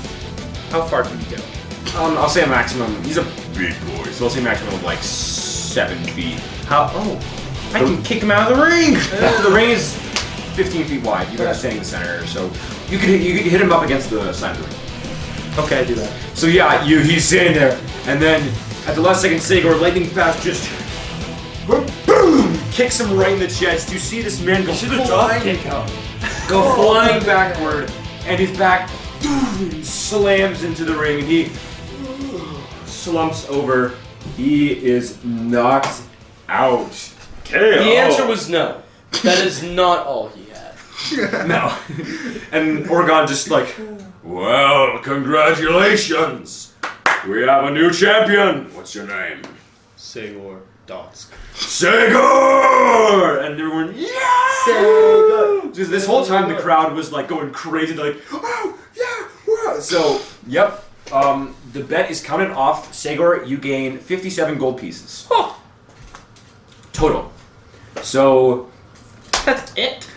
[SPEAKER 6] how far can you go?
[SPEAKER 1] Um, I'll say a maximum. He's a big boy, so I'll say maximum of like seven feet.
[SPEAKER 6] How? Oh, I can kick him out of the
[SPEAKER 7] (laughs)
[SPEAKER 6] ring.
[SPEAKER 1] the ring is 15 feet wide. You guys are standing in the center, so you could hit- you could hit him up against the side of the ring.
[SPEAKER 6] Okay, I do that.
[SPEAKER 1] So yeah, you he's sitting there, and then at the last second, Sigor lightning fast just boom kicks him right in the chest. You see this man go flying, go flying backward, and his back slams into the ring, and he slumps over. He is knocked out.
[SPEAKER 3] The
[SPEAKER 4] Oh.
[SPEAKER 7] Oh.
[SPEAKER 3] answer was no. That is not all he had.
[SPEAKER 1] No. and Orgon just like, well, congratulations. We have a new champion. What's your name?
[SPEAKER 7] Sigor Dotsk.
[SPEAKER 1] Segor! And everyone, yeah! Segor! Because this whole time the crowd was like going crazy, like, oh, yeah, wow. So, yep. Um, the bet is counted off. Segor, you gain 57 gold pieces.
[SPEAKER 6] Oh.
[SPEAKER 1] total. So
[SPEAKER 9] That's it.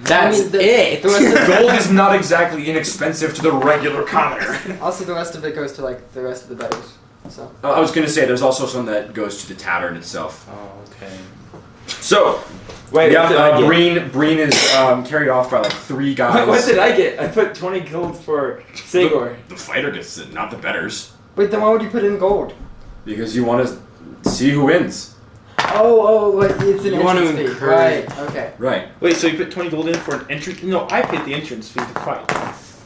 [SPEAKER 1] that's
[SPEAKER 5] I mean, the-
[SPEAKER 1] it.
[SPEAKER 5] the rest
[SPEAKER 1] (laughs)
[SPEAKER 5] of-
[SPEAKER 1] Gold is not exactly inexpensive to the regular commoner.
[SPEAKER 5] Also, the rest of it goes to like the rest of the betters. So
[SPEAKER 1] Uh, I was gonna say there's also some that goes to the tavern itself.
[SPEAKER 7] Oh, okay.
[SPEAKER 1] So
[SPEAKER 2] Wait,
[SPEAKER 1] yeah,
[SPEAKER 2] what did I
[SPEAKER 1] uh,
[SPEAKER 2] get?
[SPEAKER 1] Breen Breen is um, carried off by like three guys.
[SPEAKER 2] What, what did I get? I put 20 gold for Sigor.
[SPEAKER 1] The fighter gets it, not the betters,
[SPEAKER 5] wait, then why would you put in gold?
[SPEAKER 1] because you want to see who wins.
[SPEAKER 5] Oh, oh, but it's an
[SPEAKER 10] You want to
[SPEAKER 5] entrance fee.
[SPEAKER 10] encourage-
[SPEAKER 5] Right. Okay.
[SPEAKER 1] Right.
[SPEAKER 7] Wait, so you put 20 gold in for an entrance? No, I paid the entrance fee to fight.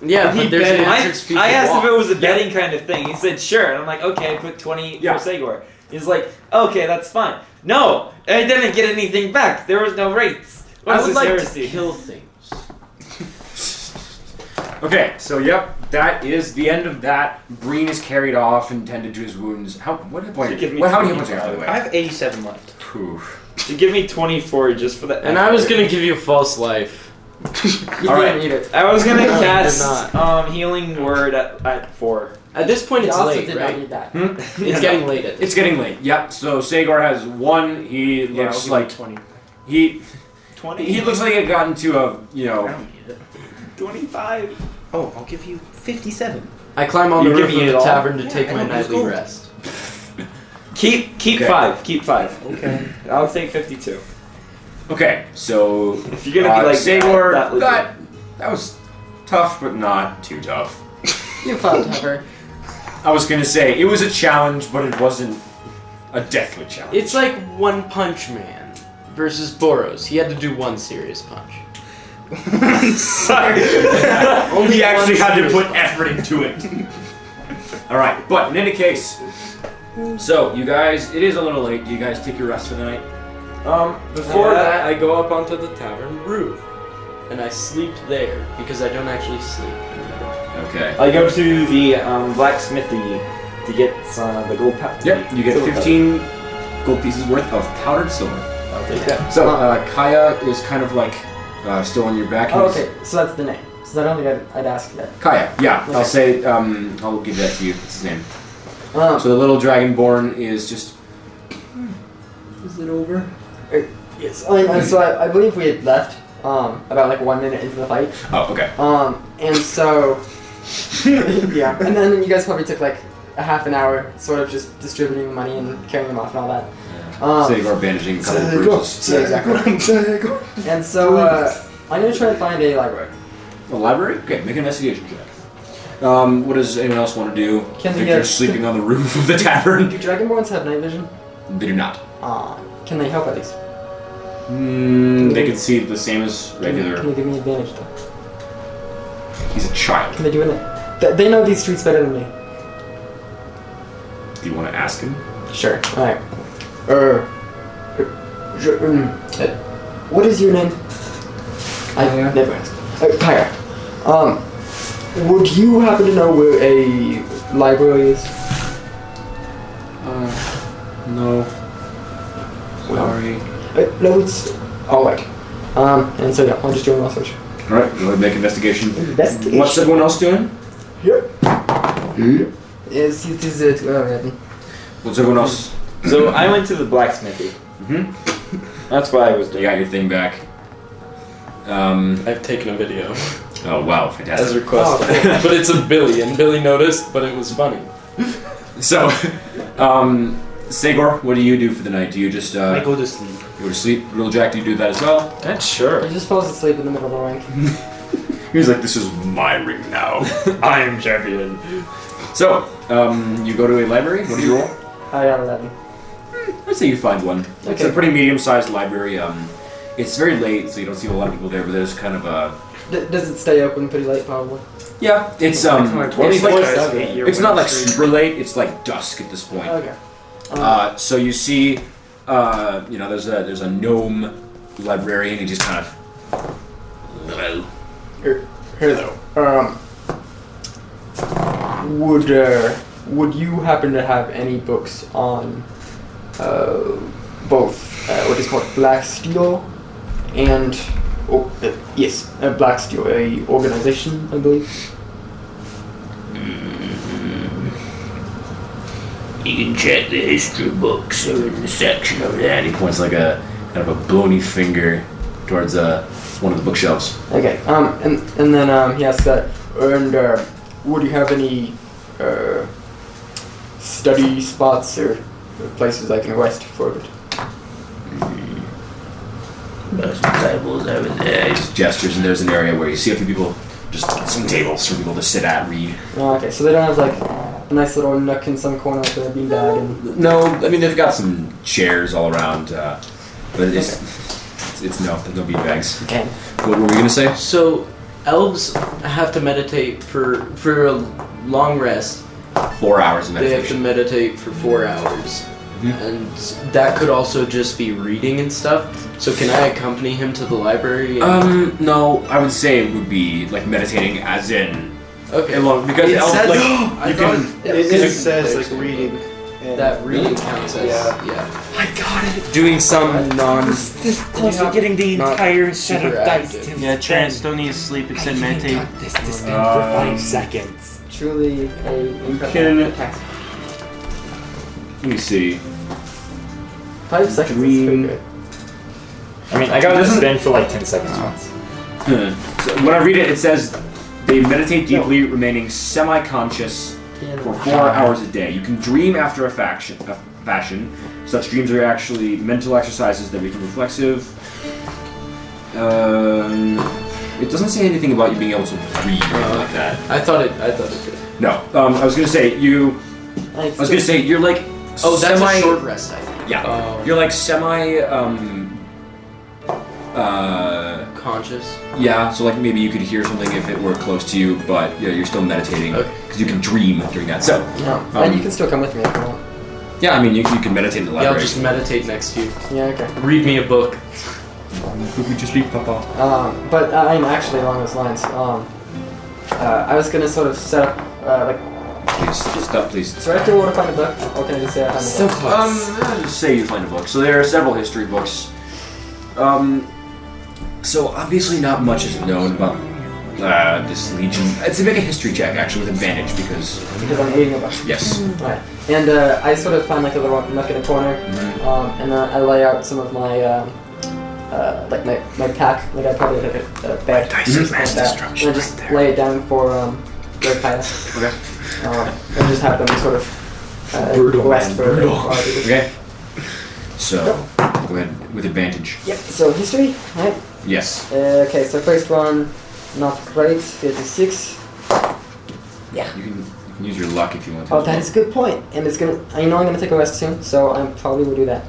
[SPEAKER 10] Yeah,
[SPEAKER 7] He
[SPEAKER 10] but there's an
[SPEAKER 7] bet-
[SPEAKER 2] I,
[SPEAKER 10] entrance fee
[SPEAKER 2] I
[SPEAKER 10] to
[SPEAKER 2] asked
[SPEAKER 10] walk.
[SPEAKER 2] if it was a betting kind of thing. He said, sure. And I'm like, okay, I put 20
[SPEAKER 7] Yeah.
[SPEAKER 2] for Sigor. He's like, okay, that's fine. No, I didn't get anything back. There was no rates. What
[SPEAKER 10] I
[SPEAKER 2] is
[SPEAKER 10] would
[SPEAKER 2] this
[SPEAKER 10] like to
[SPEAKER 2] heresy?
[SPEAKER 10] kill things.
[SPEAKER 1] Okay. So yep, that is the end of that. Breen is carried off and tended to his wounds. How what hit point?
[SPEAKER 2] Give me
[SPEAKER 1] What, how many hit
[SPEAKER 2] 20
[SPEAKER 1] points are you by the way?
[SPEAKER 7] I have 87 left.
[SPEAKER 1] Poof.
[SPEAKER 2] You give me 24 just for that.
[SPEAKER 9] And I was gonna give you false life.
[SPEAKER 5] You
[SPEAKER 1] All
[SPEAKER 5] didn't
[SPEAKER 1] right.
[SPEAKER 5] need it.
[SPEAKER 2] I was gonna
[SPEAKER 9] No, I did
[SPEAKER 2] cast
[SPEAKER 9] not.
[SPEAKER 2] um, healing word at, at four.
[SPEAKER 9] At this point,
[SPEAKER 5] You
[SPEAKER 9] it's
[SPEAKER 5] also
[SPEAKER 9] late,
[SPEAKER 5] did not
[SPEAKER 9] right?
[SPEAKER 5] need that.
[SPEAKER 1] Hmm?
[SPEAKER 9] It's getting late. At
[SPEAKER 1] It's getting late. Yep. So Sagor has one. He
[SPEAKER 7] Yeah,
[SPEAKER 1] looks
[SPEAKER 7] I'll give
[SPEAKER 1] like
[SPEAKER 7] you 20.
[SPEAKER 1] he
[SPEAKER 7] 20?
[SPEAKER 1] he looks like he had gotten to a you
[SPEAKER 7] I
[SPEAKER 1] know
[SPEAKER 7] don't need it. 25. Oh, I'll give you 57.
[SPEAKER 9] I climb on
[SPEAKER 2] You
[SPEAKER 9] the
[SPEAKER 2] give
[SPEAKER 9] roof of
[SPEAKER 2] me it
[SPEAKER 9] the
[SPEAKER 2] all?
[SPEAKER 9] tavern to
[SPEAKER 7] Yeah,
[SPEAKER 9] take
[SPEAKER 7] I
[SPEAKER 9] my
[SPEAKER 7] don't use
[SPEAKER 9] nightly
[SPEAKER 7] gold.
[SPEAKER 9] rest.
[SPEAKER 2] Keep keep
[SPEAKER 1] Okay.
[SPEAKER 2] five. Keep five.
[SPEAKER 7] Okay.
[SPEAKER 2] I'll take fifty-two.
[SPEAKER 1] okay. So
[SPEAKER 2] If you're gonna
[SPEAKER 1] uh,
[SPEAKER 2] be like
[SPEAKER 1] Sagor
[SPEAKER 2] that, that legit.
[SPEAKER 1] that that was tough, but not too tough.
[SPEAKER 5] You found
[SPEAKER 1] (laughs)
[SPEAKER 5] her.
[SPEAKER 1] I was gonna say it was a challenge, but it wasn't a deathly challenge.
[SPEAKER 9] It's like One Punch Man versus Boros. He had to do one serious punch.
[SPEAKER 1] Only he actually had to
[SPEAKER 9] one serious
[SPEAKER 1] put
[SPEAKER 9] punch.
[SPEAKER 1] effort into it. (laughs) All right, but in any case, so you guys, it is a little late. Do you guys take your rest for the night?
[SPEAKER 2] Um,
[SPEAKER 9] Before
[SPEAKER 2] before
[SPEAKER 9] that, I go up onto the tavern roof, and I sleep there because I don't actually sleep.
[SPEAKER 1] Okay.
[SPEAKER 2] that, I Uh, go to the um, blacksmithy to get uh, the gold pep.
[SPEAKER 1] Yep. You get
[SPEAKER 2] silver pep.
[SPEAKER 1] 15 gold pieces worth of powdered silver.
[SPEAKER 2] I'll take that.
[SPEAKER 1] So uh, Kaya is kind of like uh, still on your back.
[SPEAKER 5] Oh, okay. So that's the name. So I don't think I'd, I'd ask that.
[SPEAKER 1] Kaya. Yeah. I'll
[SPEAKER 5] Okay.
[SPEAKER 1] say. Um, I'll give that to you. It's his name.
[SPEAKER 5] Um,
[SPEAKER 1] So the little dragonborn is just. Is it over?
[SPEAKER 5] yes. And, and so I, I believe we had left um, about like one minute into the fight.
[SPEAKER 1] Oh, okay.
[SPEAKER 5] Um, and so, (laughs)
[SPEAKER 7] (laughs)
[SPEAKER 5] yeah, and then you guys probably took like a half an hour, sort of just distributing the money and carrying them off and all that. Um,
[SPEAKER 1] Save our bandaging a couple of
[SPEAKER 5] Save
[SPEAKER 1] bruises. (laughs)
[SPEAKER 5] Yeah, exactly. and so uh, I'm gonna try to find a library.
[SPEAKER 1] The library? Okay, make an investigation check. Um, what does anyone else want to do?
[SPEAKER 5] Can we
[SPEAKER 1] Victor's
[SPEAKER 5] get-
[SPEAKER 1] sleeping on the roof of the
[SPEAKER 5] Do
[SPEAKER 1] tavern.
[SPEAKER 5] dragonborns have night vision?
[SPEAKER 1] They do not.
[SPEAKER 5] Uh, can they help at least?
[SPEAKER 1] Mm, they can see the same as
[SPEAKER 5] Can, you- Hmm. can
[SPEAKER 1] regular.
[SPEAKER 5] you give me advantage though?
[SPEAKER 1] He's a child.
[SPEAKER 5] Can they do it? now? Th- they know these streets better than me.
[SPEAKER 1] Do you want to ask him?
[SPEAKER 5] Sure. All right. Er. er, j- mm, uh, what is your name? I never asked. Uh, Kaya. Um, would you happen to know where a library is? Uh,
[SPEAKER 1] No.
[SPEAKER 5] Sorry. Uh, no, it's all right. Um, and so yeah, I'll just do a research.
[SPEAKER 1] All right, go ahead and make investigation.
[SPEAKER 5] Investigation. Hmm?
[SPEAKER 1] What's everyone else doing?
[SPEAKER 5] Yep. Yes, it is it. Uh, written.
[SPEAKER 1] What's everyone else?
[SPEAKER 2] So I went to the blacksmithy.
[SPEAKER 1] Mhm.
[SPEAKER 2] That's what I was
[SPEAKER 1] You
[SPEAKER 2] doing.
[SPEAKER 1] got your thing back. Um.
[SPEAKER 9] I've taken a video
[SPEAKER 1] Oh wow,
[SPEAKER 9] (laughs) as
[SPEAKER 1] fantastic.
[SPEAKER 9] requested,
[SPEAKER 5] Oh,
[SPEAKER 9] (laughs) but it's a Billy, and Billy noticed, but it was funny.
[SPEAKER 1] So, (laughs) um, Sagor, what do you do for the night? Do you just
[SPEAKER 7] I
[SPEAKER 1] uh,
[SPEAKER 7] go to sleep.
[SPEAKER 1] go to sleep? Real Jack, do you do that as well?
[SPEAKER 9] That's sure.
[SPEAKER 5] He just falls asleep in the middle of the ring.
[SPEAKER 1] He's like, this is my ring
[SPEAKER 5] (laughs)
[SPEAKER 1] now.
[SPEAKER 2] I am champion.
[SPEAKER 1] so, um, you go to a library. What do you roll?
[SPEAKER 5] I got eleven.
[SPEAKER 1] I'd say you find one. It's a
[SPEAKER 5] Okay.
[SPEAKER 1] pretty medium-sized library. Um, it's very late, so you don't see a lot of people there. But there's kind of a
[SPEAKER 5] D- does it stay open pretty late? Probably.
[SPEAKER 1] yeah. It's um, it's, like, it's not like super late. It's like dusk at this point.
[SPEAKER 5] Okay. Um,
[SPEAKER 1] Uh, so you see, uh, you know, there's a there's a gnome librarian. He just kind of hello.
[SPEAKER 5] Here though, um, would uh, would you happen to have any books on uh, both uh, what is called black steel and oh, uh, yes, uh, black steel, a organization, I believe.
[SPEAKER 1] You can check the history books that are in the section over there. And he points like a kind of a bony finger towards uh, one of the bookshelves.
[SPEAKER 5] Okay. Um, and and then um, he asks that, and uh, would you have any uh, study spots or places I can rest for it?
[SPEAKER 1] There's Hmm. some tables over there. He just gestures, and there's an area where you see a few people, just some tables for people to sit at, read.
[SPEAKER 5] Oh, okay, so they don't have like a nice little nook in some corner with a beanbag and
[SPEAKER 1] No, I mean they've got some chairs all around, uh, but it's, it's it's no, there's no beanbags.
[SPEAKER 5] Okay.
[SPEAKER 1] What were we gonna say?
[SPEAKER 9] So, elves have to meditate for for a long rest.
[SPEAKER 1] Four hours of
[SPEAKER 9] They have to
[SPEAKER 1] meditation.
[SPEAKER 9] meditate for four hours, and that could also just be reading and stuff. So, can I accompany him to the library? and-
[SPEAKER 1] Um, no, I would say it would be like meditating, as in
[SPEAKER 9] okay.
[SPEAKER 1] along because
[SPEAKER 9] It
[SPEAKER 1] elf,
[SPEAKER 9] says-
[SPEAKER 7] (gasps)
[SPEAKER 1] like
[SPEAKER 9] I
[SPEAKER 1] you
[SPEAKER 9] thought
[SPEAKER 1] can.
[SPEAKER 7] It, it says like reading. And
[SPEAKER 9] that reading counts as yeah. yeah.
[SPEAKER 11] Doing some non.
[SPEAKER 2] This close to getting the
[SPEAKER 9] Not
[SPEAKER 2] entire set of
[SPEAKER 9] super
[SPEAKER 2] dice.
[SPEAKER 9] active.
[SPEAKER 2] Tim.
[SPEAKER 12] Yeah, Terrence,
[SPEAKER 2] Then
[SPEAKER 12] don't need to sleep. It's
[SPEAKER 2] I
[SPEAKER 12] in
[SPEAKER 2] even
[SPEAKER 12] meditate.
[SPEAKER 2] got This to spin for five seconds.
[SPEAKER 5] truly a
[SPEAKER 13] can-
[SPEAKER 5] incredible task.
[SPEAKER 1] Let me see. (laughs)
[SPEAKER 5] Five seconds. is pretty good.
[SPEAKER 14] I mean, I got this spin for like 10 seconds once.
[SPEAKER 1] Hmm. So when I read it, it says they meditate deeply, remaining semi-conscious for four hours a day. You can dream after a faction, a fashion. Such dreams are actually mental exercises that become reflexive. Um, it doesn't say anything about you being able to read or
[SPEAKER 9] Uh-huh.
[SPEAKER 1] anything like that.
[SPEAKER 9] I thought it. I thought it did.
[SPEAKER 1] No, um, I was gonna say you. I was gonna say you're like.
[SPEAKER 9] Oh, that's
[SPEAKER 1] semi,
[SPEAKER 9] a short rest. I think.
[SPEAKER 1] Yeah,
[SPEAKER 9] Oh.
[SPEAKER 1] you're like semi. Um, uh,
[SPEAKER 9] Conscious.
[SPEAKER 1] yeah, so like maybe you could hear something if it were close to you, but yeah, you're still meditating because
[SPEAKER 9] Okay.
[SPEAKER 1] you can dream during that. So
[SPEAKER 5] No, and you can still come with me if you want.
[SPEAKER 1] yeah, I mean you, you can meditate in the
[SPEAKER 9] Yeah, I'll
[SPEAKER 1] library.
[SPEAKER 9] just meditate next to you.
[SPEAKER 5] Yeah, okay.
[SPEAKER 9] Read me a book.
[SPEAKER 1] Could we just leave Papa?
[SPEAKER 5] Um, but I- I'm actually along those lines. Um, uh, I was gonna sort of set up uh, like.
[SPEAKER 1] Please stop, please.
[SPEAKER 5] So I have to order find a book, or can I just say I found a
[SPEAKER 2] So
[SPEAKER 5] book?
[SPEAKER 2] close.
[SPEAKER 1] Um, let's just say you find a book. So there are several history books. Um, so obviously not much is known about uh, this legion. It's a make a history check actually with advantage because
[SPEAKER 5] Because I'm reading a book.
[SPEAKER 1] yes.
[SPEAKER 5] Right. And uh, I sort of find like a little nook in a corner, um, and then I lay out some of my um, uh, like my, my pack. Like I probably have a, a bag.
[SPEAKER 1] Dice
[SPEAKER 5] like that. And I just lay it down for um, Red Pilot.
[SPEAKER 1] Okay.
[SPEAKER 5] Um, and just have them sort of uh,
[SPEAKER 1] Brutal,
[SPEAKER 5] rest
[SPEAKER 1] man,
[SPEAKER 5] for a bit
[SPEAKER 1] brutal.
[SPEAKER 5] while I do this.
[SPEAKER 1] Okay. So go ahead with advantage.
[SPEAKER 5] Yep. So history, right?
[SPEAKER 1] Yes.
[SPEAKER 5] Uh, okay. So first one, not great. Fifty-six.
[SPEAKER 1] You can, you can use your luck if you want to.
[SPEAKER 5] Oh, that is a good point. And it's gonna. I know I'm gonna take a rest soon, so I probably will do that.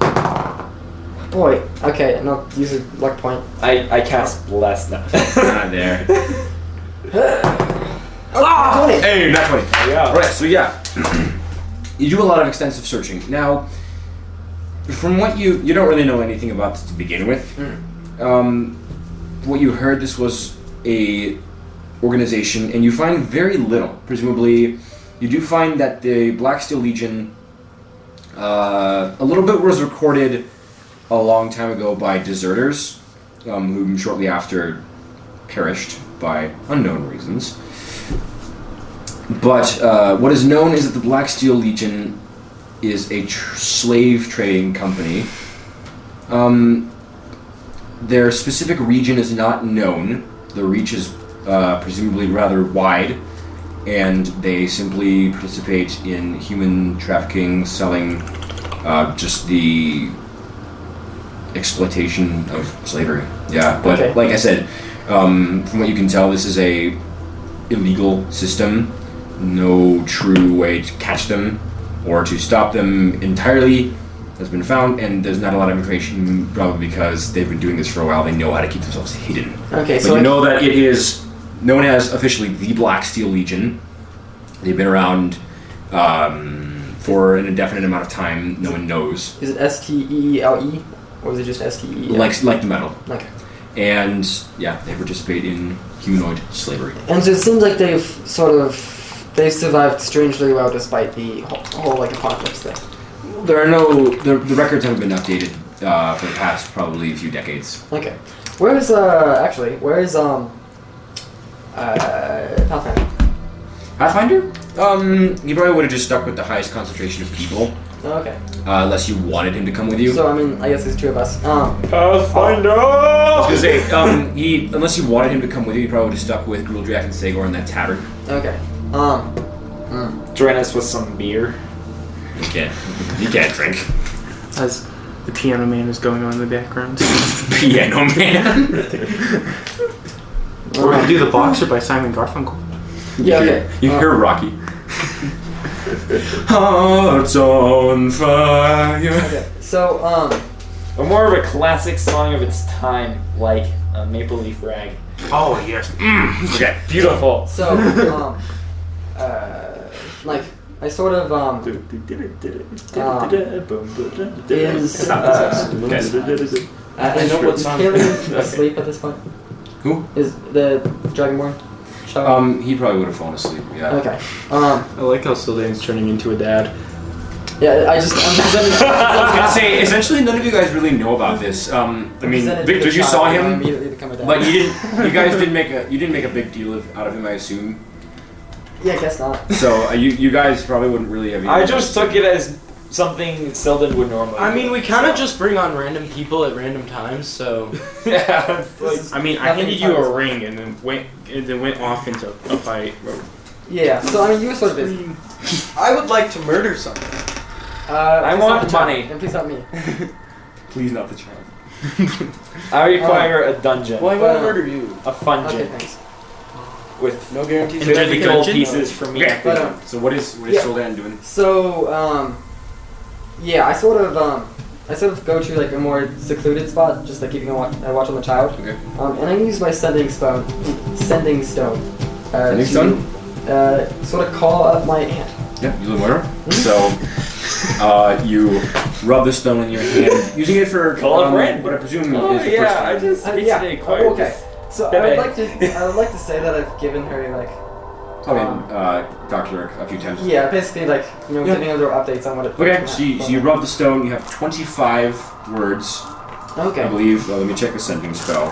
[SPEAKER 5] Boy. Okay. And I'll use a luck point. (gasps)
[SPEAKER 14] I, I cast Bless now.
[SPEAKER 1] Not there.
[SPEAKER 5] Oh, got it.
[SPEAKER 1] Hey, not 20.
[SPEAKER 14] Yeah.
[SPEAKER 2] (laughs)
[SPEAKER 1] Alright, so (laughs) yeah. (clears throat) you do a lot of extensive searching. Now, from what you. You don't really know anything about this to begin with. Um, what you heard, this was a organization, and you find very little. Presumably, you do find that the Black Steel Legion. Uh, a little bit was recorded a long time ago by deserters, um, whom shortly after perished by unknown reasons. But uh, what is known is that the Black Steel Legion is a tr- slave trading company. Um, their specific region is not known. The reach is uh, presumably rather wide, and they simply participate in human trafficking, selling uh, just the exploitation of slavery. Yeah, but
[SPEAKER 5] Okay.
[SPEAKER 1] like I said, um, from what you can tell, this is a illegal system. No true way to catch them or to stop them entirely has been found, and there's not a lot of information probably because they've been doing this for a while. They know how to keep themselves hidden.
[SPEAKER 5] Okay.
[SPEAKER 1] But
[SPEAKER 5] So
[SPEAKER 1] you
[SPEAKER 5] I-
[SPEAKER 1] know that it is known as officially the Black Steel Legion. They've been around um, for an indefinite amount of time. No one knows.
[SPEAKER 5] Is it S T E E L E, or is it just S T E?
[SPEAKER 1] Like like the metal,
[SPEAKER 5] Okay.
[SPEAKER 1] and yeah, they participate in humanoid slavery.
[SPEAKER 5] And so it seems like they've sort of they've survived strangely well despite the whole, whole like apocalypse thing.
[SPEAKER 1] There are no the, the records haven't been updated uh, for the past probably a few decades.
[SPEAKER 5] Okay. Where is uh actually where is um uh Pathfinder?
[SPEAKER 1] Pathfinder? Um, you probably would have just stuck with the highest concentration of people,
[SPEAKER 5] Okay.
[SPEAKER 1] uh, unless you wanted him to come with you.
[SPEAKER 5] So I mean, I guess there's two of us. Um,
[SPEAKER 2] Pathfinder!
[SPEAKER 1] I was gonna (laughs) say, um, he, unless you wanted him to come with you, you probably would have stuck with Gruldrak and Sagor in that tavern.
[SPEAKER 5] okay. Um,
[SPEAKER 2] Join us with some beer.
[SPEAKER 1] You can't, you can't drink. (laughs)
[SPEAKER 7] As the piano man is going on in the background.
[SPEAKER 1] Piano (laughs) man.
[SPEAKER 7] We're gonna do the boxer (laughs) by Simon Garfunkel.
[SPEAKER 5] uh-huh. yeah. Okay. Uh,
[SPEAKER 1] You hear (laughs) Rocky. Hearts on fire.
[SPEAKER 5] Okay. So um,
[SPEAKER 2] Or more of a classic song of its time, like uh, Maple Leaf Rag.
[SPEAKER 7] Oh yes.
[SPEAKER 1] Okay.
[SPEAKER 2] Beautiful.
[SPEAKER 5] so um, uh, like I sort of um uh,
[SPEAKER 2] (laughs)
[SPEAKER 5] is
[SPEAKER 7] (laughs)
[SPEAKER 5] uh, I I know what song. Is (laughs) asleep at this point?
[SPEAKER 1] Who?
[SPEAKER 5] is the Dragonborn? Shall I-
[SPEAKER 1] Um, he probably would have fallen asleep. Yeah.
[SPEAKER 5] Okay. Um.
[SPEAKER 7] I like how Sylvain's turning into a dad.
[SPEAKER 5] Yeah. I just. I'm
[SPEAKER 1] (laughs) I was
[SPEAKER 5] presenting,
[SPEAKER 1] gonna say, essentially, none of you guys really know about this. Um, I mean,
[SPEAKER 5] presented to
[SPEAKER 1] Victor,
[SPEAKER 5] the
[SPEAKER 1] you
[SPEAKER 5] child
[SPEAKER 1] saw
[SPEAKER 5] and I
[SPEAKER 1] him,
[SPEAKER 5] Immediately become a dad.
[SPEAKER 1] but you didn't. You guys didn't make a you didn't make a big deal of, out of him, I assume.
[SPEAKER 5] yeah, I guess not.
[SPEAKER 1] So uh, you you guys probably wouldn't really have.
[SPEAKER 2] I just took it as something Selden would normally.
[SPEAKER 9] I mean,
[SPEAKER 2] do,
[SPEAKER 9] we kind
[SPEAKER 2] (laughs)
[SPEAKER 9] of
[SPEAKER 2] so.
[SPEAKER 9] just bring on random people at random times, so.
[SPEAKER 2] yeah, it's like,
[SPEAKER 7] I mean, I handed you a ring and then went and then went off into a fight.
[SPEAKER 5] Yeah. So I mean, you were sort of busy.
[SPEAKER 15] I would like to murder someone.
[SPEAKER 5] Uh, I
[SPEAKER 2] want money.
[SPEAKER 5] And please not me.
[SPEAKER 1] please not the child.
[SPEAKER 2] I require a dungeon,
[SPEAKER 15] Well, I want
[SPEAKER 5] Uh,
[SPEAKER 15] to murder you.
[SPEAKER 2] a fungeon
[SPEAKER 5] Okay. Thanks.
[SPEAKER 2] with
[SPEAKER 15] No guarantees.
[SPEAKER 7] And there's
[SPEAKER 2] fifty gold pieces for me.
[SPEAKER 1] Yeah.
[SPEAKER 5] But um,
[SPEAKER 1] So what is what is
[SPEAKER 5] Yeah.
[SPEAKER 1] Soldan doing?
[SPEAKER 5] so um, yeah, I sort of um, I sort of go to like a more secluded spot, just like keeping a watch, a watch on the child.
[SPEAKER 1] Okay.
[SPEAKER 5] Um, and I use my sending stone, sending stone. Uh,
[SPEAKER 1] Sending
[SPEAKER 5] to,
[SPEAKER 1] stone?
[SPEAKER 5] Uh, sort of call up my aunt.
[SPEAKER 1] Yeah, you live water. So, uh, you rub the stone in your hand, using it for
[SPEAKER 2] Call it
[SPEAKER 1] um,
[SPEAKER 2] red.
[SPEAKER 1] what I presume
[SPEAKER 2] Oh
[SPEAKER 1] is the
[SPEAKER 2] yeah, I
[SPEAKER 1] first time.
[SPEAKER 2] just
[SPEAKER 5] Uh,
[SPEAKER 2] it's
[SPEAKER 5] yeah.
[SPEAKER 2] an
[SPEAKER 5] oh,
[SPEAKER 2] acquired-
[SPEAKER 5] okay. So I would like to I would like to say that I've given her like
[SPEAKER 1] Probably Oh, uh, Doctor Eric a few times.
[SPEAKER 5] yeah basically like you know
[SPEAKER 1] Yeah.
[SPEAKER 5] giving her little updates on what it.
[SPEAKER 1] Okay, so you, so you rub the stone. You have twenty-five words I
[SPEAKER 5] Okay.
[SPEAKER 1] believe. Uh, let me check the sending spell.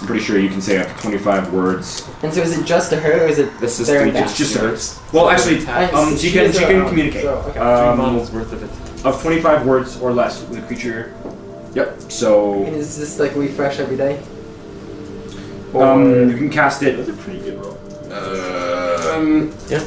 [SPEAKER 1] I'm pretty sure you can say up to 25 words.
[SPEAKER 5] And so is it just to her or is it
[SPEAKER 16] This is
[SPEAKER 5] there
[SPEAKER 16] the
[SPEAKER 5] and back?
[SPEAKER 1] It's just her. Well, actually,
[SPEAKER 5] I-
[SPEAKER 1] um, she can
[SPEAKER 5] is
[SPEAKER 1] she
[SPEAKER 5] a-
[SPEAKER 1] can communicate.
[SPEAKER 5] so, okay.
[SPEAKER 1] Um,
[SPEAKER 16] worth of it.
[SPEAKER 1] of 25 words or less with a creature. Yep.
[SPEAKER 5] And
[SPEAKER 1] So
[SPEAKER 5] is this like refresh every day?
[SPEAKER 1] um, you can cast it.
[SPEAKER 7] a pretty good roll.
[SPEAKER 1] Um,
[SPEAKER 16] Yeah.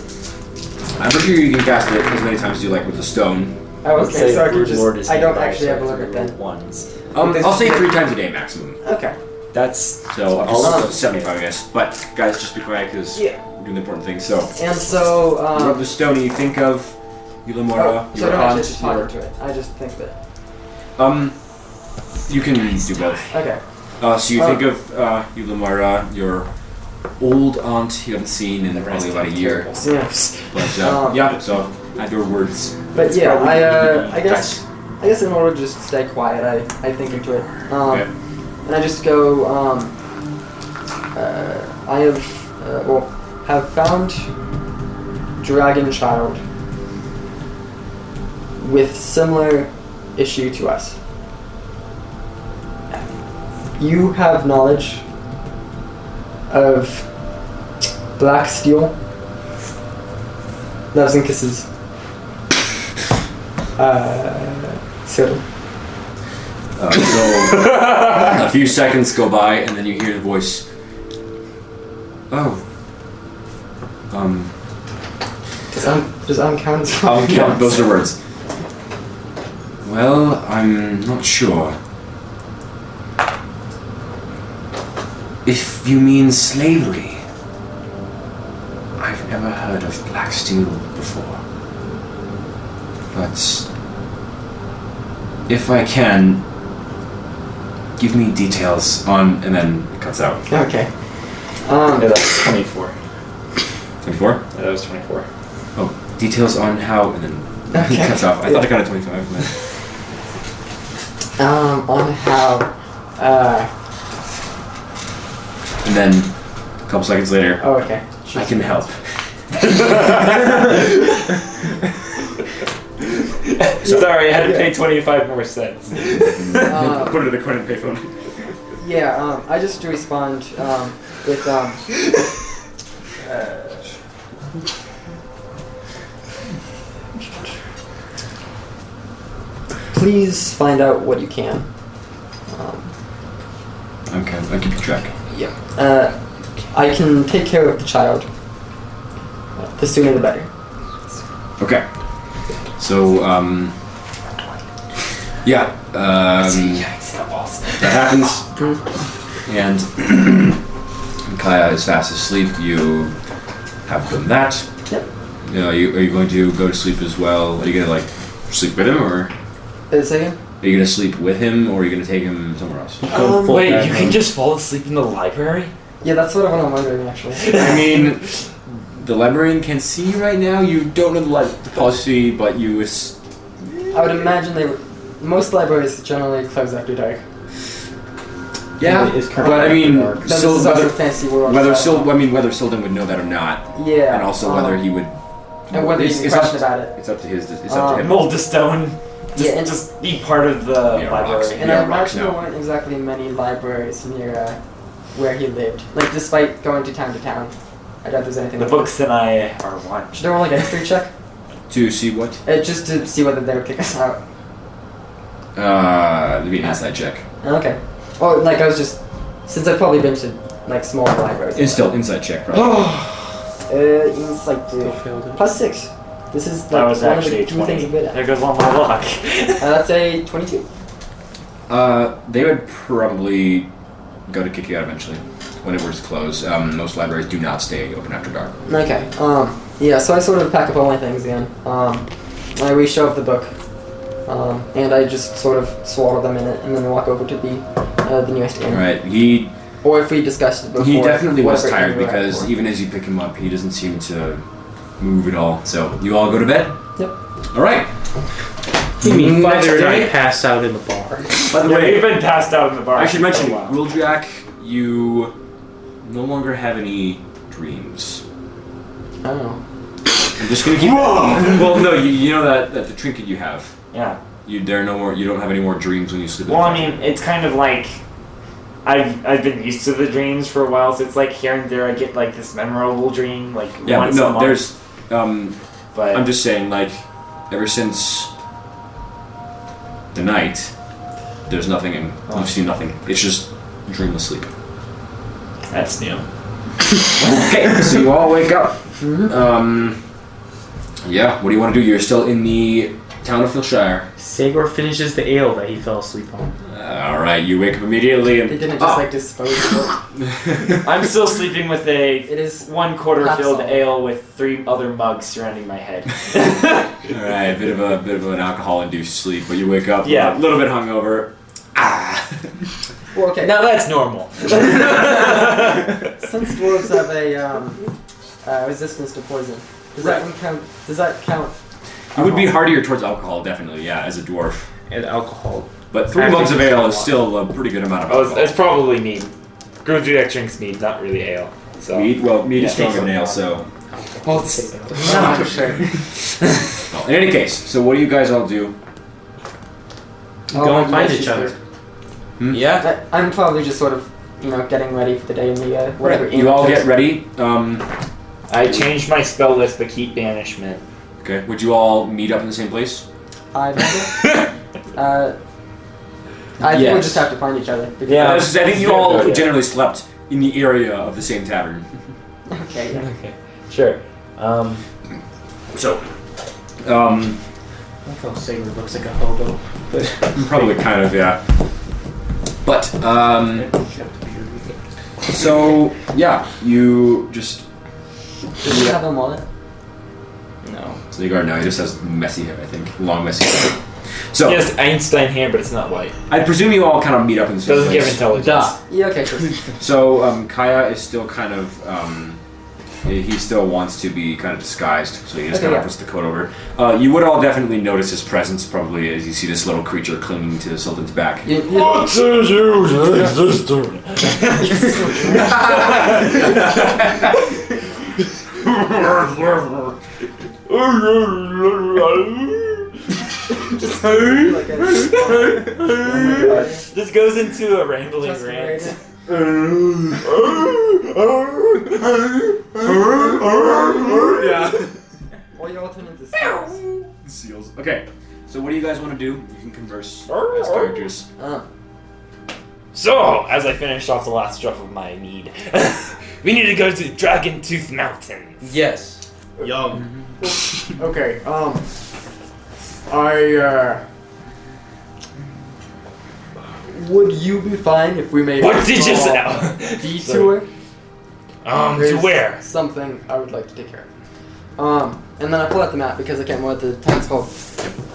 [SPEAKER 1] I'm pretty sure you can cast it as many times as you like with the stone.
[SPEAKER 5] I was
[SPEAKER 2] Let's say
[SPEAKER 5] okay, so I can
[SPEAKER 2] Brood Lord
[SPEAKER 5] just
[SPEAKER 2] is
[SPEAKER 5] I don't
[SPEAKER 2] nearby,
[SPEAKER 5] actually
[SPEAKER 2] so
[SPEAKER 5] have a
[SPEAKER 2] I
[SPEAKER 5] look at
[SPEAKER 2] roll
[SPEAKER 5] that.
[SPEAKER 2] ones.
[SPEAKER 1] Um,
[SPEAKER 5] This
[SPEAKER 1] I'll
[SPEAKER 5] is
[SPEAKER 1] say
[SPEAKER 5] good.
[SPEAKER 1] three times a day maximum.
[SPEAKER 5] Okay.
[SPEAKER 2] That's
[SPEAKER 1] So
[SPEAKER 2] All
[SPEAKER 1] up
[SPEAKER 5] of
[SPEAKER 1] to 75, I guess. But guys, just be quiet because
[SPEAKER 5] Yeah.
[SPEAKER 1] we're doing the important thing. So
[SPEAKER 5] And so
[SPEAKER 1] you rub
[SPEAKER 5] um
[SPEAKER 1] the stone and you think of Yulamora,
[SPEAKER 5] oh, so I
[SPEAKER 1] uh, your
[SPEAKER 5] don't actually
[SPEAKER 1] aunt,
[SPEAKER 5] just
[SPEAKER 1] your
[SPEAKER 5] talk to it. I just think that
[SPEAKER 1] Um, you can do both.
[SPEAKER 5] okay.
[SPEAKER 1] Uh, so you
[SPEAKER 5] Oh.
[SPEAKER 1] think of uh, you, Lamara, your old aunt you haven't seen in probably about a year.
[SPEAKER 5] Yeah.
[SPEAKER 1] But uh,
[SPEAKER 5] Um.
[SPEAKER 1] yeah, so add your words.
[SPEAKER 5] But yeah, I uh, I guess
[SPEAKER 1] Dice.
[SPEAKER 5] I guess in order to just stay quiet, I, I think into it. Um,
[SPEAKER 1] Okay.
[SPEAKER 5] And I just go, um, uh, I have, uh, well, have found Dragon Child with similar issue to us. You have knowledge of black steel, loves and kisses. Uh, so.
[SPEAKER 1] Uh, so a few seconds go by, and then you hear the voice. Oh. Um.
[SPEAKER 5] Does un does un count? as-
[SPEAKER 1] I'll count. Those are words. Well, I'm not sure. If you mean slavery, I've never heard of black steel before. But if I can, give me details on, and then it cuts out.
[SPEAKER 5] (laughs) Okay. Um,
[SPEAKER 2] that's twenty four.
[SPEAKER 1] Twenty-four.
[SPEAKER 2] Yeah, that was twenty four.
[SPEAKER 1] Oh, details on how, and then
[SPEAKER 5] Okay.
[SPEAKER 1] (laughs) it cuts off. I thought I got a twenty-five. but-
[SPEAKER 5] um, on how, uh,
[SPEAKER 1] And then a couple seconds later,
[SPEAKER 5] oh, okay.
[SPEAKER 1] I can help.
[SPEAKER 2] Sorry, I had to pay twenty five more cents.
[SPEAKER 5] Um,
[SPEAKER 1] it in a coin and payphone.
[SPEAKER 5] yeah, um, I just respond,
[SPEAKER 1] (laughs)
[SPEAKER 5] um, with, um, uh, please find out what you can. Um,
[SPEAKER 1] Okay, I'll keep track.
[SPEAKER 5] yeah. Uh, I can take care of the child. Uh, The sooner the better.
[SPEAKER 1] Okay. So, um. Yeah, um. That happens. And (clears throat) Kaya is fast asleep. You have done that.
[SPEAKER 5] Yep.
[SPEAKER 1] You know, you, are you going to go to sleep as well? Are you gonna, like, sleep with him, or
[SPEAKER 5] Uh, second?
[SPEAKER 1] are you gonna sleep with him, or are you gonna take him somewhere else?
[SPEAKER 5] Um,
[SPEAKER 2] Wait, you can just fall asleep in the library?
[SPEAKER 5] Yeah, that's what I'm
[SPEAKER 1] (laughs)
[SPEAKER 5] wondering actually.
[SPEAKER 1] I mean, the librarian can see you right now. You don't know the, li- the policy, but you. Is-
[SPEAKER 5] I would imagine they would. Most libraries generally close after dark.
[SPEAKER 1] yeah,
[SPEAKER 17] It's
[SPEAKER 1] but I mean,
[SPEAKER 5] No, this
[SPEAKER 1] still,
[SPEAKER 5] is also
[SPEAKER 1] whether,
[SPEAKER 5] fancy world.
[SPEAKER 1] whether
[SPEAKER 5] so-
[SPEAKER 1] still, I mean, whether Silden would know that or not,
[SPEAKER 5] Yeah.
[SPEAKER 1] and also
[SPEAKER 5] um,
[SPEAKER 1] whether he would.
[SPEAKER 5] And whether
[SPEAKER 1] it's,
[SPEAKER 5] he's
[SPEAKER 1] it's, up,
[SPEAKER 5] question about it.
[SPEAKER 1] it's up to his. It's
[SPEAKER 5] Um,
[SPEAKER 1] up to him.
[SPEAKER 2] Mold a stone. Just,
[SPEAKER 5] Yeah, and-
[SPEAKER 2] just be part of the
[SPEAKER 1] Yeah, rocks.
[SPEAKER 2] library.
[SPEAKER 5] And
[SPEAKER 1] Yeah,
[SPEAKER 5] I
[SPEAKER 1] rocks
[SPEAKER 5] imagine
[SPEAKER 1] now.
[SPEAKER 5] there weren't exactly many libraries near uh, where he lived. Like, despite going to town to town, I doubt there's anything.
[SPEAKER 2] The
[SPEAKER 5] like that.
[SPEAKER 2] books and I are one.
[SPEAKER 5] Should I roll like a history check?
[SPEAKER 1] To see what?
[SPEAKER 5] Uh, just to see whether they would kick us out.
[SPEAKER 1] Uh, it'd be an inside check.
[SPEAKER 5] Okay. Oh, like I was just since I've probably been to like small libraries.
[SPEAKER 1] It's still inside check, probably.
[SPEAKER 5] Oh. Uh, it's like
[SPEAKER 9] Still
[SPEAKER 5] uh,
[SPEAKER 9] failed it.
[SPEAKER 5] plus six. This is like
[SPEAKER 2] That was
[SPEAKER 5] one
[SPEAKER 2] actually a
[SPEAKER 5] of the few
[SPEAKER 2] 20.
[SPEAKER 5] things I'm good at.
[SPEAKER 2] There goes one
[SPEAKER 1] (laughs)
[SPEAKER 2] more luck.
[SPEAKER 5] Uh, that's a twenty-two.
[SPEAKER 1] Uh, they would probably go to kick you out eventually. Whenever it's closed, um, most libraries do not stay open after dark.
[SPEAKER 5] Okay. Um. Yeah. So I sort of pack up all my things again. Um. I reshove the book. Um. And I just sort of swallow them in it, and then walk over to the uh, the nearest inn.
[SPEAKER 1] All right, he
[SPEAKER 5] Or if we discussed it before.
[SPEAKER 1] He definitely was
[SPEAKER 5] whatever
[SPEAKER 1] tired
[SPEAKER 5] inn we were at
[SPEAKER 1] because
[SPEAKER 5] before.
[SPEAKER 1] even as you pick him up, he doesn't seem to move at all. So you all go to bed.
[SPEAKER 5] Yep.
[SPEAKER 1] All right.
[SPEAKER 7] You mean
[SPEAKER 1] Next
[SPEAKER 7] father and I
[SPEAKER 1] day-
[SPEAKER 7] passed out in the bar.
[SPEAKER 1] By the
[SPEAKER 2] Yeah, Oh,
[SPEAKER 1] way,
[SPEAKER 2] we've been passed out in the bar.
[SPEAKER 1] I should mention,
[SPEAKER 2] for a while.
[SPEAKER 1] Grilljack, you no longer have any dreams.
[SPEAKER 5] Oh.
[SPEAKER 1] I'm just gonna keep. well, no, you, you know that that the trinket you have.
[SPEAKER 2] Yeah.
[SPEAKER 1] You there are no more. You don't have any more dreams when you sleep. at
[SPEAKER 2] Well, I
[SPEAKER 1] night.
[SPEAKER 2] mean, it's kind of like I've I've been used to the dreams for a while, so it's like here and there I get like this memorable dream, like
[SPEAKER 1] yeah, but
[SPEAKER 2] once a
[SPEAKER 1] no,
[SPEAKER 2] month.
[SPEAKER 1] there's. Um,
[SPEAKER 2] but
[SPEAKER 1] I'm just saying, like, ever since the night, there's nothing, and
[SPEAKER 2] Oh.
[SPEAKER 1] you've seen nothing. It's just dreamless sleep.
[SPEAKER 2] that's new.
[SPEAKER 1] okay, (laughs) so you all wake up.
[SPEAKER 5] Mm-hmm.
[SPEAKER 1] Um, yeah, what do you want to do? You're still in the town of Filshire.
[SPEAKER 7] Sagor finishes the ale that he fell asleep on.
[SPEAKER 1] All right, you wake up immediately and
[SPEAKER 5] They didn't just
[SPEAKER 1] Ah. (laughs)
[SPEAKER 5] like dispose of
[SPEAKER 2] I'm still sleeping with
[SPEAKER 5] it.
[SPEAKER 2] a
[SPEAKER 5] It is.
[SPEAKER 2] one quarter
[SPEAKER 5] Half
[SPEAKER 2] filled
[SPEAKER 5] solid.
[SPEAKER 2] ale with three other mugs surrounding my
[SPEAKER 5] (laughs)
[SPEAKER 2] head.
[SPEAKER 1] all right, a bit of a bit of an alcohol-induced sleep, but you wake up
[SPEAKER 2] Yeah.
[SPEAKER 1] a little bit hungover. Ah, (laughs)
[SPEAKER 5] Well, okay.
[SPEAKER 2] now that's
[SPEAKER 5] (laughs)
[SPEAKER 2] normal. (laughs)
[SPEAKER 5] Since dwarves have a um, uh, resistance to poison, does that count? Does that count? Uh-huh.
[SPEAKER 1] you would be hardier towards alcohol, definitely. Yeah, as a dwarf,
[SPEAKER 7] And alcohol.
[SPEAKER 1] but three
[SPEAKER 7] I
[SPEAKER 1] mugs of
[SPEAKER 7] think
[SPEAKER 1] ale
[SPEAKER 7] it's
[SPEAKER 1] is still a pretty good amount of
[SPEAKER 2] Oh, it's,
[SPEAKER 1] alcohol.
[SPEAKER 2] it's probably mead. Grilljack drinks mead, not really ale. So
[SPEAKER 1] Meat, well, meat is
[SPEAKER 2] Yeah.
[SPEAKER 1] stronger than ale, so.
[SPEAKER 5] Well, it's not for sure.
[SPEAKER 1] Well, in any case, so what do you guys all do?
[SPEAKER 7] Go and find each other.
[SPEAKER 9] Yeah.
[SPEAKER 5] I, I'm probably just sort of, you know, getting ready for the day in the uh, whatever.
[SPEAKER 1] You all get ready. Um,
[SPEAKER 2] I changed my spell list, but keep banishment.
[SPEAKER 1] okay, would you all meet up in the same place?
[SPEAKER 5] I
[SPEAKER 2] (laughs)
[SPEAKER 5] uh, I think we'll
[SPEAKER 1] Yes.
[SPEAKER 5] just have to find each other. because-
[SPEAKER 2] Yeah.
[SPEAKER 1] Uh, this is- I think you all
[SPEAKER 2] Yeah.
[SPEAKER 1] generally slept in the area of the same tavern.
[SPEAKER 5] (laughs) Okay. Yeah.
[SPEAKER 2] Okay, sure. Um,
[SPEAKER 1] So, um,
[SPEAKER 7] I feel Sagor looks like a hobo.
[SPEAKER 1] probably kind of yeah. But um, so yeah, you just
[SPEAKER 5] Does he have a mullet?
[SPEAKER 7] No.
[SPEAKER 1] so you guard now. He just has messy hair, I think, long messy hair. So
[SPEAKER 2] yes, Einstein hair, but it's not white.
[SPEAKER 1] I presume you all kind of meet up in the same
[SPEAKER 2] Doesn't
[SPEAKER 1] place.
[SPEAKER 2] give intelligence.
[SPEAKER 5] Yeah.
[SPEAKER 2] (laughs)
[SPEAKER 5] Okay. Sure.
[SPEAKER 1] So um, Kaya is still kind of. Um, he still wants to be kind of disguised, so he just
[SPEAKER 5] Okay,
[SPEAKER 1] kind
[SPEAKER 5] yeah.
[SPEAKER 1] of puts the coat over. Uh, you would all definitely notice his presence, probably, as you see this little creature clinging to Sultan's back.
[SPEAKER 5] You, you,
[SPEAKER 1] (laughs)
[SPEAKER 5] like a, (laughs) Oh
[SPEAKER 2] This goes into a rambling
[SPEAKER 5] Just
[SPEAKER 2] rant.
[SPEAKER 5] right.
[SPEAKER 1] yeah.
[SPEAKER 5] Or you all turn into seals.
[SPEAKER 1] Seals. Okay,
[SPEAKER 18] So what do you guys want to do? You can converse as characters.
[SPEAKER 5] Um,
[SPEAKER 2] So, as I finished off the last drop of my mead, (laughs) we need to go to Dragon Tooth Mountains.
[SPEAKER 9] Yes.
[SPEAKER 7] Yum.
[SPEAKER 19] Okay, um. I, uh.
[SPEAKER 5] Would you be fine if we made
[SPEAKER 2] What did you
[SPEAKER 5] small
[SPEAKER 1] Oh.
[SPEAKER 2] say?
[SPEAKER 5] Detour?
[SPEAKER 2] (laughs) Um, to
[SPEAKER 5] There's
[SPEAKER 2] where?
[SPEAKER 5] Something I would like to take care of. Um, and then I pull out the map because I can't remember what the town's called.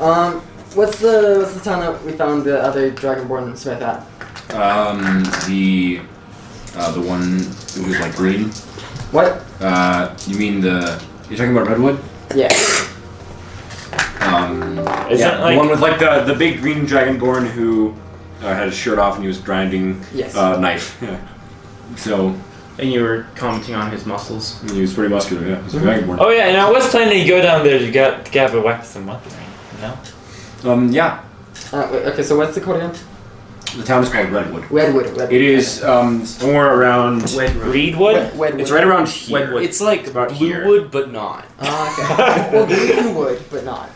[SPEAKER 5] Um, what's the what's the town that we found the other Dragonborn Smith at?
[SPEAKER 1] Um, the uh, the one who was like green.
[SPEAKER 5] What?
[SPEAKER 1] Uh, you mean the? You're talking about redwood?
[SPEAKER 5] Yeah.
[SPEAKER 1] Um,
[SPEAKER 2] Is
[SPEAKER 1] yeah,
[SPEAKER 2] that like-
[SPEAKER 1] the one with like the the big green dragonborn who uh, had his shirt off and he was grinding
[SPEAKER 5] Yes.
[SPEAKER 1] uh, knife. (laughs) Yeah. So
[SPEAKER 7] And you were commenting on his muscles.
[SPEAKER 1] he was pretty muscular. Yeah, he's a dragonborn.
[SPEAKER 2] Oh yeah, and I was planning to go down there to get gather weapons and weaponry. No.
[SPEAKER 1] Um, yeah,
[SPEAKER 5] Uh, wait, okay, so what's the code again?
[SPEAKER 1] the town is called Redwood.
[SPEAKER 5] Redwood. Redwood.
[SPEAKER 1] It is um somewhere around.
[SPEAKER 2] Reedwood.
[SPEAKER 5] Wed- Wedwood.
[SPEAKER 1] It's right around here.
[SPEAKER 9] It's like
[SPEAKER 1] about here.
[SPEAKER 9] Wood, but not.
[SPEAKER 5] Ah, okay. well, Greenwood, but not.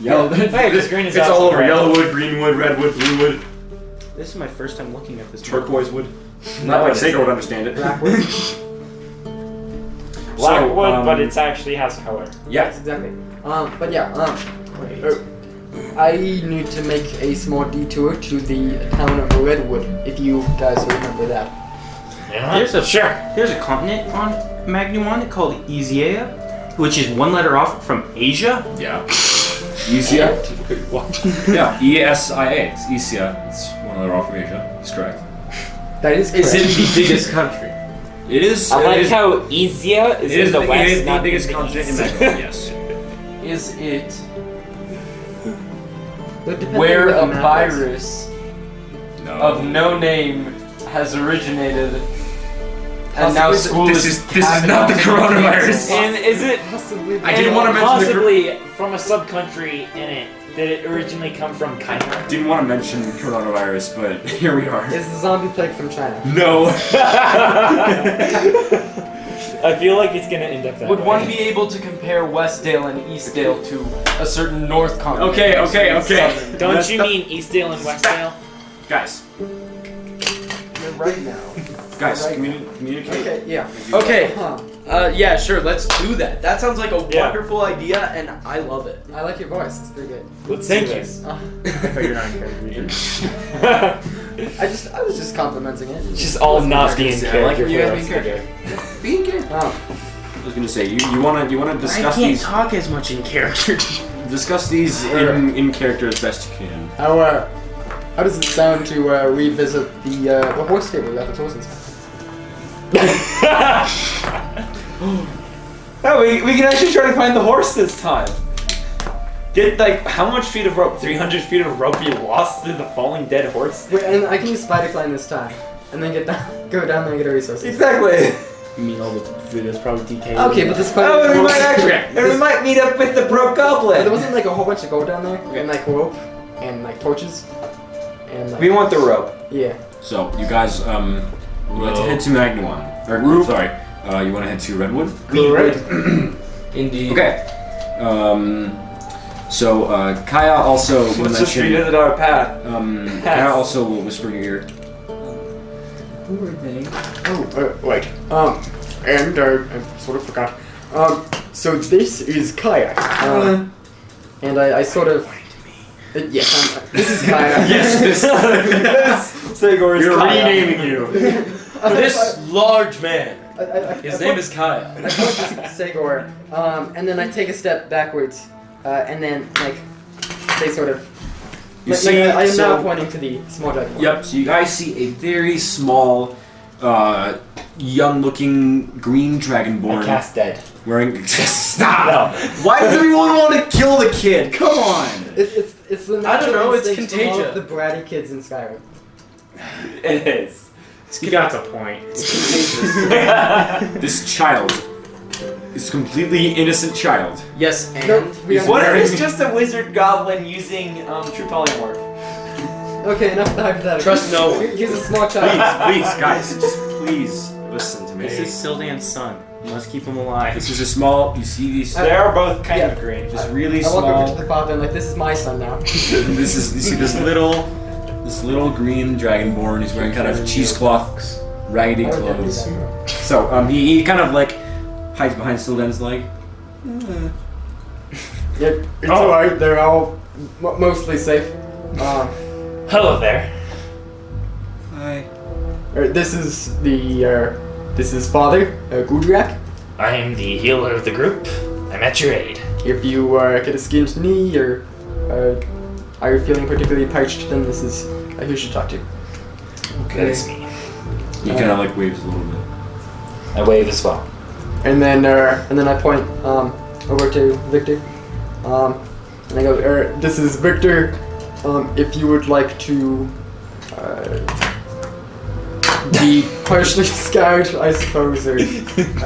[SPEAKER 1] Yellow.
[SPEAKER 2] (laughs) Hey, this green is
[SPEAKER 1] (laughs) it's all over.
[SPEAKER 2] awesome, right?
[SPEAKER 1] Yellowwood, greenwood, redwood, bluewood,
[SPEAKER 7] This is my first time looking at this.
[SPEAKER 1] turquoise wood. Not like Sager would understand it. (laughs)
[SPEAKER 5] Blackwood.
[SPEAKER 2] Blackwood,
[SPEAKER 1] um,
[SPEAKER 2] but it actually has color.
[SPEAKER 1] Yeah.
[SPEAKER 5] Yes, exactly. Um, but yeah, um, uh, I need to make a small detour to the town of Redwood, if you guys remember that.
[SPEAKER 2] Yeah.
[SPEAKER 7] Here's a-
[SPEAKER 2] sure.
[SPEAKER 7] There's a continent on Magnuon called Easiea, which is one letter off from Asia.
[SPEAKER 1] Yeah. Easier. yeah. (laughs) E S I A. It's Esia. It's one letter off from Asia. That's correct.
[SPEAKER 5] That is correct.
[SPEAKER 9] It's in the biggest country.
[SPEAKER 1] It is.
[SPEAKER 2] I
[SPEAKER 1] it
[SPEAKER 2] like
[SPEAKER 1] is,
[SPEAKER 2] how Easia is
[SPEAKER 1] it is
[SPEAKER 2] in the west,
[SPEAKER 1] It is the
[SPEAKER 2] not
[SPEAKER 1] biggest
[SPEAKER 2] in the
[SPEAKER 1] continent in
[SPEAKER 2] east.
[SPEAKER 1] (laughs) Magnesia. Yes.
[SPEAKER 9] Is it
[SPEAKER 5] But depending
[SPEAKER 9] where
[SPEAKER 5] on the
[SPEAKER 9] a
[SPEAKER 5] map is.
[SPEAKER 9] virus
[SPEAKER 1] No.
[SPEAKER 9] of no name has originated, and now
[SPEAKER 5] Possibly-
[SPEAKER 9] school
[SPEAKER 1] this is this is not the
[SPEAKER 9] capital-
[SPEAKER 2] (laughs)
[SPEAKER 1] coronavirus.
[SPEAKER 2] (laughs) And is it?
[SPEAKER 5] Possibly.
[SPEAKER 1] I didn't
[SPEAKER 2] and
[SPEAKER 1] wanna mention the gr-
[SPEAKER 2] possibly from a sub-country in it. Did it originally come from (laughs) China?
[SPEAKER 1] Didn't want to mention coronavirus, but (laughs) here we are.
[SPEAKER 5] It's the zombie plague from China.
[SPEAKER 1] (laughs) No.
[SPEAKER 2] I feel like it's gonna end up that
[SPEAKER 9] Would
[SPEAKER 2] way.
[SPEAKER 9] one be able to compare Westdale and Eastdale to a certain North Continent?
[SPEAKER 1] Okay. Okay. Okay.
[SPEAKER 2] Don't
[SPEAKER 1] Let's
[SPEAKER 2] you
[SPEAKER 1] stop-
[SPEAKER 2] mean Eastdale and Westdale?
[SPEAKER 1] guys?
[SPEAKER 5] You're right now.
[SPEAKER 1] Guys,
[SPEAKER 5] Right.
[SPEAKER 1] communi- communicate.
[SPEAKER 5] Okay, yeah.
[SPEAKER 9] Okay.
[SPEAKER 5] Huh.
[SPEAKER 9] Uh, yeah, sure. Let's do that. That sounds like a
[SPEAKER 2] Yeah.
[SPEAKER 9] wonderful idea, and I love it.
[SPEAKER 5] I like your voice. It's pretty good.
[SPEAKER 2] Let's
[SPEAKER 9] Thank
[SPEAKER 2] do
[SPEAKER 9] you.
[SPEAKER 2] this.
[SPEAKER 5] Uh, (laughs)
[SPEAKER 2] It's
[SPEAKER 5] I just, I was just complimenting it.
[SPEAKER 2] (laughs) Just all not being
[SPEAKER 1] say, I like
[SPEAKER 2] character
[SPEAKER 1] you guys
[SPEAKER 2] for us
[SPEAKER 1] being
[SPEAKER 2] to do.
[SPEAKER 5] Oh,
[SPEAKER 1] I was gonna say you, you wanna you wanna
[SPEAKER 7] I
[SPEAKER 1] discuss
[SPEAKER 7] can't
[SPEAKER 1] these
[SPEAKER 7] talk as much in (laughs) character.
[SPEAKER 1] discuss these in, in character as best you can.
[SPEAKER 5] how, uh, how does it sound to uh, revisit the uh, the horse stable we left with horses?
[SPEAKER 7] Oh, we, we can actually try to find the horse this time. Get like how much feet of rope? 300 feet of rope you lost through the falling dead horse?
[SPEAKER 5] Wait, and I can use spider climb this time, and then get down, (laughs) go down there and get a resource.
[SPEAKER 7] Exactly.
[SPEAKER 9] I mean, all the videos probably decayed.
[SPEAKER 5] Okay, but the spider.
[SPEAKER 7] Oh, and we might actually,
[SPEAKER 5] Okay.
[SPEAKER 7] and we might meet up with the
[SPEAKER 5] But
[SPEAKER 7] bro
[SPEAKER 5] (laughs) there
[SPEAKER 7] goblin.
[SPEAKER 5] wasn't like a whole bunch of gold down there, and like rope, and like torches, and like
[SPEAKER 7] We want the rope.
[SPEAKER 5] yeah.
[SPEAKER 1] So you guys um would like to head to Magnuon. Or sorry. Uh, you wanna head to Redwood?
[SPEAKER 9] Indeed.
[SPEAKER 1] Okay. Um so uh, Kaya
[SPEAKER 5] (laughs)
[SPEAKER 1] also will
[SPEAKER 7] Let's just
[SPEAKER 1] mention
[SPEAKER 7] revisit our path.
[SPEAKER 1] um Kaya
[SPEAKER 7] Pass.
[SPEAKER 1] also will whisper in your ear.
[SPEAKER 5] Who are they?
[SPEAKER 19] Oh, uh, wait. Um, and uh, I sort of forgot. Um, so this is Kaya. Uh,
[SPEAKER 9] Uh-huh.
[SPEAKER 5] Um, and I, I sort of. Uh, yes, I'm, this
[SPEAKER 9] (laughs)
[SPEAKER 5] is Kaya.
[SPEAKER 1] Yes, this
[SPEAKER 7] Sagor
[SPEAKER 1] You're
[SPEAKER 7] Kaya.
[SPEAKER 1] renaming
[SPEAKER 5] (laughs)
[SPEAKER 1] you.
[SPEAKER 9] This large man.
[SPEAKER 5] I, I, I,
[SPEAKER 9] His name is Kaya.
[SPEAKER 5] I point to Segor, um, and then I take a step backwards, uh, and then like they sort of.
[SPEAKER 1] You
[SPEAKER 5] Like,
[SPEAKER 1] see,
[SPEAKER 5] like, I, I am
[SPEAKER 1] so-
[SPEAKER 5] now pointing to the small dragon.
[SPEAKER 1] Yep, so you guys see a very small uh young looking green dragonborn
[SPEAKER 2] Cast dead.
[SPEAKER 1] wearing (laughs) stop
[SPEAKER 2] No.
[SPEAKER 1] Why does everyone want to kill the kid? Come on.
[SPEAKER 5] It's, it's, it's the
[SPEAKER 9] I don't
[SPEAKER 5] natural
[SPEAKER 9] know, it's
[SPEAKER 5] instinct from all of
[SPEAKER 9] contagion.
[SPEAKER 5] the bratty kids in Skyrim.
[SPEAKER 2] It
[SPEAKER 7] (laughs)
[SPEAKER 2] is.
[SPEAKER 7] You got the point.
[SPEAKER 1] This child is completely innocent child.
[SPEAKER 9] Yes, and
[SPEAKER 5] No, we
[SPEAKER 9] he's
[SPEAKER 5] don't-
[SPEAKER 9] what?
[SPEAKER 7] What if it's just a wizard goblin using um, true polymorph?
[SPEAKER 5] Okay, enough of the hypothetical.
[SPEAKER 9] Trust no one.
[SPEAKER 5] He's a small
[SPEAKER 1] Please,
[SPEAKER 5] child.
[SPEAKER 1] please, guys, just please listen to me.
[SPEAKER 7] Sylvan's son. Must keep him alive.
[SPEAKER 1] This is a small. You see these.
[SPEAKER 2] They are both kind of green.
[SPEAKER 1] This really
[SPEAKER 20] I walk over
[SPEAKER 1] small.
[SPEAKER 20] to the father and like, this is my son now.
[SPEAKER 1] (laughs) this is. You see this little. This little green dragonborn. He's wearing kind of cheesecloth, raggedy
[SPEAKER 20] I would never do
[SPEAKER 1] clothes.
[SPEAKER 20] that, bro.
[SPEAKER 1] So um, he, he kind of like hides behind Sylvan's leg.
[SPEAKER 5] Yep, it's alright. They're all m- mostly safe. Um,
[SPEAKER 21] Hello there.
[SPEAKER 1] Hi.
[SPEAKER 5] er, this is the uh, this is Father uh, Gudrak.
[SPEAKER 21] I am the healer of the group. I'm at your aid.
[SPEAKER 5] If you uh, get a skinned knee or uh, are you feeling particularly parched, then this is uh, who you should talk to.
[SPEAKER 21] That is me.
[SPEAKER 1] He kind of like waves a little bit.
[SPEAKER 21] I wave as well.
[SPEAKER 5] And then uh, and then I point um, over to Victor. Um, and I go, er, this is Victor. Um, if you would like to uh, be partially scared, I suppose, or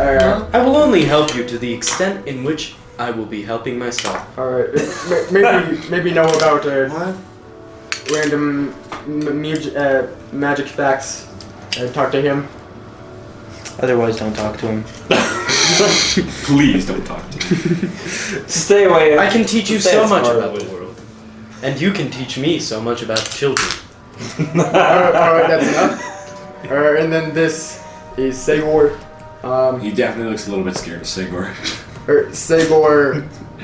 [SPEAKER 5] uh,
[SPEAKER 9] I will only help you to the extent in which I will be helping myself.
[SPEAKER 5] or m- maybe maybe know about uh,
[SPEAKER 1] What?
[SPEAKER 5] random m- mug- uh, magic facts. Uh, talk to him.
[SPEAKER 7] Otherwise, don't talk to him.
[SPEAKER 1] Please don't talk to me.
[SPEAKER 2] Stay
[SPEAKER 7] (laughs)
[SPEAKER 2] away. Um,
[SPEAKER 9] I can teach you
[SPEAKER 2] That's
[SPEAKER 9] so much
[SPEAKER 2] part
[SPEAKER 9] about
[SPEAKER 2] of it.
[SPEAKER 9] the world, and you can teach me so much about children.
[SPEAKER 5] Alright, alright, that's enough. Uh, and then this is Segor. Um,
[SPEAKER 1] He definitely looks a little bit scared of Sigor. (laughs)
[SPEAKER 5] er,
[SPEAKER 2] (laughs)
[SPEAKER 5] Segor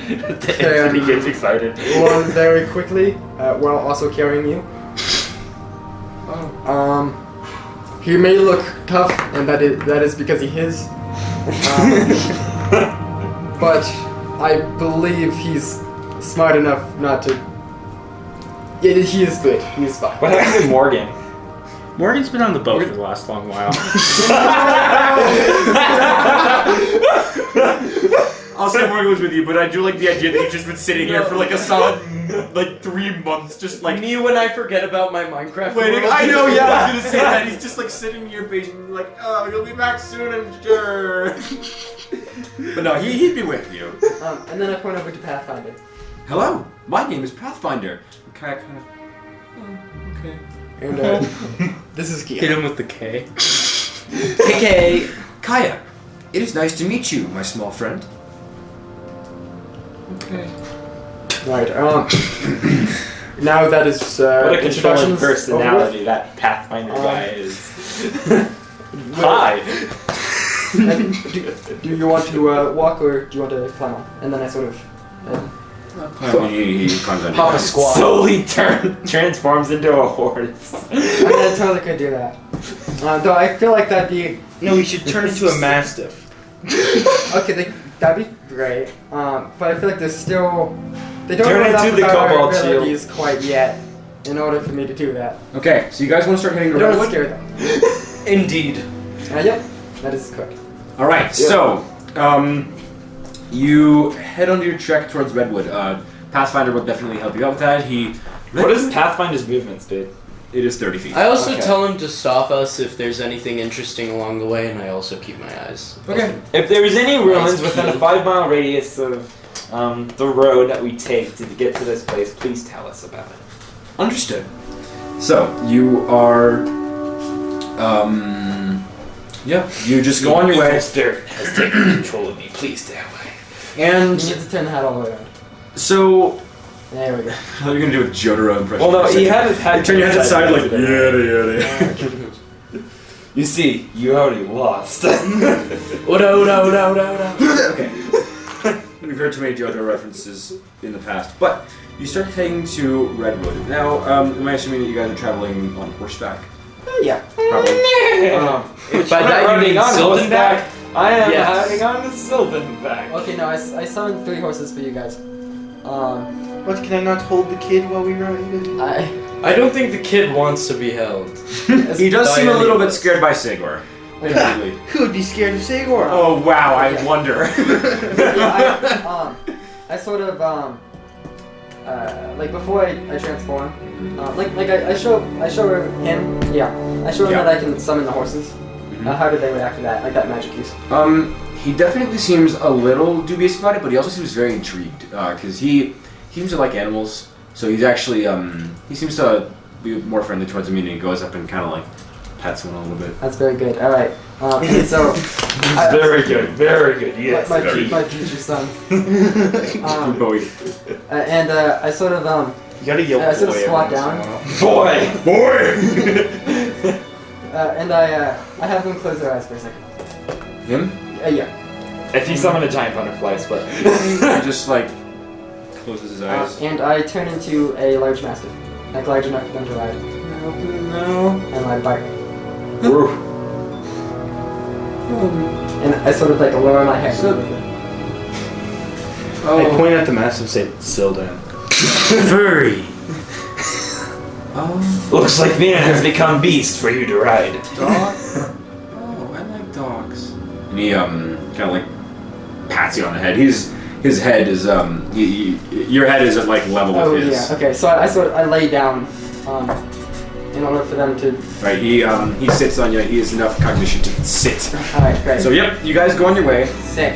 [SPEAKER 2] Anthony gets excited.
[SPEAKER 5] one very quickly uh, while also carrying you. Um, he may look tough, and that is that is because he is. Um, but I believe he's smart enough not to. Yeah, he is good. He is fine.
[SPEAKER 2] What happened to Morgan?
[SPEAKER 7] Morgan's been on the boat for the last long while.
[SPEAKER 5] (laughs)
[SPEAKER 22] I'll say Morgan was with you, but I do like the idea that you've just been sitting here for like a solid like three months, just like
[SPEAKER 9] Me when I forget about my Minecraft.
[SPEAKER 22] waiting.
[SPEAKER 9] world.
[SPEAKER 22] I know, yeah, I
[SPEAKER 1] (laughs)
[SPEAKER 22] was gonna say that. He's just like sitting in your basement, like, oh, you'll be back soon, I'm sure. but no, he, he'd be with you.
[SPEAKER 5] Um, and then I point over to Pathfinder.
[SPEAKER 1] Hello, my name is Pathfinder. Kind of, kind of. Oh, okay.
[SPEAKER 2] (laughs)
[SPEAKER 5] And uh, this is Kia.
[SPEAKER 9] Hit him with the K.
[SPEAKER 1] KK. Kaya, it is nice to meet you, my small friend. Okay.
[SPEAKER 5] Right. Um. (coughs) now that is uh,
[SPEAKER 2] What a controlling
[SPEAKER 5] introductions over with.
[SPEAKER 2] personality that Pathfinder
[SPEAKER 5] Um,
[SPEAKER 7] (laughs)
[SPEAKER 2] guy is. Hi. (laughs)
[SPEAKER 5] And do, do you want to uh, walk or do you want to climb up? And then I sort of. Uh,
[SPEAKER 1] he, he climbs on your back.
[SPEAKER 2] Slowly turn, transforms into a horse.
[SPEAKER 5] I mean, I totally could do that. Uh, though I feel like that'd be
[SPEAKER 7] no, he should turn into a mastiff.
[SPEAKER 5] okay. They, that'd be great. Um, but I feel like there's still they don't
[SPEAKER 2] Turn
[SPEAKER 5] know enough
[SPEAKER 2] into the
[SPEAKER 5] about our
[SPEAKER 2] Cobalt Shield.
[SPEAKER 5] abilities quite yet in order for me to do that.
[SPEAKER 1] Okay, so you guys want to start heading
[SPEAKER 5] I
[SPEAKER 1] to
[SPEAKER 5] don't
[SPEAKER 1] Redwood?
[SPEAKER 5] want to scare them.
[SPEAKER 2] (laughs)
[SPEAKER 9] Indeed.
[SPEAKER 5] Uh, yep, that is correct.
[SPEAKER 1] All right, so um, you head onto your trek towards Redwood. Uh, Pathfinder will definitely help you out with that. He
[SPEAKER 2] What is Pathfinder's movement speed?
[SPEAKER 1] It is thirty feet.
[SPEAKER 9] I also
[SPEAKER 5] Okay.
[SPEAKER 9] tell him to stop us if there's anything interesting along the way, and I also keep my eyes.
[SPEAKER 1] Okay.
[SPEAKER 2] If there is any
[SPEAKER 9] Nice
[SPEAKER 2] ruins within a
[SPEAKER 9] key.
[SPEAKER 2] five mile radius of um, the road that we take to get to this place, please tell us about it.
[SPEAKER 1] Understood. So you are, um, yeah, you just go on your way,
[SPEAKER 21] Mister has taken control of me. Please stay away.
[SPEAKER 1] and
[SPEAKER 5] You get to turn the hat all the way around.
[SPEAKER 1] so
[SPEAKER 5] There we go.
[SPEAKER 1] how are you gonna do a Jotaro impression?
[SPEAKER 2] Well, no,
[SPEAKER 1] for a
[SPEAKER 2] he
[SPEAKER 1] second?
[SPEAKER 2] had his head.
[SPEAKER 1] Turn your head aside
[SPEAKER 2] (laughs)
[SPEAKER 1] like yada yada.
[SPEAKER 2] You see, you already (laughs) lost.
[SPEAKER 9] Oda, oda, oda, oda, oda.
[SPEAKER 1] okay. (laughs) We've heard too many JoJo references in the past, but you start heading to Redwood. Now, um, am I assuming that you guys are traveling on horseback?
[SPEAKER 5] Yeah.
[SPEAKER 7] Mm,
[SPEAKER 1] Probably.
[SPEAKER 2] um,
[SPEAKER 9] By
[SPEAKER 2] I'm
[SPEAKER 9] that you
[SPEAKER 2] riding
[SPEAKER 9] mean
[SPEAKER 2] on
[SPEAKER 9] Sylvan back?
[SPEAKER 2] horseback. I am
[SPEAKER 9] Yes.
[SPEAKER 2] riding on the Sylvan back.
[SPEAKER 5] Okay, no, I, s- I summoned three horses for you guys. Um,
[SPEAKER 7] What, can I not hold the kid while we ride?
[SPEAKER 2] (laughs)
[SPEAKER 5] I
[SPEAKER 9] I don't think the kid wants to be held.
[SPEAKER 1] He does seem a
[SPEAKER 9] Diane.
[SPEAKER 1] little bit scared by Sigor. admittedly.
[SPEAKER 7] Who would be scared of Sigor?
[SPEAKER 1] oh wow, I wonder. (laughs)
[SPEAKER 5] yeah,
[SPEAKER 2] (laughs)
[SPEAKER 5] I, um, I sort of um, uh, like before I, I transform, um, like like I, I show I show him yeah I show him
[SPEAKER 1] Yeah.
[SPEAKER 5] that I can summon the horses.
[SPEAKER 2] Mm-hmm.
[SPEAKER 5] Uh, how do they react to that? Like that magic use?
[SPEAKER 1] Um, he definitely seems a little dubious about it, but he also seems very intrigued because he, he seems to like animals. So he's actually um, he seems to be more friendly towards them, and he goes up and kind of like pats one a little bit.
[SPEAKER 5] That's very good. All right.
[SPEAKER 2] (laughs)
[SPEAKER 5] Um, so I-
[SPEAKER 2] Very good, very good. Yes,
[SPEAKER 5] my,
[SPEAKER 2] very
[SPEAKER 5] my,
[SPEAKER 2] good.
[SPEAKER 5] my
[SPEAKER 2] (laughs)
[SPEAKER 5] future son, um,
[SPEAKER 1] Bowie.
[SPEAKER 5] uh, and uh, I sort of um,
[SPEAKER 2] You gotta yell
[SPEAKER 5] I sort of
[SPEAKER 2] boy.
[SPEAKER 5] squat down,
[SPEAKER 2] Boy, boy.
[SPEAKER 5] uh, and I uh, I have them close their eyes for a second.
[SPEAKER 1] (laughs) Him?
[SPEAKER 5] Uh, yeah.
[SPEAKER 23] I think someone a giant butterfly, but
[SPEAKER 1] he just like closes his
[SPEAKER 5] Uh,
[SPEAKER 1] eyes.
[SPEAKER 5] and I turn into a large mastiff, like large enough for them to ride,
[SPEAKER 1] No.
[SPEAKER 5] and I bark,
[SPEAKER 1] Oof.
[SPEAKER 5] and I sort of like lower my head.
[SPEAKER 1] Oh.
[SPEAKER 7] point at the massive say, Sildan.
[SPEAKER 2] Furry.
[SPEAKER 1] Oh.
[SPEAKER 2] Looks like man has become beast for you to ride.
[SPEAKER 1] Dog. oh, I like dogs. And he um kind of like pats you on the head. He's his head is um y- y- your head is at like level
[SPEAKER 5] Oh
[SPEAKER 1] with his.
[SPEAKER 5] yeah. Okay. So I, I sort of I lay down, um, in order for them to.
[SPEAKER 1] Right. He um he sits on you. He has enough cognition to sit.
[SPEAKER 5] All right. Great.
[SPEAKER 1] So yep, you guys go on your way.
[SPEAKER 5] Sick.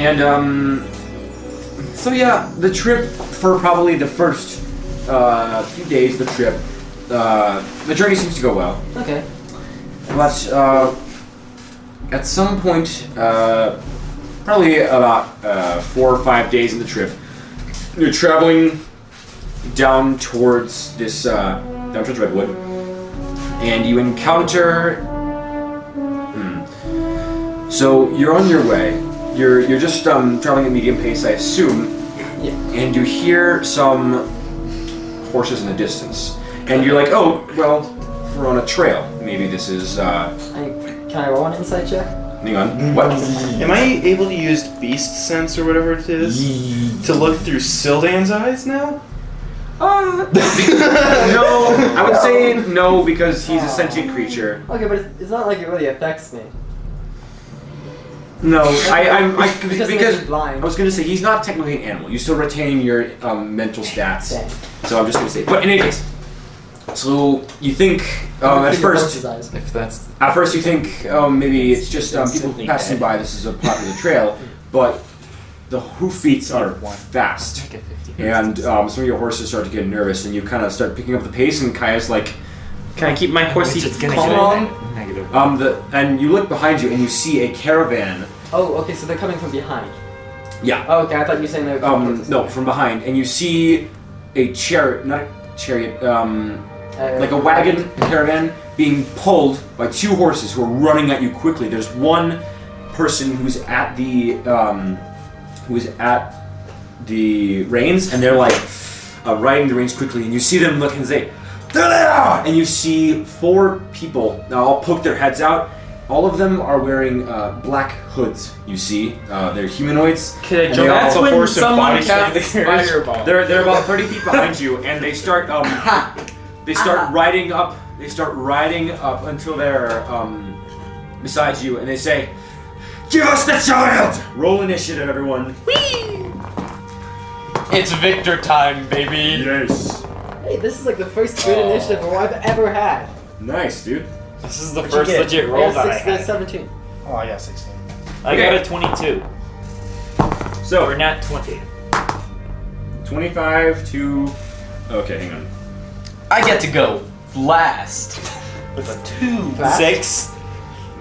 [SPEAKER 1] And um, so yeah, the trip for probably the first uh, few days, the trip, uh, the journey seems to go well.
[SPEAKER 5] Okay.
[SPEAKER 1] But uh, at some point, uh, probably about uh, four or five days in the trip, you're traveling down towards this uh, down towards Redwood, and you encounter. Hmm. So you're on your way. You're you're just um, traveling at medium pace, I assume.
[SPEAKER 5] Yeah.
[SPEAKER 1] And you hear some horses in the distance, and you're like, oh well, we're on a trail. Maybe this is. Uh,
[SPEAKER 5] I, can I roll an insight check?
[SPEAKER 1] hang on. What?
[SPEAKER 7] Am I able to use beast sense or whatever it is to look through Sildan's eyes now?
[SPEAKER 1] Uh, (laughs) no, I would say no because he's a sentient creature.
[SPEAKER 5] Okay, but it's, it's not like it really affects me.
[SPEAKER 1] No, I, I'm I,
[SPEAKER 5] It just makes
[SPEAKER 1] (laughs)
[SPEAKER 5] me
[SPEAKER 1] because Oh, I
[SPEAKER 5] blind.
[SPEAKER 1] was gonna say he's not technically an animal. You still retain your um, mental stats,
[SPEAKER 5] Dang.
[SPEAKER 1] so I'm just gonna say. But in any case, so you think um, at first,
[SPEAKER 7] If that's
[SPEAKER 1] at first you think um, maybe it's just um, people
[SPEAKER 7] Instantly
[SPEAKER 1] passing
[SPEAKER 7] dead.
[SPEAKER 1] by. This is a popular trail, but the hoof beats are fast.
[SPEAKER 7] like a 50.
[SPEAKER 1] and um, some of your horses start to get nervous, and you kind of start picking up the pace. And Kaya's like, "Can I keep my horsey calm?"
[SPEAKER 23] negative.
[SPEAKER 1] Um, the and you look behind you, and you see a caravan.
[SPEAKER 5] Oh, okay, so they're coming from behind.
[SPEAKER 1] Yeah.
[SPEAKER 5] Oh, okay, I thought you were saying they were coming
[SPEAKER 1] Um,
[SPEAKER 5] towards us.
[SPEAKER 1] no, from behind, and you see a chariot, not a chariot, um,
[SPEAKER 5] Uh,
[SPEAKER 1] like a wagon caravan being pulled by two horses who are running at you quickly. There's one person who's at the um, who's at the reins, and they're like uh, riding the reins quickly, and you see them look and say, "There they are!" And you see four people now all poke their heads out. All of them are wearing uh, black hoods. You see, uh, they're humanoids. and they all-
[SPEAKER 2] That's when someone casts (laughs)
[SPEAKER 23] fireball.
[SPEAKER 1] they're, they're about 30 feet behind you, and they start um, they start riding up. They start riding up until they're um, beside you, and they say, "Give us the child!" Roll initiative, everyone.
[SPEAKER 24] It's Victor time, baby.
[SPEAKER 1] Yes.
[SPEAKER 5] Hey, this is like the first good
[SPEAKER 1] Oh.
[SPEAKER 5] initiative roll I've ever had.
[SPEAKER 1] Nice, dude.
[SPEAKER 23] This is the first legit
[SPEAKER 5] I
[SPEAKER 23] roll
[SPEAKER 5] got
[SPEAKER 23] that I
[SPEAKER 5] six, I got
[SPEAKER 23] had.
[SPEAKER 5] 17.
[SPEAKER 25] Oh, I got 16.
[SPEAKER 23] I
[SPEAKER 1] Okay.
[SPEAKER 23] got a 22.
[SPEAKER 1] So
[SPEAKER 23] Or not 20.
[SPEAKER 1] 25 to. Okay, hang on.
[SPEAKER 24] I get to go last.
[SPEAKER 5] Last?
[SPEAKER 24] Six.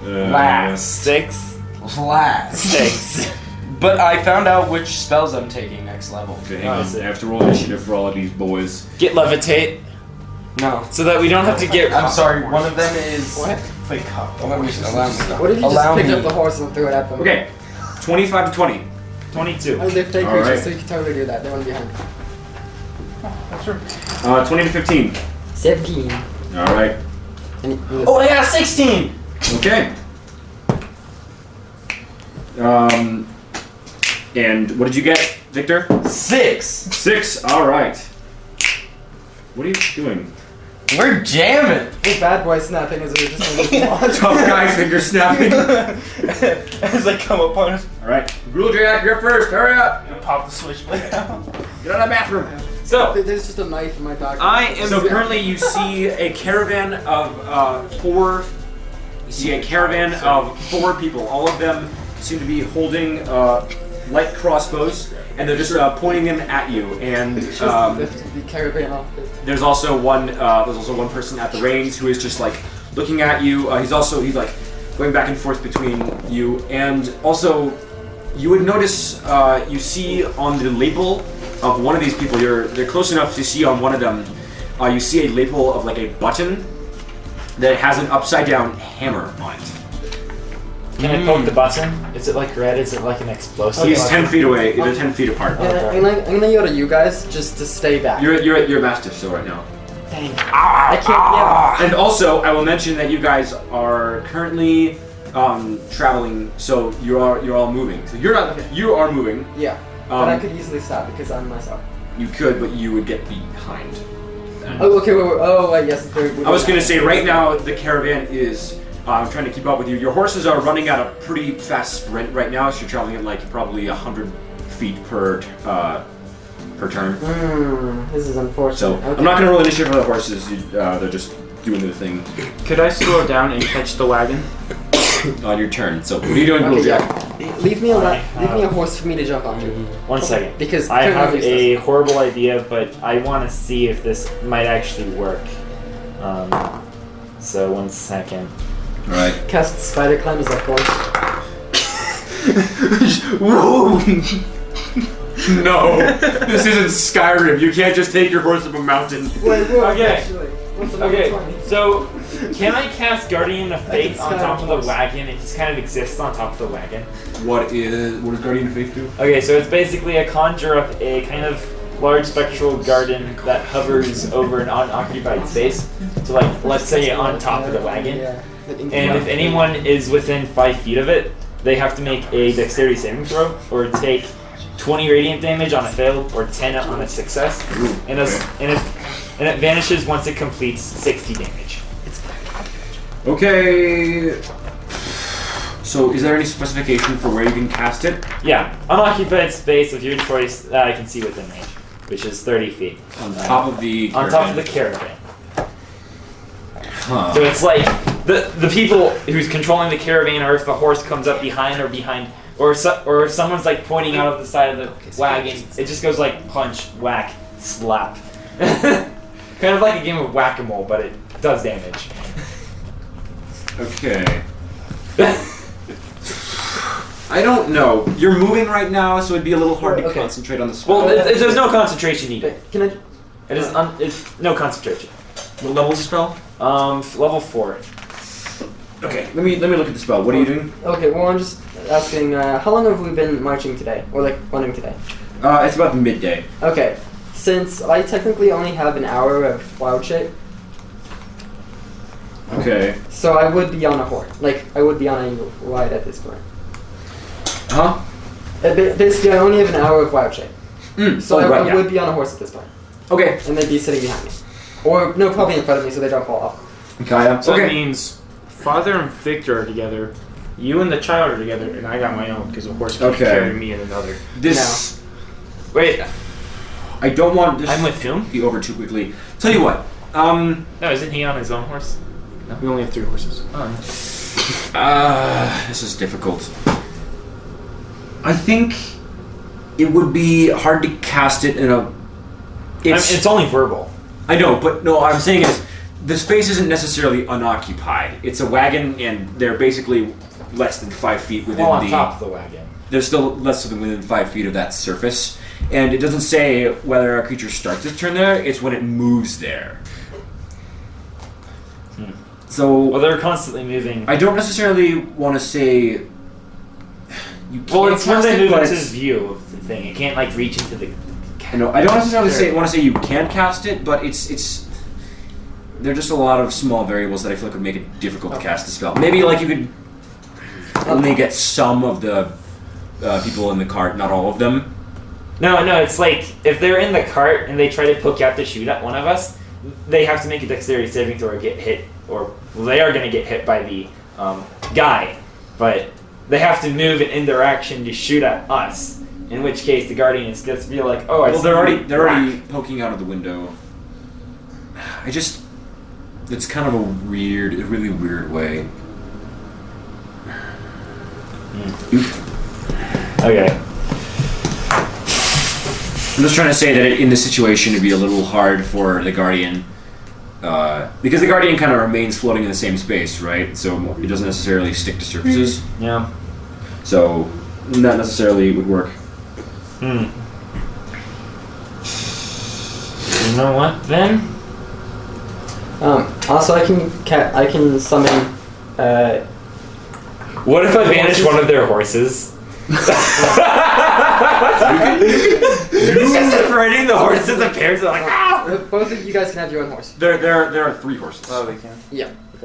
[SPEAKER 1] Uh,
[SPEAKER 24] Six.
[SPEAKER 26] Last.
[SPEAKER 24] Six.
[SPEAKER 7] But I found out which spells I'm taking next level.
[SPEAKER 1] Okay, hang on. I have to roll initiative for all of these boys.
[SPEAKER 23] Get levitate
[SPEAKER 7] No.
[SPEAKER 23] so that we don't have to get.
[SPEAKER 7] I'm sorry, one of them is.
[SPEAKER 5] What?
[SPEAKER 25] Fake cop.
[SPEAKER 7] Allow me. Allow me.
[SPEAKER 5] What if you
[SPEAKER 7] Allow
[SPEAKER 5] just picked
[SPEAKER 7] me.
[SPEAKER 5] up the horse and threw it at them?
[SPEAKER 1] Okay, 25 to 20.
[SPEAKER 23] 22.
[SPEAKER 5] Oh, they're fake
[SPEAKER 1] All
[SPEAKER 5] creatures,
[SPEAKER 1] right.
[SPEAKER 5] so you can totally do that. They're one behind.
[SPEAKER 1] Uh, 20 to 15.
[SPEAKER 5] 17.
[SPEAKER 1] All right.
[SPEAKER 5] And
[SPEAKER 7] Oh, I got 16!
[SPEAKER 1] Okay. Um, and what did you get, Victor?
[SPEAKER 7] Six!
[SPEAKER 1] Six. All right. What are you doing?
[SPEAKER 7] We're jamming!
[SPEAKER 5] this bad boy snapping is we were just going to
[SPEAKER 1] Tough guy finger snapping. All
[SPEAKER 25] As I come up on us,
[SPEAKER 1] right, Gruljak, you're first. Hurry up.
[SPEAKER 25] I'm gonna pop the switchblade (laughs) out.
[SPEAKER 1] Get out of the bathroom.
[SPEAKER 23] So,
[SPEAKER 5] There's just a knife in my pocket.
[SPEAKER 1] I am. So currently, you see a caravan of uh, four. You see a caravan of four people. All of them seem to be holding uh, light crossbows, and they're just uh, pointing them at you. And
[SPEAKER 5] Just
[SPEAKER 1] um,
[SPEAKER 5] the, the caravan off.
[SPEAKER 1] There's also one. Uh, there's also one person at the reins who is just like looking at you. Uh, he's also he's like going back and forth between you and also you would notice uh, you see on the label of one of these people. You're they're close enough to see on one of them. Uh, you see a label of like a button that has an upside down hammer on it.
[SPEAKER 2] Can I poke the button? Is it like red? Is it like an explosive?
[SPEAKER 1] He's ten feet away. They're ten feet apart.
[SPEAKER 5] And I- and I- I'm gonna yell to you guys just to stay back.
[SPEAKER 1] You're at you're at your master still right now.
[SPEAKER 5] Dang. I can't yell.
[SPEAKER 1] And also, I will mention that you guys are currently um, traveling, so you are you're all moving. So you're not you are moving.
[SPEAKER 5] Yeah. but I
[SPEAKER 1] Um,
[SPEAKER 5] could easily stop because I'm myself.
[SPEAKER 1] You could, but you would get behind.
[SPEAKER 5] Oh, okay, wait, wait, oh, wait, yes. There,
[SPEAKER 1] I was gonna say right now the caravan is. um trying to keep up with you. Your horses are running at a pretty fast sprint right now, so you're traveling at like probably hundred feet per uh, per turn.
[SPEAKER 5] Hmm, this is unfortunate.
[SPEAKER 1] So
[SPEAKER 5] okay.
[SPEAKER 1] I'm not gonna roll initiative for the horses. You, uh, they're just doing their thing
[SPEAKER 7] Could I slow down and catch the wagon?
[SPEAKER 1] on your turn. So what are you doing,
[SPEAKER 5] Okay,
[SPEAKER 1] Bluejack?
[SPEAKER 5] yeah. Leave me a
[SPEAKER 2] I
[SPEAKER 5] li- leave me a
[SPEAKER 2] have-
[SPEAKER 5] horse for me to jump onto.
[SPEAKER 1] Mm-hmm.
[SPEAKER 2] One second.
[SPEAKER 5] Because
[SPEAKER 2] I
[SPEAKER 5] clearly
[SPEAKER 2] have
[SPEAKER 5] it's
[SPEAKER 2] a horrible idea, but I want to see if this might actually work. Um, so one second.
[SPEAKER 1] All right.
[SPEAKER 5] Cast spider climb as a horse.
[SPEAKER 1] Whoa! no, this isn't Skyrim. You can't just take your horse up a mountain.
[SPEAKER 5] Wait, wait,
[SPEAKER 2] Okay.
[SPEAKER 5] actually. What's the
[SPEAKER 2] Okay,
[SPEAKER 5] number 20?
[SPEAKER 2] so can I cast Guardian of
[SPEAKER 5] I can
[SPEAKER 2] Faith on
[SPEAKER 5] skydive
[SPEAKER 2] top of the
[SPEAKER 5] once.
[SPEAKER 2] wagon? It just kind of exists on top of the wagon.
[SPEAKER 1] What is? What does Guardian of Faith do?
[SPEAKER 2] Okay, so it's basically a conjure up a kind of large spectral garden that hovers over an unoccupied space. So, like, let's say on top of the wagon.
[SPEAKER 5] Yeah.
[SPEAKER 2] And if anyone is within five feet of it, they have to make a dexterity saving throw or take 20 radiant damage on a fail or 10 on a success. And, as, and, if, and it vanishes once it completes 60 damage.
[SPEAKER 1] Okay. So, is there any specification for where you can cast it?
[SPEAKER 2] Yeah, unoccupied space of your choice that I can see within range, which is 30 feet.
[SPEAKER 1] On top of the.
[SPEAKER 2] On top of the caravan.
[SPEAKER 1] Huh.
[SPEAKER 2] (laughs) So it's like the the people who's controlling the caravan, or if the horse comes up behind or behind, or so, or if someone's like pointing out of the side of the wagon, it just goes like punch, whack, slap. (laughs) kind of like a game of whack a mole, but it does damage.
[SPEAKER 1] Okay. I don't know. You're moving right now, so it'd be a little hard to
[SPEAKER 5] Okay.
[SPEAKER 1] concentrate on the spot.
[SPEAKER 2] Well, it, it- there's no concentration needed.
[SPEAKER 5] Can I?
[SPEAKER 2] It is un, it's no concentration.
[SPEAKER 1] what level's the spell?
[SPEAKER 2] Um, f- level four.
[SPEAKER 1] Okay, let me let me look at the spell. What are you doing?
[SPEAKER 5] Okay, well, I'm just asking. Uh, how long have we been marching today, or like running today?
[SPEAKER 1] Uh, it's about midday.
[SPEAKER 5] Okay, since I technically only have an hour of wild shape,
[SPEAKER 1] Okay.
[SPEAKER 5] so I would be on a horse. Like I would be on a ride at this point.
[SPEAKER 1] Huh?
[SPEAKER 5] Uh, ba- Basically, I only have an hour of wild shape,
[SPEAKER 1] Mm,
[SPEAKER 5] so
[SPEAKER 1] oh,
[SPEAKER 5] I,
[SPEAKER 1] right,
[SPEAKER 5] I
[SPEAKER 1] yeah.
[SPEAKER 5] would be on a horse at this point,
[SPEAKER 1] Okay.
[SPEAKER 5] and they'd be sitting behind me, or no, probably in front of me, so they don't fall off.
[SPEAKER 1] Kaya.
[SPEAKER 7] So
[SPEAKER 1] okay.
[SPEAKER 7] that means father and Victor are together. You and the child are together, and I got my own because a horse can't
[SPEAKER 1] Okay.
[SPEAKER 7] carry me and another.
[SPEAKER 1] This.
[SPEAKER 2] Wait,
[SPEAKER 1] I don't want this
[SPEAKER 7] I'm with whom?
[SPEAKER 1] to be over too quickly. Tell you what. Um.
[SPEAKER 2] no, isn't he on his own horse?
[SPEAKER 7] We only have three horses.
[SPEAKER 1] Uh, this is difficult. I think it would be hard to cast it in a.
[SPEAKER 2] I mean,
[SPEAKER 1] It's.
[SPEAKER 2] it's only verbal.
[SPEAKER 1] I know, but no. What I'm saying is, the space isn't necessarily unoccupied. It's a wagon, and they're basically less than five feet within
[SPEAKER 2] Well, on
[SPEAKER 1] the.
[SPEAKER 2] top of the wagon.
[SPEAKER 1] They're still less than within five feet of that surface, and it doesn't say whether a creature starts its turn there. It's when it moves there.
[SPEAKER 2] Well,
[SPEAKER 1] So
[SPEAKER 2] they're constantly moving.
[SPEAKER 1] I don't necessarily want to say. You can't
[SPEAKER 2] Well, it's when
[SPEAKER 1] cast
[SPEAKER 2] they
[SPEAKER 1] it,
[SPEAKER 2] move
[SPEAKER 1] but
[SPEAKER 2] into
[SPEAKER 1] it's-
[SPEAKER 2] view of the thing. It can't like reach into the.
[SPEAKER 1] I know. I don't necessarily say want to say you can cast it, but it's it's. There are just a lot of small variables that I feel like would make it difficult to cast the spell. Maybe like you could only get some of the uh, people in the cart, not all of them.
[SPEAKER 2] No, no. It's like if they're in the cart and they try to poke out to shoot at one of us, they have to make a dexterity saving throw or get hit, or well, they are going to get hit by the um, guy. But they have to move and end their action to shoot at us. In which case, the guardian is going to be like, "Oh, I
[SPEAKER 1] Well,
[SPEAKER 2] see
[SPEAKER 1] they're already
[SPEAKER 2] you.
[SPEAKER 1] they're already poking out of the window. I just it's kind of a weird, a really weird way.
[SPEAKER 2] okay."
[SPEAKER 1] I'm just trying to say that in this situation, it'd be a little hard for the guardian uh, because the guardian kind of remains floating in the same space, right? So it doesn't necessarily stick to surfaces.
[SPEAKER 2] Yeah.
[SPEAKER 1] So not necessarily would work.
[SPEAKER 2] Hmm. You know what then?
[SPEAKER 5] Um, also, I can ca- I can summon. Uh,
[SPEAKER 2] What if I banish one of their horses? Just riding the horses appears like ah!
[SPEAKER 5] Uh, both of you guys can have your own horse.
[SPEAKER 1] There, there, there are three horses.
[SPEAKER 27] Oh, we can.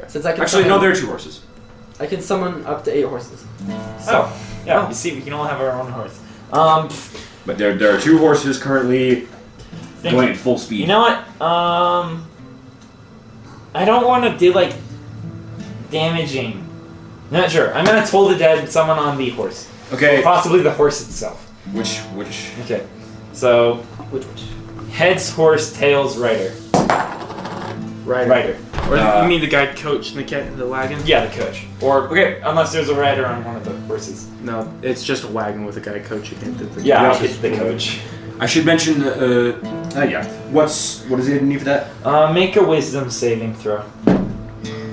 [SPEAKER 5] Since I can
[SPEAKER 1] Actually, no,
[SPEAKER 5] summon,
[SPEAKER 1] there are two horses.
[SPEAKER 5] I can summon up to eight horses.
[SPEAKER 2] Oh, yeah. You see, we can all have our own horse. Um,
[SPEAKER 1] But there, there are two horses currently
[SPEAKER 2] thank
[SPEAKER 1] going at full speed.
[SPEAKER 2] You know what? Um, I don't want to do like damaging. Not sure. I'm gonna toll the dead someone on the horse,
[SPEAKER 1] okay,
[SPEAKER 2] possibly the horse itself.
[SPEAKER 1] which, which?
[SPEAKER 2] Okay. So,
[SPEAKER 5] Which which?
[SPEAKER 2] heads horse, tails rider.
[SPEAKER 5] Right.
[SPEAKER 2] Rider.
[SPEAKER 7] Or
[SPEAKER 1] Uh,
[SPEAKER 7] you mean the guy coach in the ca- the wagon?
[SPEAKER 2] Yeah, the coach. Or okay, unless there's a rider on one of the horses.
[SPEAKER 7] No, it's just a wagon with a guy coaching it. that the-
[SPEAKER 2] Yeah,
[SPEAKER 7] which
[SPEAKER 2] it's
[SPEAKER 7] is-
[SPEAKER 2] the coach.
[SPEAKER 1] I should mention. Uh, uh, yeah. What's what is the need for that?
[SPEAKER 2] Uh, make a wisdom saving throw.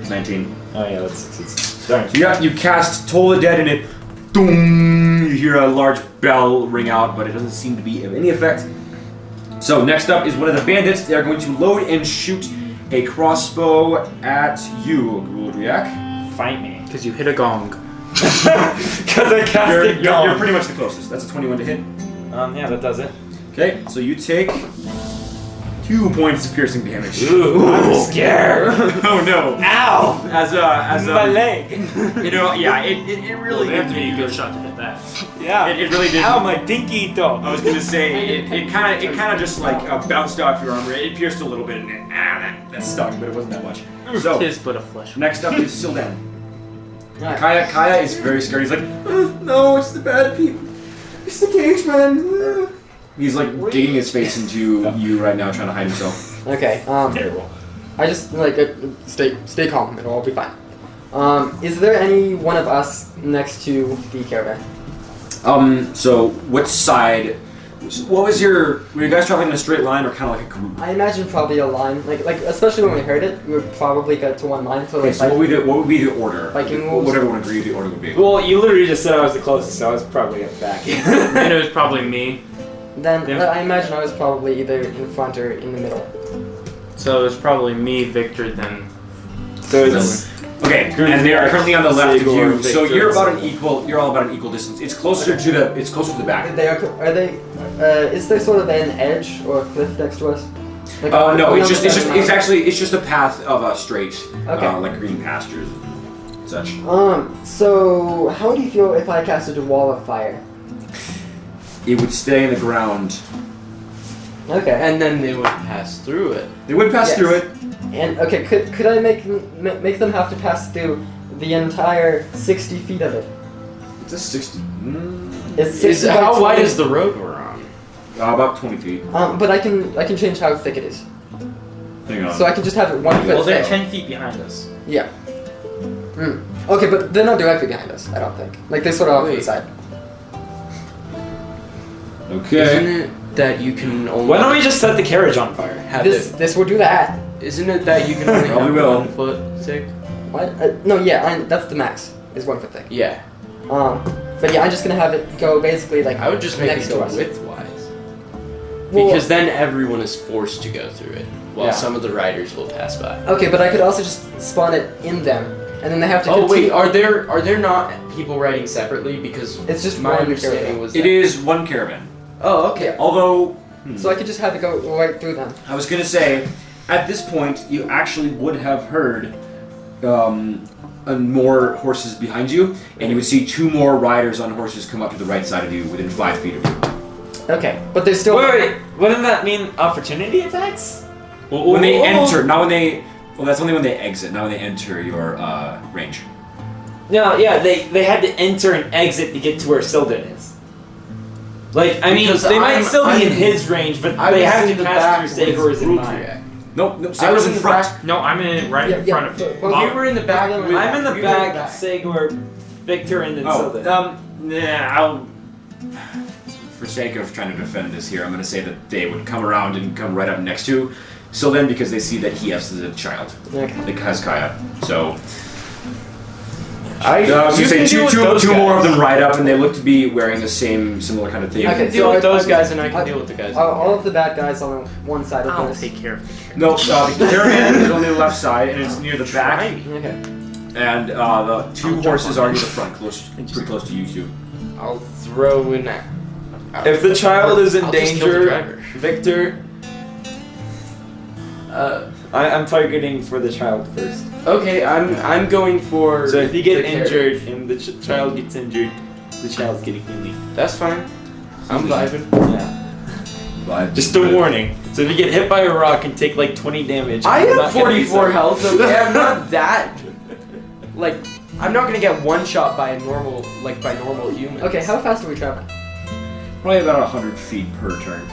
[SPEAKER 1] Nineteen.
[SPEAKER 2] Oh yeah, that succeeds. Darn.
[SPEAKER 1] So you got, you cast Toll the Dead, and it, doom. You hear a large bell ring out, but it doesn't seem to be of any effect. So next up is one of the bandits. They are going to load and shoot a crossbow at you, Gulriak.
[SPEAKER 2] Fight (laughs) me.
[SPEAKER 7] Because you hit a gong.
[SPEAKER 2] Because I cast
[SPEAKER 1] You're,
[SPEAKER 2] it.
[SPEAKER 1] you're, you're pretty much the closest. That's a twenty-one to hit.
[SPEAKER 2] Um, yeah, that does it.
[SPEAKER 1] Okay, so you take two points of piercing damage.
[SPEAKER 2] Ooh, I'm scared.
[SPEAKER 1] (laughs) oh no!
[SPEAKER 2] Ow!
[SPEAKER 1] As a as um,
[SPEAKER 2] My
[SPEAKER 1] a
[SPEAKER 2] leg.
[SPEAKER 1] you know yeah, it, it, it
[SPEAKER 7] Well,
[SPEAKER 1] really
[SPEAKER 7] they have to
[SPEAKER 1] didn't
[SPEAKER 7] be a
[SPEAKER 1] do
[SPEAKER 7] good shot to hit that.
[SPEAKER 2] Yeah.
[SPEAKER 1] It, it really did.
[SPEAKER 2] Ow, my dinky toe.
[SPEAKER 1] I was gonna say it it kind of it kind of just like uh, bounced off your armor. It pierced a little bit and it, ah, that, that stung, but it wasn't that much. So
[SPEAKER 7] Tis but a flesh.
[SPEAKER 1] next up is Sildan. Kaya Kaya is very scared. He's like, "Uh, no, it's the bad people. It's the cagemen. uh." He's like digging his face into you right now, trying to hide himself.
[SPEAKER 5] Okay. Um,
[SPEAKER 2] Terrible.
[SPEAKER 5] I just like uh, stay stay calm. It'll all be fine. Um, is there any one of us next to the caravan?
[SPEAKER 1] Um. So what side? What was your? Were you guys traveling in a straight line or kind of like a group?
[SPEAKER 5] I imagine probably a line, like like especially when we heard it, we would probably get to one line. So
[SPEAKER 1] Okay,
[SPEAKER 5] like,
[SPEAKER 1] so what would, the, what would be the order?
[SPEAKER 5] Viking
[SPEAKER 1] What would
[SPEAKER 5] rules.
[SPEAKER 1] everyone agree the order would be?
[SPEAKER 2] Well, you literally just said I was the closest, so I was probably up back.
[SPEAKER 7] and it was probably me,
[SPEAKER 5] then
[SPEAKER 7] Yeah.
[SPEAKER 5] then I imagine I was probably either in front or in the middle.
[SPEAKER 7] so it was probably me, Victor, then.
[SPEAKER 2] (laughs) so it's
[SPEAKER 1] Okay,
[SPEAKER 2] Good.
[SPEAKER 1] and they are currently on the left of you,
[SPEAKER 2] Sigurd,
[SPEAKER 1] so
[SPEAKER 2] Victor,
[SPEAKER 1] you're about an equal. You're all about an equal distance. It's closer to the. It's closer to the back.
[SPEAKER 5] They are are they? Uh, is there sort of an edge or a cliff next to us? Like,
[SPEAKER 1] Uh, no,
[SPEAKER 5] we
[SPEAKER 1] it's
[SPEAKER 5] don't
[SPEAKER 1] just. It's just.
[SPEAKER 5] know.
[SPEAKER 1] It's actually. It's just a path of a straight,
[SPEAKER 5] Okay.
[SPEAKER 1] uh, like green pastures, and such.
[SPEAKER 5] Um. So how do you feel if I casted a wall of fire?
[SPEAKER 1] It would stay in the ground.
[SPEAKER 5] Okay.
[SPEAKER 9] And then they would pass through it.
[SPEAKER 1] They would pass
[SPEAKER 5] Yes.
[SPEAKER 1] through it.
[SPEAKER 5] And okay, could could I make them- ma- make them have to pass through the entire sixty feet of it?
[SPEAKER 1] It's a sixty. Mm,
[SPEAKER 5] It's
[SPEAKER 9] Is,
[SPEAKER 5] 60 by
[SPEAKER 9] how wide
[SPEAKER 5] 20.
[SPEAKER 9] is the road we're on?
[SPEAKER 1] uh, about twenty feet.
[SPEAKER 5] Um, but I can I can change how thick it is,
[SPEAKER 1] Hang on.
[SPEAKER 5] so I can just have it one foot.
[SPEAKER 7] Well, they're
[SPEAKER 5] thick.
[SPEAKER 7] ten feet behind us.
[SPEAKER 5] Yeah. Mm. Okay, but they're not directly behind us. I don't think. Like they sort of off to the
[SPEAKER 9] Wait.
[SPEAKER 5] side.
[SPEAKER 9] Isn't
[SPEAKER 1] okay.
[SPEAKER 9] it that you can only
[SPEAKER 2] Why don't we just set the carriage on fire?
[SPEAKER 9] have
[SPEAKER 5] This
[SPEAKER 9] it?
[SPEAKER 5] this will do that.
[SPEAKER 9] Isn't it that you can only
[SPEAKER 1] Probably
[SPEAKER 9] have
[SPEAKER 1] will.
[SPEAKER 9] one foot thick?
[SPEAKER 5] What? Uh, no, yeah, I, that's the max. Is one foot thick.
[SPEAKER 9] Yeah.
[SPEAKER 5] Um, but yeah, I'm just gonna have it go basically like
[SPEAKER 9] I would just make
[SPEAKER 5] next
[SPEAKER 9] it
[SPEAKER 5] to
[SPEAKER 9] go
[SPEAKER 5] us.
[SPEAKER 9] width wise.
[SPEAKER 5] Well-
[SPEAKER 9] Because then everyone is forced to go through it, while
[SPEAKER 5] Yeah.
[SPEAKER 9] some of the riders will pass by.
[SPEAKER 5] Okay, but I could also just spawn it in them, and then they have to.
[SPEAKER 9] Oh wait,
[SPEAKER 5] continue-
[SPEAKER 9] are there are there not people riding separately? Because
[SPEAKER 5] It's just
[SPEAKER 9] my
[SPEAKER 5] one
[SPEAKER 9] understanding
[SPEAKER 5] area.
[SPEAKER 9] was
[SPEAKER 1] It
[SPEAKER 9] that-
[SPEAKER 1] is one caravan.
[SPEAKER 9] Oh okay.
[SPEAKER 1] Although hmm.
[SPEAKER 5] So I could just have it go right through them.
[SPEAKER 1] I was gonna say, at this point, you actually would have heard um, uh, more horses behind you, and you would see two more riders on horses come up to the right side of you within five feet of you.
[SPEAKER 5] Okay, but they're still.
[SPEAKER 2] Wait, wait, wouldn't that mean opportunity attacks? Oh.
[SPEAKER 1] When they
[SPEAKER 2] Ooh.
[SPEAKER 1] enter, not when they. Well, that's only when they exit, not when they enter your uh, range.
[SPEAKER 2] No, yeah, they they had to enter and exit to get to where Sildan is. Like, I mean,
[SPEAKER 9] Because
[SPEAKER 2] they might
[SPEAKER 9] I'm-
[SPEAKER 2] still be
[SPEAKER 9] I'm-
[SPEAKER 2] in his range, but
[SPEAKER 9] I
[SPEAKER 2] they
[SPEAKER 9] was
[SPEAKER 2] have
[SPEAKER 9] in
[SPEAKER 2] to
[SPEAKER 9] the back
[SPEAKER 2] pass through Sagor's
[SPEAKER 9] with
[SPEAKER 2] in mine.
[SPEAKER 9] Rudriak.
[SPEAKER 1] Nope, nope.
[SPEAKER 9] I
[SPEAKER 1] Saber's
[SPEAKER 9] was
[SPEAKER 1] in
[SPEAKER 9] in the
[SPEAKER 1] front.
[SPEAKER 9] back.
[SPEAKER 7] No, I'm in right
[SPEAKER 5] Yeah,
[SPEAKER 7] in
[SPEAKER 5] yeah,
[SPEAKER 7] front of
[SPEAKER 5] but-
[SPEAKER 7] you.
[SPEAKER 9] Well,
[SPEAKER 5] well,
[SPEAKER 7] Bob,
[SPEAKER 9] you were in the back.
[SPEAKER 5] I'm
[SPEAKER 9] with-
[SPEAKER 2] I'm in
[SPEAKER 9] you were
[SPEAKER 2] the back, Sagor, Victor, and then
[SPEAKER 1] Oh,
[SPEAKER 2] Sildan.
[SPEAKER 1] um,
[SPEAKER 7] nah, I'll,
[SPEAKER 1] for sake of trying to defend this here, I'm gonna say that they would come around and come right up next to Still then, because they see that he has the child,
[SPEAKER 5] Okay.
[SPEAKER 1] like has Kaya. So
[SPEAKER 28] I,
[SPEAKER 1] Uh, so you say
[SPEAKER 28] can deal
[SPEAKER 1] two,
[SPEAKER 28] with
[SPEAKER 1] two,
[SPEAKER 28] those
[SPEAKER 1] two more of
[SPEAKER 28] guys.
[SPEAKER 1] them ride up, and they look to be wearing the same similar kind of thing.
[SPEAKER 5] Okay.
[SPEAKER 9] deal
[SPEAKER 5] So
[SPEAKER 9] with
[SPEAKER 5] I-
[SPEAKER 9] those
[SPEAKER 5] I-
[SPEAKER 9] guys, and I can
[SPEAKER 5] I-
[SPEAKER 9] deal with the guys.
[SPEAKER 5] Uh, all of the bad guys on one side of
[SPEAKER 7] Oh.
[SPEAKER 29] I'll
[SPEAKER 5] this.
[SPEAKER 29] take care of the character.
[SPEAKER 1] No, uh, the caravan is on the left side, and it's near the back,
[SPEAKER 5] Okay.
[SPEAKER 1] and uh, the
[SPEAKER 29] I'll
[SPEAKER 1] two
[SPEAKER 29] jump
[SPEAKER 1] horses
[SPEAKER 29] on
[SPEAKER 1] are near the front, close, pretty close to you two.
[SPEAKER 9] I'll throw in that.
[SPEAKER 28] If the child is in
[SPEAKER 9] I'll just kill the
[SPEAKER 28] danger,
[SPEAKER 9] driver.
[SPEAKER 28] Victor.
[SPEAKER 9] Uh,
[SPEAKER 28] I, I'm targeting for the child first.
[SPEAKER 9] okay, I'm I'm going for.
[SPEAKER 28] So if you get
[SPEAKER 9] the carrot.
[SPEAKER 28] injured and the ch- child gets injured, the child's getting healing.
[SPEAKER 9] that's fine. I'm vibing.
[SPEAKER 28] Yeah.
[SPEAKER 1] But
[SPEAKER 28] Just a warning. So if you get hit by a rock and take like 20 damage,
[SPEAKER 9] I
[SPEAKER 28] I'm
[SPEAKER 9] have
[SPEAKER 28] not gonna be
[SPEAKER 9] 44
[SPEAKER 28] sorry.
[SPEAKER 9] health. Okay, I'm not that. Like, I'm not gonna get one shot by a normal, like by normal humans.
[SPEAKER 5] Okay, how fast are we traveling?
[SPEAKER 1] probably about hundred feet per turn.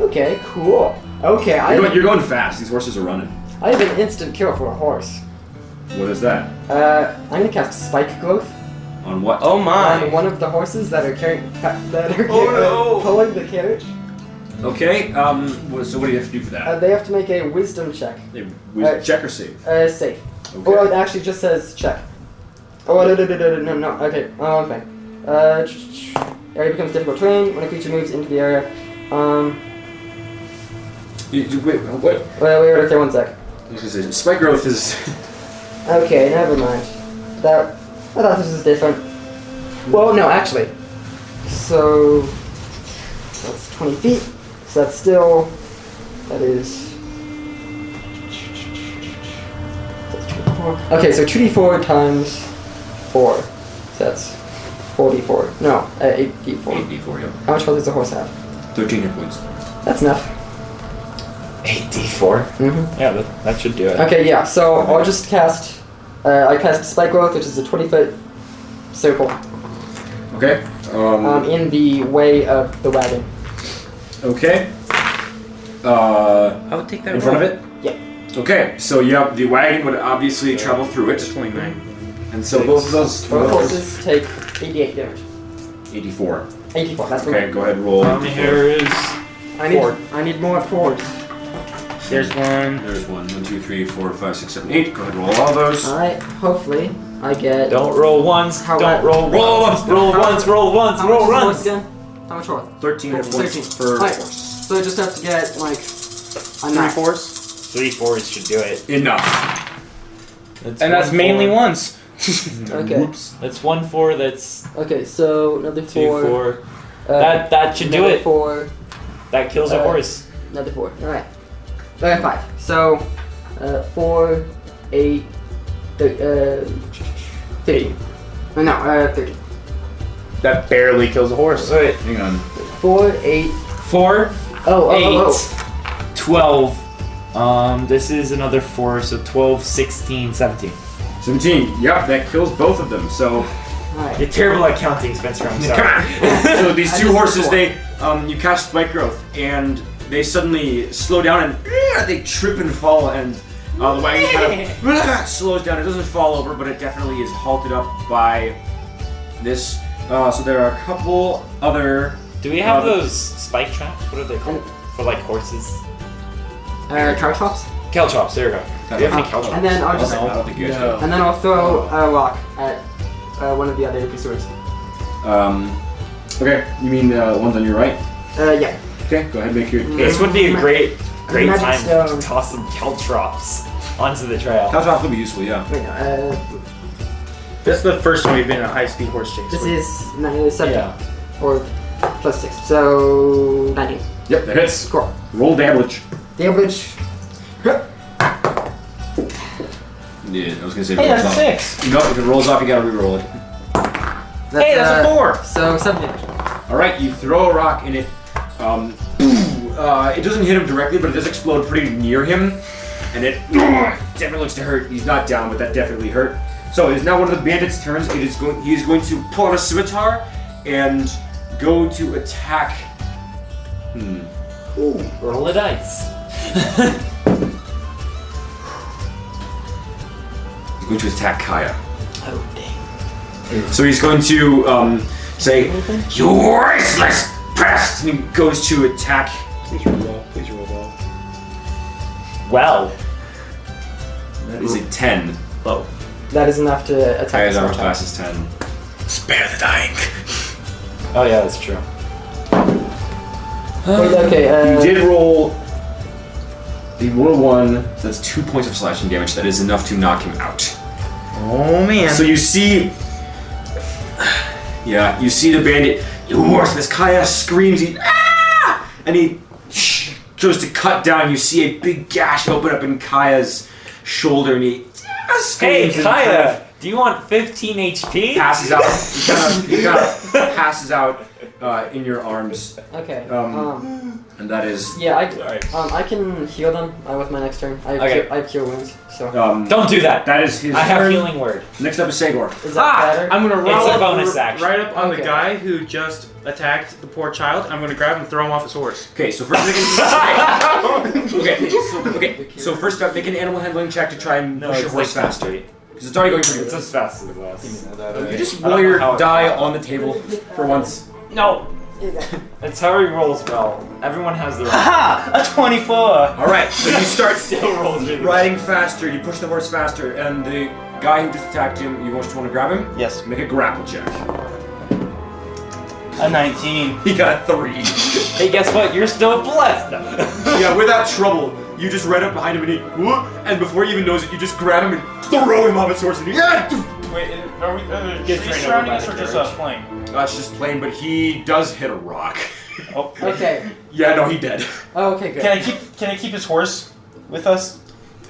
[SPEAKER 5] Okay, cool. Okay, I
[SPEAKER 1] You're going,
[SPEAKER 5] have,
[SPEAKER 1] you're going fast. These horses are running.
[SPEAKER 5] I have an instant kill for a horse.
[SPEAKER 1] What is that?
[SPEAKER 5] Uh, I'm gonna cast Spike Growth
[SPEAKER 1] On what?
[SPEAKER 9] Oh my.
[SPEAKER 5] on one of the horses that are carrying (laughs) that are
[SPEAKER 1] Oh,
[SPEAKER 5] ca- uh,
[SPEAKER 1] no.
[SPEAKER 5] (laughs) pulling the carriage.
[SPEAKER 1] Okay. Um. what- So what do you have to do for that?
[SPEAKER 5] Uh, they have to make a Wisdom check.
[SPEAKER 1] They- we-
[SPEAKER 5] uh,
[SPEAKER 1] check or save.
[SPEAKER 5] Uh, safe.
[SPEAKER 1] Okay.
[SPEAKER 5] Well, it actually just says check. Oh, no, no, no, no, no, no, no. Okay, um, okay. Uh, ch- ch- area becomes difficult terrain when a creature moves into the area. Um,
[SPEAKER 1] You- you- wait, what?
[SPEAKER 5] wait, wait, wait, okay, one sec.
[SPEAKER 1] I was gonna say, Spike growth is.
[SPEAKER 5] Okay, never mind. That, I thought this was different. Well, no, actually. So, that's 20 feet. So that's still, that is. that's 24. Okay, so 2d4 times 4. So that's 4d4. No, uh, 8d4.
[SPEAKER 1] 8d4, yeah.
[SPEAKER 5] How much health does a horse have?
[SPEAKER 1] 13 hit points.
[SPEAKER 5] That's enough.
[SPEAKER 28] 8d4.
[SPEAKER 5] hmm
[SPEAKER 28] Yeah, that, that should do it.
[SPEAKER 5] Okay, yeah, so I'll just cast. Uh, I cast Spike Growth, which is a 20 foot circle.
[SPEAKER 1] Okay. Um.
[SPEAKER 5] um, in the way of the wagon.
[SPEAKER 1] okay. Uh.
[SPEAKER 29] I would take that
[SPEAKER 1] In front of
[SPEAKER 29] roll.
[SPEAKER 1] it.
[SPEAKER 5] Yeah.
[SPEAKER 1] Okay. So yep, the wagon would obviously travel through it.
[SPEAKER 29] 29.
[SPEAKER 1] And so both of those
[SPEAKER 5] Both horses take 88 damage.
[SPEAKER 1] 84.
[SPEAKER 5] 84, that's
[SPEAKER 1] Okay, go ahead, roll.
[SPEAKER 2] Um, here is
[SPEAKER 5] I need, I need more fours.
[SPEAKER 29] There's one.
[SPEAKER 1] There's one, one, two, three, four, five, six, seven, eight. Go ahead, roll all those.
[SPEAKER 5] Alright, hopefully I get.
[SPEAKER 2] don't roll ones,
[SPEAKER 5] How
[SPEAKER 2] don't
[SPEAKER 5] I-
[SPEAKER 2] roll
[SPEAKER 1] Roll
[SPEAKER 2] ones,
[SPEAKER 1] ones.
[SPEAKER 2] roll ones, roll ones,
[SPEAKER 5] How
[SPEAKER 2] roll
[SPEAKER 5] much
[SPEAKER 2] runs.
[SPEAKER 5] is the horse again? How much horse?
[SPEAKER 1] 13 hit points
[SPEAKER 5] 13.
[SPEAKER 1] per
[SPEAKER 5] Alright.
[SPEAKER 1] horse.
[SPEAKER 5] So I just have to get like a nine.
[SPEAKER 29] fours.
[SPEAKER 2] Three fours should do it.
[SPEAKER 1] Enough.
[SPEAKER 29] And that's mainly ones.
[SPEAKER 5] Okay.
[SPEAKER 1] Whoops.
[SPEAKER 2] That's one four. That's
[SPEAKER 5] Okay, so another
[SPEAKER 2] two
[SPEAKER 5] four.
[SPEAKER 2] four.
[SPEAKER 5] Uh,
[SPEAKER 2] that that should do
[SPEAKER 5] another
[SPEAKER 2] it.
[SPEAKER 5] Four.
[SPEAKER 2] That kills a
[SPEAKER 5] uh,
[SPEAKER 2] horse.
[SPEAKER 5] Another four. Alright. Okay, five. So, uh, four, eight, thir- uh, 15. No, no, uh, 13.
[SPEAKER 7] That barely kills a horse.
[SPEAKER 2] Wait,
[SPEAKER 1] Hang on.
[SPEAKER 5] Four, eight,
[SPEAKER 2] four,
[SPEAKER 5] oh, oh, oh, oh.
[SPEAKER 2] eight, twelve. Um, this is another four, so 12, 16, 17.
[SPEAKER 1] 17. Yep, that kills both of them. So,
[SPEAKER 5] Alright.
[SPEAKER 2] You're terrible at counting, Spencer. I'm sorry.
[SPEAKER 1] (laughs) so these
[SPEAKER 5] I
[SPEAKER 1] two
[SPEAKER 5] just
[SPEAKER 1] horses,
[SPEAKER 5] rolled.
[SPEAKER 1] they um, you cast spike growth, and they suddenly slow down and eh, they trip and fall, and uh, the wagon kind of (laughs) eh, slows down. It doesn't fall over, but it definitely is halted up by this. Uh, so there are a couple other
[SPEAKER 2] (laughs) Do we have
[SPEAKER 1] Um,
[SPEAKER 2] those spike traps? What are they called? For like horses?
[SPEAKER 5] Uh, charge hops.
[SPEAKER 2] Cow chops, there we go. Do you have any cow chops?
[SPEAKER 5] And then I'll just,
[SPEAKER 1] Uh, Oh, I don't think you guys do.
[SPEAKER 5] and then I'll throw a rock at uh, one of the other pursuers.
[SPEAKER 1] Um, okay, you mean uh, the ones on your right?
[SPEAKER 5] Uh, yeah.
[SPEAKER 1] Okay, go ahead and make your.
[SPEAKER 5] Mm.
[SPEAKER 2] This would be a great, great
[SPEAKER 5] Magic
[SPEAKER 2] time
[SPEAKER 5] stone.
[SPEAKER 2] to toss some caltrops onto the trail.
[SPEAKER 1] Couch off would be useful, yeah.
[SPEAKER 5] Wait, no, uh,
[SPEAKER 7] This is the first time we've been in a high-speed horse chase.
[SPEAKER 5] this is nine, uh, seven
[SPEAKER 2] Yeah.
[SPEAKER 5] or plus six, so nineteen.
[SPEAKER 1] Yep, that hits.
[SPEAKER 5] Cool.
[SPEAKER 1] Roll damage.
[SPEAKER 5] Damage.
[SPEAKER 1] Yeah, I was gonna say.
[SPEAKER 7] Hey,
[SPEAKER 1] rolls off.
[SPEAKER 7] that's six.
[SPEAKER 1] No, if it rolls off, you gotta re-roll it.
[SPEAKER 5] That's,
[SPEAKER 7] Hey, that's a
[SPEAKER 5] uh,
[SPEAKER 7] four.
[SPEAKER 5] So seven damage.
[SPEAKER 1] All right, you throw a rock and it, um, uh, it doesn't hit him directly, but it does explode pretty near him, and it (clears throat) definitely looks to hurt. He's not down, but that definitely hurt. So it is now one of the bandits' turns. It is going. He is going to pull out a scimitar and go to attack. Hmm.
[SPEAKER 2] Roll a dice.
[SPEAKER 1] He's going to attack Kaya. Oh dang. So he's going to um, say, "You worthless pest!" And he goes to attack.
[SPEAKER 7] Please roll well. Please roll well.
[SPEAKER 2] well.
[SPEAKER 1] That is a 10.
[SPEAKER 2] Low.
[SPEAKER 5] That is enough to attack
[SPEAKER 1] Tyra's
[SPEAKER 5] us.
[SPEAKER 1] armor
[SPEAKER 5] on top.
[SPEAKER 1] class is 10.
[SPEAKER 9] Spare the dying.
[SPEAKER 2] Oh yeah, that's true.
[SPEAKER 5] Wait, okay,
[SPEAKER 1] You
[SPEAKER 5] uh,
[SPEAKER 1] did roll. You rolled a 1, so that's 2 points of slashing damage. That is enough to knock him out.
[SPEAKER 7] Oh man.
[SPEAKER 1] So you see. (sighs) Yeah, you see the bandit. You worthless! Kaya screams. He, ah! And he (sniffs) goes to cut down. You see a big gash open up in Kaya's shoulder, and he ah,
[SPEAKER 2] Hey,
[SPEAKER 1] screams. and kind of
[SPEAKER 2] Kaya, do you want 15 HP?
[SPEAKER 1] passes out. He kind of, he kind
[SPEAKER 2] (laughs)
[SPEAKER 1] of passes out uh, in your arms,
[SPEAKER 5] okay.
[SPEAKER 1] um,
[SPEAKER 5] Um,
[SPEAKER 1] and that is.
[SPEAKER 5] yeah, I,
[SPEAKER 2] Alright.
[SPEAKER 5] um, I can heal them uh, with my next turn. I have,
[SPEAKER 2] Okay.
[SPEAKER 5] cure, I have cure wounds, so
[SPEAKER 1] Um,
[SPEAKER 2] Don't do that.
[SPEAKER 1] that is his.
[SPEAKER 2] I have
[SPEAKER 1] turn.
[SPEAKER 2] healing word.
[SPEAKER 1] Next up is Sagor.
[SPEAKER 7] Ah,
[SPEAKER 5] is that better?
[SPEAKER 7] I'm (laughs) gonna roll
[SPEAKER 2] It's a
[SPEAKER 7] up
[SPEAKER 2] bonus
[SPEAKER 7] r-
[SPEAKER 2] action.
[SPEAKER 7] right up on
[SPEAKER 5] Okay.
[SPEAKER 7] the guy who just attacked the poor child. I'm gonna grab him, and throw him off his horse.
[SPEAKER 1] Okay, so first
[SPEAKER 2] (laughs)
[SPEAKER 1] make (laughs) an okay, so, okay, so first up, make an animal handling check to try and push your horse faster because it's already going pretty
[SPEAKER 2] It's
[SPEAKER 1] good.
[SPEAKER 2] as fast as last.
[SPEAKER 1] You just
[SPEAKER 2] I don't
[SPEAKER 1] roll your
[SPEAKER 2] know how it-
[SPEAKER 1] die on the table for once.
[SPEAKER 2] No. That's how he rolls well. Everyone has their own.
[SPEAKER 1] (laughs)
[SPEAKER 7] Aha! A 24!
[SPEAKER 1] All right, so you start
[SPEAKER 2] Still rolls really well.
[SPEAKER 1] riding faster. You push the horse faster, and the guy who just attacked him, you just want to grab him.
[SPEAKER 7] Yes.
[SPEAKER 1] Make a grapple check. (laughs)
[SPEAKER 7] A 19.
[SPEAKER 1] He got a three.
[SPEAKER 2] Hey, guess what? You're still blessed.
[SPEAKER 1] (laughs) yeah, without trouble, you just right up behind him and he, whoop, and before he even knows it, you just grab him and throw him off his horse and he, yeah. doof.
[SPEAKER 7] Wait, are we uh,
[SPEAKER 2] Gets
[SPEAKER 7] trees
[SPEAKER 2] ran over
[SPEAKER 7] surrounding
[SPEAKER 2] by
[SPEAKER 7] us
[SPEAKER 2] the
[SPEAKER 7] or just
[SPEAKER 2] carriage.
[SPEAKER 7] us playing?
[SPEAKER 1] That's just plain, but he does hit a rock. (laughs)
[SPEAKER 7] Oh.
[SPEAKER 5] Okay.
[SPEAKER 1] yeah, no, he dead.
[SPEAKER 5] Oh, okay, good.
[SPEAKER 7] Can I keep Can I keep his horse with us?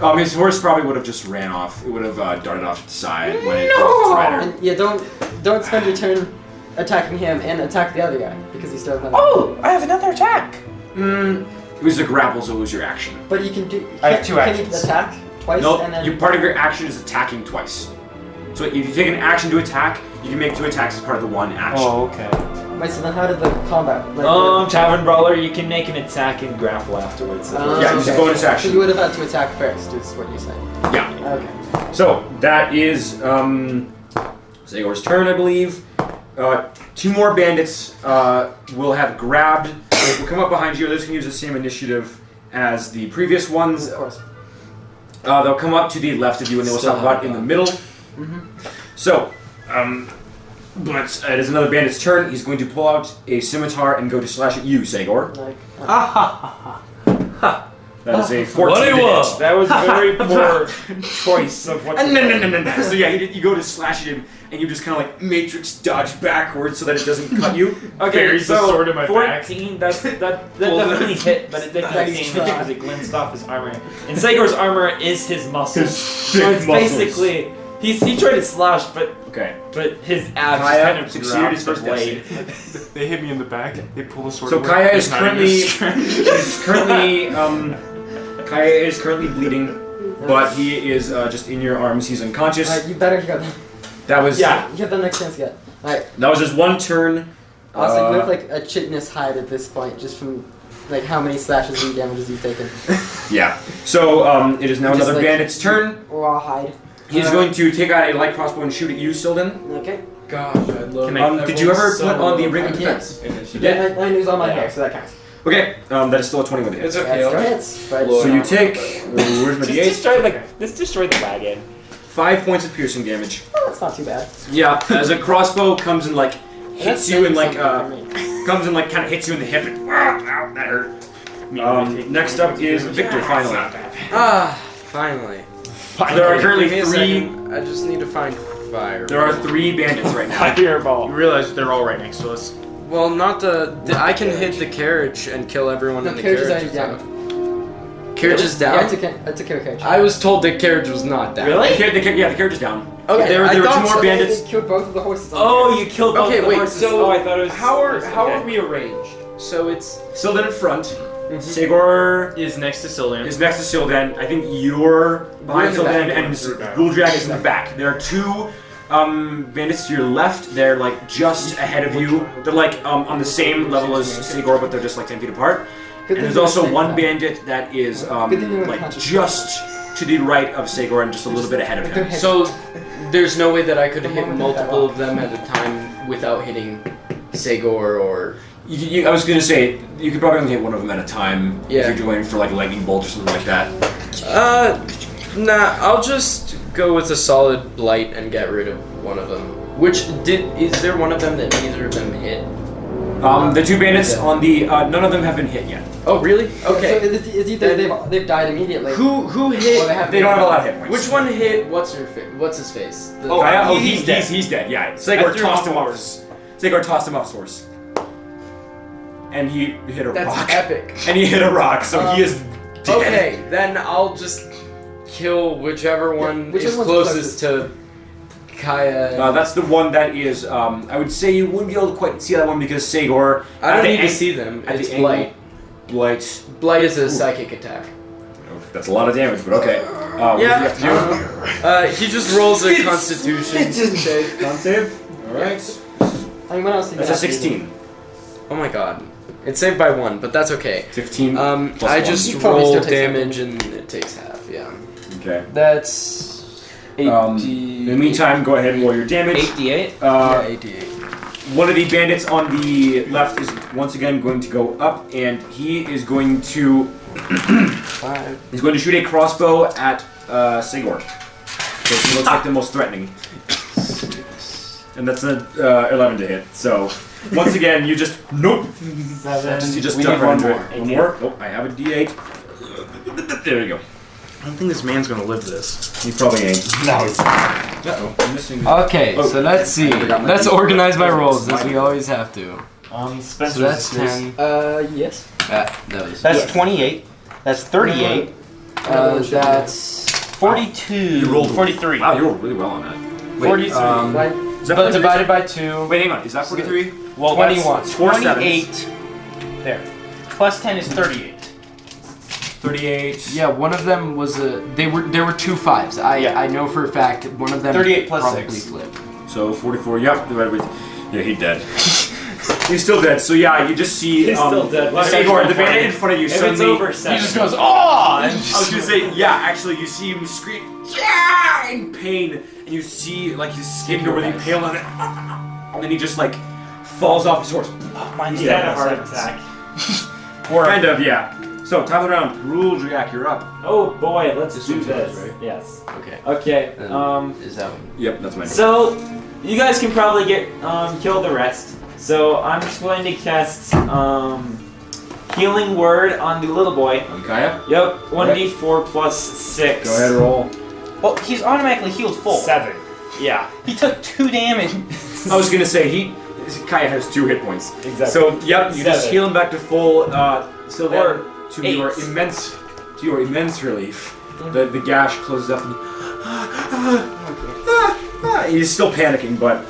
[SPEAKER 1] Um, his horse probably would have just ran off. It would have uh, darted off to the side when it crossed its rider.
[SPEAKER 5] And yeah, don't don't spend your turn attacking him and attack the other guy because he still has another.
[SPEAKER 7] Oh, I have another attack.
[SPEAKER 1] Mm, it was a grapple, so it was your action.
[SPEAKER 5] But you can do.
[SPEAKER 7] I have
[SPEAKER 5] can-
[SPEAKER 7] two
[SPEAKER 5] can
[SPEAKER 7] actions.
[SPEAKER 5] you attack twice
[SPEAKER 1] No,
[SPEAKER 5] and then?
[SPEAKER 1] you part of your action is attacking twice. So if you take an action to attack, you can make two attacks as part of the one action.
[SPEAKER 2] Oh, okay.
[SPEAKER 5] Wait, so then how did the combat? Like,
[SPEAKER 2] Um, Tavern Brawler, you can make an attack and grapple afterwards.
[SPEAKER 5] um,
[SPEAKER 1] yeah, it's a bonus action.
[SPEAKER 5] So you would have had to attack first, is what you're saying.
[SPEAKER 1] Yeah.
[SPEAKER 5] Okay.
[SPEAKER 1] So that is um, Zagor's turn, I believe. Uh, two more bandits uh, will have grabbed. will come up behind you. Those can use the same initiative as the previous ones.
[SPEAKER 5] Of course.
[SPEAKER 1] Uh, they'll come up to the left of you and they will stop about in the middle.
[SPEAKER 5] Mm-hmm.
[SPEAKER 1] So, um, but it is another bandit's turn. He's going to pull out a scimitar and go to slash at you, Sagor.
[SPEAKER 5] Like, um,
[SPEAKER 1] That is a 14 to hit.
[SPEAKER 2] That was
[SPEAKER 1] (laughs)
[SPEAKER 2] a very poor choice of what.
[SPEAKER 1] And (laughs)
[SPEAKER 2] to
[SPEAKER 1] no, no,
[SPEAKER 2] do.
[SPEAKER 1] no, no, no. So yeah, he did, you go to slash at him, and you just kind of like matrix dodge backwards so that it doesn't cut (laughs) you.
[SPEAKER 2] Okay,
[SPEAKER 7] Buries the
[SPEAKER 2] so
[SPEAKER 7] sword in my back.
[SPEAKER 2] 14, that's, that, that definitely hit, but it did not
[SPEAKER 5] Nice
[SPEAKER 2] damage
[SPEAKER 5] try.
[SPEAKER 2] because
[SPEAKER 1] (laughs)
[SPEAKER 2] it glanced off his armor. And Sagor's armor is his muscles. so
[SPEAKER 1] thick
[SPEAKER 2] it's
[SPEAKER 1] muscles.
[SPEAKER 2] basically, he's, he tried to slash, but
[SPEAKER 1] Okay.
[SPEAKER 2] but his abs
[SPEAKER 1] Kaya
[SPEAKER 2] kind of
[SPEAKER 1] succeeded
[SPEAKER 2] grabbed
[SPEAKER 1] his first
[SPEAKER 2] the blade.
[SPEAKER 7] They hit me in the back. They pull the sword.
[SPEAKER 1] So
[SPEAKER 7] away.
[SPEAKER 1] Kaya is
[SPEAKER 7] It's not even
[SPEAKER 1] currently-
[SPEAKER 7] strength.
[SPEAKER 1] (laughs) He's currently um, Kaya is currently bleeding, but he is uh, just in your arms. He's unconscious.
[SPEAKER 5] Alright, you better go. then.
[SPEAKER 1] That was
[SPEAKER 2] Yeah.
[SPEAKER 5] You have the next chance yet. Alright.
[SPEAKER 1] That was his one turn.
[SPEAKER 5] Also, you
[SPEAKER 1] Uh,
[SPEAKER 5] have like a chitinous hide at this point, just from like how many slashes and damages you've taken.
[SPEAKER 1] yeah. So um, it is now
[SPEAKER 5] Just
[SPEAKER 1] another
[SPEAKER 5] like-
[SPEAKER 1] bandit's turn.
[SPEAKER 5] Raw hide.
[SPEAKER 1] He's
[SPEAKER 5] Uh,
[SPEAKER 1] going to take out a light crossbow and shoot at you, Sildan.
[SPEAKER 5] Okay.
[SPEAKER 9] Gosh, I love.
[SPEAKER 7] Can I-
[SPEAKER 1] Um, did you ever
[SPEAKER 9] so
[SPEAKER 1] put on the ring
[SPEAKER 5] I
[SPEAKER 1] of
[SPEAKER 5] did.
[SPEAKER 1] defense?
[SPEAKER 9] initiative.
[SPEAKER 1] Yeah.
[SPEAKER 5] Yeah. I, I lose all my
[SPEAKER 2] Yeah.
[SPEAKER 5] hair, so that counts.
[SPEAKER 1] Okay. Um, that is still a twenty-one hit.
[SPEAKER 9] It's okay.
[SPEAKER 5] That's
[SPEAKER 9] I'll-
[SPEAKER 5] hits, but uh,
[SPEAKER 1] So you take. Where's my
[SPEAKER 2] Just
[SPEAKER 1] d8?
[SPEAKER 2] destroy the, just destroy the wagon.
[SPEAKER 1] Five points of piercing damage.
[SPEAKER 5] Oh, that's not too bad.
[SPEAKER 1] Yeah, as a crossbow comes and like
[SPEAKER 5] That's
[SPEAKER 1] hits you and like
[SPEAKER 5] something for
[SPEAKER 1] uh,
[SPEAKER 5] me.
[SPEAKER 1] comes and like kind of hits you in the hip. And, ah, ow, that hurt. Um, next up is Victor. Finally,
[SPEAKER 9] Ah, finally.
[SPEAKER 1] there are currently
[SPEAKER 9] Give me a
[SPEAKER 1] three.
[SPEAKER 9] second. I just need to find fire.
[SPEAKER 1] There are three bandits right
[SPEAKER 9] (laughs)
[SPEAKER 1] now.
[SPEAKER 2] Fireball.
[SPEAKER 7] You realize they're all right next to us.
[SPEAKER 9] Well, not the. the I can hit the carriage and kill everyone
[SPEAKER 5] The
[SPEAKER 9] in the
[SPEAKER 5] carriage
[SPEAKER 9] carriage.
[SPEAKER 5] is already
[SPEAKER 9] down. Carriage is down.
[SPEAKER 5] Yeah, I took, a- I took care of Cage.
[SPEAKER 9] I was told the carriage was not down.
[SPEAKER 1] The
[SPEAKER 2] Really?
[SPEAKER 1] car- the car- yeah, the carriage is down.
[SPEAKER 9] Okay,
[SPEAKER 1] there were,
[SPEAKER 9] I
[SPEAKER 1] there were two
[SPEAKER 9] thought
[SPEAKER 1] more
[SPEAKER 9] so.
[SPEAKER 1] bandits.
[SPEAKER 5] They killed both of the horses. on
[SPEAKER 2] Oh, you killed both
[SPEAKER 9] Okay,
[SPEAKER 2] of the
[SPEAKER 9] wait,
[SPEAKER 2] horses.
[SPEAKER 9] so
[SPEAKER 2] oh, I thought it was
[SPEAKER 7] How are
[SPEAKER 2] okay.
[SPEAKER 7] How are we arranged?
[SPEAKER 9] So it's
[SPEAKER 1] Sildan in front.
[SPEAKER 9] Mm-hmm.
[SPEAKER 1] Sigor
[SPEAKER 7] Is next to Cillian.
[SPEAKER 1] is next to Sildan. I think you're behind
[SPEAKER 9] We're in the
[SPEAKER 1] Sildan,
[SPEAKER 9] back.
[SPEAKER 1] and Guldrag is in the back. There are two. Um, bandits to your left, they're like just ahead of you. They're like um, on the same level as Sigor, but they're just like 10 feet apart.
[SPEAKER 5] Good thing
[SPEAKER 1] And there's
[SPEAKER 5] you
[SPEAKER 1] also
[SPEAKER 5] saved
[SPEAKER 1] one
[SPEAKER 5] that.
[SPEAKER 1] bandit that is um,
[SPEAKER 5] Good thing you were
[SPEAKER 1] like
[SPEAKER 5] conscious.
[SPEAKER 1] just to the right of Sagor and just a little bit ahead of
[SPEAKER 5] Their
[SPEAKER 1] him.
[SPEAKER 5] heads.
[SPEAKER 9] so. There's no way that I could
[SPEAKER 5] The
[SPEAKER 9] hit
[SPEAKER 5] moment that that
[SPEAKER 9] multiple of them at a time without hitting Segor or.
[SPEAKER 1] You, you, I was gonna say you could probably only hit one of them at a time
[SPEAKER 9] Yeah.
[SPEAKER 1] if you're doing for like lightning bolt or something like that.
[SPEAKER 9] Uh, nah. I'll just go with a solid blight and get rid of one of them. Which did is there one of them that neither of them hit?
[SPEAKER 1] Um, the two bandits on the uh, none of them have been hit yet.
[SPEAKER 9] Oh, really?
[SPEAKER 5] So
[SPEAKER 9] Okay.
[SPEAKER 5] it's, it's either they've, they've died immediately.
[SPEAKER 9] Who who
[SPEAKER 5] Well, they
[SPEAKER 9] hit?
[SPEAKER 5] have-
[SPEAKER 1] They don't have a lot of hit points.
[SPEAKER 9] Which one hit? What's her fa- What's his face? The-
[SPEAKER 1] Oh, I- oh,
[SPEAKER 9] he-
[SPEAKER 1] he's, dead. He's, he's dead. Yeah,
[SPEAKER 9] I
[SPEAKER 1] Sigurd
[SPEAKER 9] threw him
[SPEAKER 1] tossed
[SPEAKER 9] off
[SPEAKER 1] him
[SPEAKER 9] the
[SPEAKER 1] off.
[SPEAKER 9] horse.
[SPEAKER 1] Sigurd tossed him off his horse, and he hit a
[SPEAKER 9] That's
[SPEAKER 1] rock.
[SPEAKER 9] epic.
[SPEAKER 1] (laughs) And he hit a rock, so
[SPEAKER 9] Um,
[SPEAKER 1] he is dead.
[SPEAKER 9] Okay, then I'll just kill whichever one
[SPEAKER 5] whichever
[SPEAKER 9] is
[SPEAKER 5] one's
[SPEAKER 9] closest to Kaya.
[SPEAKER 1] Uh, that's the one that is. Um, I would say you wouldn't be able to quite see that one because Sagor.
[SPEAKER 9] I
[SPEAKER 1] at
[SPEAKER 9] don't
[SPEAKER 1] the
[SPEAKER 9] need to
[SPEAKER 1] ang-
[SPEAKER 9] see them.
[SPEAKER 1] at
[SPEAKER 9] It's
[SPEAKER 1] the angle-
[SPEAKER 9] blight.
[SPEAKER 1] Blight.
[SPEAKER 9] Blight is a psychic attack.
[SPEAKER 1] That's a lot of damage, but okay. Uh, What
[SPEAKER 9] Yeah.
[SPEAKER 1] do you have to
[SPEAKER 5] (laughs)
[SPEAKER 9] Uh, he just rolls a Constitution save.
[SPEAKER 1] do? Con save. All right.
[SPEAKER 5] I mean, what else
[SPEAKER 1] That's
[SPEAKER 5] did
[SPEAKER 1] a
[SPEAKER 5] you have to do?
[SPEAKER 1] sixteen.
[SPEAKER 9] Oh my god, it's saved by one, but that's okay.
[SPEAKER 1] Fifteen.
[SPEAKER 9] Um,
[SPEAKER 1] plus
[SPEAKER 9] I
[SPEAKER 1] one.
[SPEAKER 9] just
[SPEAKER 5] You probably
[SPEAKER 9] roll
[SPEAKER 5] still take something.
[SPEAKER 9] damage and it takes half. Yeah.
[SPEAKER 1] Okay.
[SPEAKER 5] That's.
[SPEAKER 1] Um, in the meantime, go ahead and roll your damage.
[SPEAKER 2] 88.
[SPEAKER 1] Uh,
[SPEAKER 5] eighty-eight.
[SPEAKER 1] One of the bandits on the left is once again going to go up, and he is going to
[SPEAKER 5] Five.
[SPEAKER 1] he's going to shoot a crossbow at uh, Sigor. Because he looks like the most threatening, and that's a uh, eleven to hit. So once again, you just nope.
[SPEAKER 5] Seven.
[SPEAKER 1] You just
[SPEAKER 2] We
[SPEAKER 1] duck
[SPEAKER 2] need
[SPEAKER 1] right
[SPEAKER 2] one
[SPEAKER 1] into
[SPEAKER 2] more.
[SPEAKER 1] it. One more. Oh, I have a D8. There we go.
[SPEAKER 7] I don't think this man's gonna live this.
[SPEAKER 1] He probably ain't.
[SPEAKER 5] No, it's
[SPEAKER 1] Uh-oh, I'm missing.
[SPEAKER 5] Uh,
[SPEAKER 30] Okay, so let's see.
[SPEAKER 1] forgot my
[SPEAKER 30] Let's
[SPEAKER 1] D4.
[SPEAKER 30] organize my rolls as we always have to.
[SPEAKER 2] Um, Spencer's
[SPEAKER 30] So that's
[SPEAKER 2] is next.
[SPEAKER 30] 10.
[SPEAKER 5] Uh, yes.
[SPEAKER 30] That, that was.
[SPEAKER 7] That's 28. That's 38.
[SPEAKER 5] Uh, that's.
[SPEAKER 7] 42.
[SPEAKER 1] You rolled
[SPEAKER 7] 43.
[SPEAKER 1] Wow, you rolled really well on that. Wait,
[SPEAKER 30] 43.
[SPEAKER 1] um,
[SPEAKER 5] Like,
[SPEAKER 1] is that
[SPEAKER 30] But
[SPEAKER 1] 43?
[SPEAKER 30] divided by 2,
[SPEAKER 1] Wait, hang on. Is that forty-three?
[SPEAKER 7] Well,
[SPEAKER 30] 21.
[SPEAKER 7] that's
[SPEAKER 1] Four sevens.
[SPEAKER 7] 28. There. Plus 10 is 38.
[SPEAKER 1] Thirty-eight.
[SPEAKER 30] yeah, one of them was a. They were there were two fives. I
[SPEAKER 7] Yeah.
[SPEAKER 30] I know for a fact one of them
[SPEAKER 7] 38 plus
[SPEAKER 30] probably
[SPEAKER 7] six.
[SPEAKER 30] flipped.
[SPEAKER 1] So 44, yep, divided with. Yeah, he's dead. (laughs) he's still dead. So yeah, you just see.
[SPEAKER 31] He's
[SPEAKER 1] um,
[SPEAKER 31] still dead. Why are you
[SPEAKER 1] Sagor, the
[SPEAKER 31] so funny?
[SPEAKER 1] bandit in front of you
[SPEAKER 31] If
[SPEAKER 1] suddenly.
[SPEAKER 31] it's over seven,
[SPEAKER 30] He just goes, oh!
[SPEAKER 1] I was gonna say, yeah, actually, you see him scream, yeah, in pain, and you see like his skin go really pale, and, (laughs) and then he just like falls off his horse.
[SPEAKER 7] Mine's
[SPEAKER 1] Yeah,
[SPEAKER 7] yeah,
[SPEAKER 1] that's
[SPEAKER 7] hard.
[SPEAKER 1] it. Kind of, yeah. So top of the round, Rule Jack, you're up.
[SPEAKER 2] Oh boy, let's
[SPEAKER 9] This
[SPEAKER 2] do
[SPEAKER 9] one's yours,
[SPEAKER 2] this.
[SPEAKER 9] right?
[SPEAKER 2] Yes.
[SPEAKER 9] Okay.
[SPEAKER 2] Okay.
[SPEAKER 9] Um,
[SPEAKER 2] Um,
[SPEAKER 9] Is that one?
[SPEAKER 1] Yep, that's my name.
[SPEAKER 2] so you guys can probably get um, kill the rest. So I'm just going to cast um, healing word on the little boy.
[SPEAKER 1] On Kaya.
[SPEAKER 2] Yep, one d four plus six.
[SPEAKER 1] Go ahead, roll.
[SPEAKER 7] Well, he's automatically healed full.
[SPEAKER 2] Seven. Yeah.
[SPEAKER 7] He took two damage.
[SPEAKER 1] I was gonna say he Kaya has two hit points.
[SPEAKER 2] Exactly.
[SPEAKER 1] So yep, you just
[SPEAKER 2] Seven.
[SPEAKER 1] heal him back to full. Uh, so that
[SPEAKER 2] Or
[SPEAKER 1] to your
[SPEAKER 2] eight.
[SPEAKER 1] immense to your immense relief, the, the gash closes up and (sighs) he's still panicking, but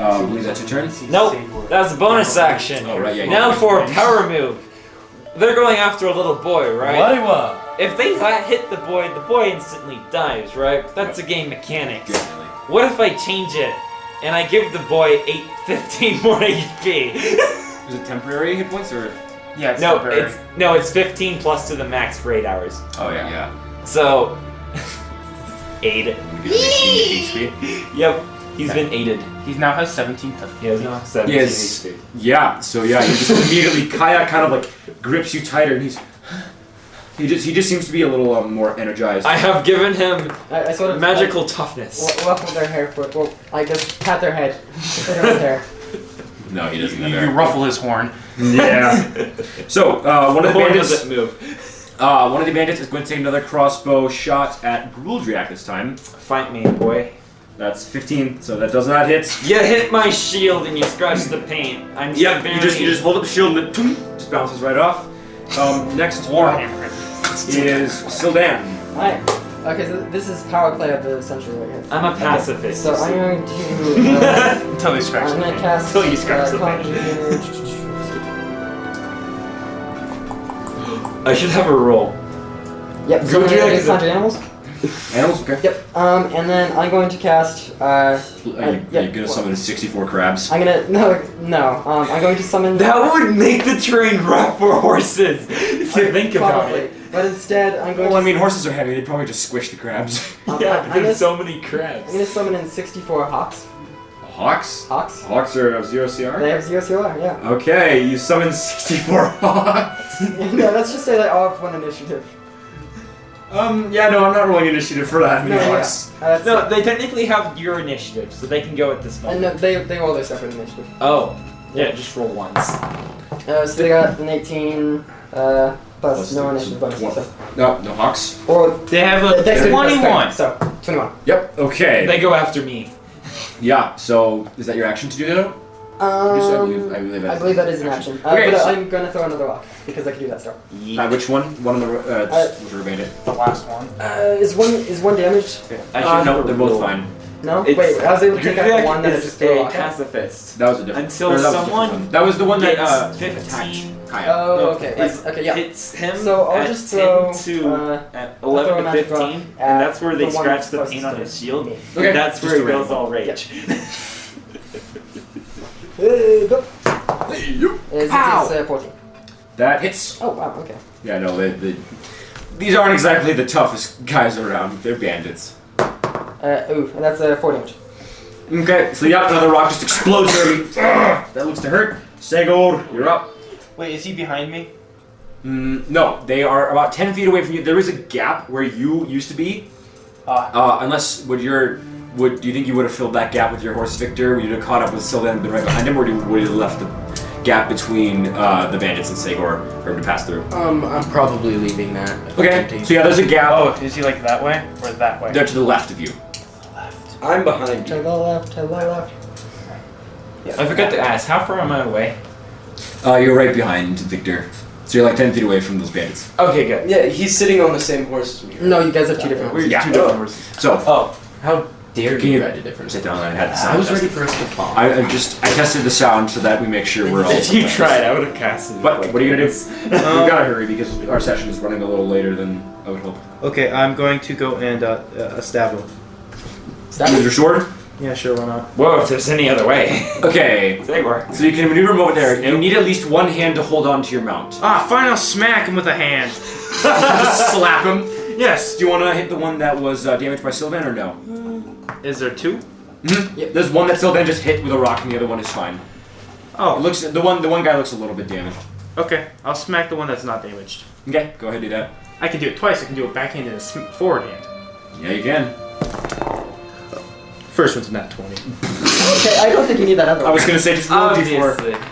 [SPEAKER 1] um, is that your turn?
[SPEAKER 2] Nope. That's a bonus action.
[SPEAKER 1] Oh, right, yeah, yeah.
[SPEAKER 2] Now for a power move. They're going after a little boy, right?
[SPEAKER 30] Wadiwa!
[SPEAKER 2] If they ha- hit the boy, the boy instantly dies, right? That's a game mechanic.
[SPEAKER 1] Definitely.
[SPEAKER 2] What if I change it and I give the boy (laughs) 8, 15 more HP?
[SPEAKER 1] Is it temporary hit points or?
[SPEAKER 7] yeah, it's
[SPEAKER 2] no,
[SPEAKER 7] temporary.
[SPEAKER 2] it's no, it's 15 plus to the max for eight hours.
[SPEAKER 1] Oh yeah, yeah.
[SPEAKER 2] So, (laughs) aid.
[SPEAKER 1] HP.
[SPEAKER 2] Yep, he's been aided.
[SPEAKER 7] He now has 17 health.
[SPEAKER 2] He has now 17
[SPEAKER 1] Yes.
[SPEAKER 2] HP.
[SPEAKER 1] Yeah. So yeah, you just immediately Kaya kind of like grips you tighter, and he's he just he just seems to be a little um, more energized.
[SPEAKER 2] I have given him
[SPEAKER 5] I, I sort of.
[SPEAKER 2] magical toughness.
[SPEAKER 5] Like, wha- ruffle their hair for. Well, I just pat their head. (laughs) They don't have hair.
[SPEAKER 1] no, he doesn't.
[SPEAKER 7] You, you ruffle his horn.
[SPEAKER 1] (laughs) Yeah. so uh, one of the
[SPEAKER 2] Boy, does
[SPEAKER 1] bandits,
[SPEAKER 2] it move.
[SPEAKER 1] uh, one of the bandits is going to take another crossbow shot at Gruldriak this time.
[SPEAKER 2] Fight me, boy.
[SPEAKER 1] That's 15, so that does not hit.
[SPEAKER 2] You hit my shield and you scratch the paint. I'm
[SPEAKER 1] Yep.
[SPEAKER 2] severely-
[SPEAKER 1] You just you just hold up the shield and it just bounces right off. Um, next one is Sildan.
[SPEAKER 5] Alright. Okay, so this is power play of the century right here.
[SPEAKER 2] I'm a pacifist.
[SPEAKER 5] So
[SPEAKER 2] you see.
[SPEAKER 5] I'm going to.
[SPEAKER 2] (laughs)
[SPEAKER 5] Uh,
[SPEAKER 7] Until he scratches
[SPEAKER 5] I'm
[SPEAKER 7] the
[SPEAKER 5] gonna
[SPEAKER 7] hand.
[SPEAKER 5] cast.
[SPEAKER 2] Until you scratch the
[SPEAKER 5] uh,
[SPEAKER 2] page.
[SPEAKER 5] (laughs) conjure-
[SPEAKER 2] I should have a roll.
[SPEAKER 5] Yep. So
[SPEAKER 2] Go
[SPEAKER 5] I'm gonna
[SPEAKER 2] Jack.
[SPEAKER 5] use conjure animals.
[SPEAKER 1] Animals, okay.
[SPEAKER 5] Yep. Um, and then I'm going to cast. Uh,
[SPEAKER 1] Are you,
[SPEAKER 5] Yeah.
[SPEAKER 1] are you gonna summon 64 crabs?
[SPEAKER 5] I'm gonna no no. Um, I'm going to summon.
[SPEAKER 2] That would make the terrain rough for horses. If you think about
[SPEAKER 5] probably.
[SPEAKER 2] it.
[SPEAKER 5] But instead, I'm going.
[SPEAKER 1] Well, I
[SPEAKER 5] to,
[SPEAKER 1] mean, horses are heavy. They'd probably just squish the crabs.
[SPEAKER 5] um,
[SPEAKER 2] Yeah,
[SPEAKER 5] I'm gonna,
[SPEAKER 2] there's so many
[SPEAKER 5] I'm
[SPEAKER 2] crabs.
[SPEAKER 5] gonna summon in 64 hawks.
[SPEAKER 1] (laughs) Hawks.
[SPEAKER 5] Hawks.
[SPEAKER 1] Hawks are of zero
[SPEAKER 5] They
[SPEAKER 1] CR.
[SPEAKER 5] have zero CR. Yeah. (laughs)
[SPEAKER 1] Okay, you summon 64 (laughs) hawks.
[SPEAKER 5] no, let's just say they all have one initiative.
[SPEAKER 1] Um, yeah, no, I'm not rolling initiative for that.
[SPEAKER 5] No, yeah. Uh, that's
[SPEAKER 2] No, they technically have your initiative, so they can go at this
[SPEAKER 5] And
[SPEAKER 2] moment.
[SPEAKER 5] no, they they roll their separate initiative.
[SPEAKER 2] Oh, yeah, just roll once.
[SPEAKER 5] Uh, so they got an 18 uh, plus,
[SPEAKER 1] Plus
[SPEAKER 5] no
[SPEAKER 1] the-
[SPEAKER 5] initiative bonus.
[SPEAKER 1] one.
[SPEAKER 5] So.
[SPEAKER 1] No, no hawks.
[SPEAKER 5] Or
[SPEAKER 7] They have
[SPEAKER 5] uh,
[SPEAKER 7] a
[SPEAKER 5] dexterity plus
[SPEAKER 2] 21.
[SPEAKER 5] thirty, So 21.
[SPEAKER 1] Yep. Okay.
[SPEAKER 2] They go after me.
[SPEAKER 1] yeah. So is that your action to do that?
[SPEAKER 5] Um,
[SPEAKER 1] Yes, I believe- I believe that is
[SPEAKER 5] that is an action. Uh,
[SPEAKER 1] Okay,
[SPEAKER 5] but
[SPEAKER 1] so-
[SPEAKER 5] I'm gonna throw another rock because I can do that still.
[SPEAKER 1] Uh, which one? One on the ro- uh, just which remainder?
[SPEAKER 32] The last one.
[SPEAKER 5] Uh, is one is one damage?
[SPEAKER 2] I
[SPEAKER 1] Uh,
[SPEAKER 2] should
[SPEAKER 1] no,
[SPEAKER 2] roll.
[SPEAKER 1] they're both fine.
[SPEAKER 5] No.
[SPEAKER 2] It's-
[SPEAKER 5] Wait, I was able to
[SPEAKER 2] Your
[SPEAKER 5] take out the
[SPEAKER 2] deck
[SPEAKER 5] one that I
[SPEAKER 2] is
[SPEAKER 5] just
[SPEAKER 2] a
[SPEAKER 5] threw off.
[SPEAKER 2] pacifist.
[SPEAKER 1] That was a different.
[SPEAKER 2] Until
[SPEAKER 1] or that was a different
[SPEAKER 2] someone
[SPEAKER 1] one. That was the one that
[SPEAKER 2] gets
[SPEAKER 1] uh,
[SPEAKER 2] 15.
[SPEAKER 1] attacked Kaya.
[SPEAKER 5] Oh,
[SPEAKER 2] No,
[SPEAKER 5] okay. right,
[SPEAKER 2] it's-
[SPEAKER 5] okay, yeah.
[SPEAKER 2] Hits him
[SPEAKER 5] So I'll
[SPEAKER 2] at
[SPEAKER 5] just
[SPEAKER 2] 10
[SPEAKER 5] throw.
[SPEAKER 2] to
[SPEAKER 5] uh,
[SPEAKER 2] at
[SPEAKER 5] I'll throw
[SPEAKER 2] 11 to
[SPEAKER 5] another rock
[SPEAKER 2] 15, and
[SPEAKER 5] at
[SPEAKER 2] that's where they
[SPEAKER 5] the one
[SPEAKER 2] scratch
[SPEAKER 5] that's
[SPEAKER 2] the paint
[SPEAKER 5] closest
[SPEAKER 2] on
[SPEAKER 5] to
[SPEAKER 2] his shield.
[SPEAKER 5] me.
[SPEAKER 1] Okay,
[SPEAKER 2] that's
[SPEAKER 1] just
[SPEAKER 2] where
[SPEAKER 1] a
[SPEAKER 2] he
[SPEAKER 1] random
[SPEAKER 2] goes all rage. (laughs)
[SPEAKER 5] Uh, go. Is, is, uh, 14.
[SPEAKER 1] That hits.
[SPEAKER 5] Oh wow. Okay.
[SPEAKER 1] Yeah, no, they, they, these aren't exactly the toughest guys around. They're bandits.
[SPEAKER 5] Uh, ooh, and that's uh, four damage.
[SPEAKER 1] Okay, so yeah, another rock just explodes through me. Ugh, that looks to hurt. Segor, you're up.
[SPEAKER 7] Wait, is he behind me?
[SPEAKER 1] Mm, no, they are about ten feet away from you. There is a gap where you used to be.
[SPEAKER 7] Ah.
[SPEAKER 1] Uh, unless would your would do you think you would have filled that gap with your horse Victor? Would you have caught up with Sylvan and been right behind him, or do you, would you have left the gap between uh, the bandits and Segor for him to pass through?
[SPEAKER 9] Um, I'm probably leaving that.
[SPEAKER 1] Okay, so yeah, there's a gap.
[SPEAKER 32] Oh, is he like that way or that way?
[SPEAKER 1] They're to the left of you.
[SPEAKER 9] I'm behind
[SPEAKER 5] To the left. To the left.
[SPEAKER 2] I forgot to ask, how far am I away?
[SPEAKER 1] Uh, you're right behind Victor. So you're like 10 feet away from those bandits.
[SPEAKER 2] Okay, good.
[SPEAKER 9] Yeah, he's sitting on the same horse as me.
[SPEAKER 5] No, you guys have two different.
[SPEAKER 1] Yeah. So,
[SPEAKER 2] Oh,
[SPEAKER 9] How dare
[SPEAKER 1] Can
[SPEAKER 9] you
[SPEAKER 1] you-
[SPEAKER 9] try to difference?
[SPEAKER 1] sit down and I had the sound.
[SPEAKER 9] I was
[SPEAKER 1] test.
[SPEAKER 9] ready for us to fall.
[SPEAKER 1] I, I just, I tested the sound so that we make sure we're all.
[SPEAKER 2] if you tried, I would have cast it.
[SPEAKER 1] But what are you gonna do? (laughs) We've gotta hurry because our session is running a little later than I would hope.
[SPEAKER 7] Okay, I'm going to go and uh, uh, stab him.
[SPEAKER 1] With your sword?
[SPEAKER 7] Yeah, sure, why not?
[SPEAKER 2] Whoa, if there's any other (laughs) way.
[SPEAKER 1] Okay.
[SPEAKER 2] Zegor.
[SPEAKER 1] So you can maneuver him over there. You need at least one hand to hold on to your mount.
[SPEAKER 7] Ah, fine, I'll smack him with a hand.
[SPEAKER 1] just slap him.
[SPEAKER 7] Yes.
[SPEAKER 1] Do you wanna hit the one that was uh, damaged by Sylvan or no?
[SPEAKER 7] Is there two?
[SPEAKER 1] Mm-hmm. There's one that Sylvan just hit with a rock and the other one is fine. It
[SPEAKER 7] Oh,
[SPEAKER 1] looks, the one, the one guy looks a little bit damaged.
[SPEAKER 7] okay. I'll smack the one that's not damaged.
[SPEAKER 1] Okay, go ahead and do that.
[SPEAKER 7] I can do it twice. I can do a backhand and a sm- forward hand.
[SPEAKER 1] Yeah, you can.
[SPEAKER 7] First one's not 20.
[SPEAKER 5] Okay, I don't think you need that other
[SPEAKER 1] I
[SPEAKER 5] one.
[SPEAKER 1] was gonna say just roll a d4.
[SPEAKER 2] Obviously.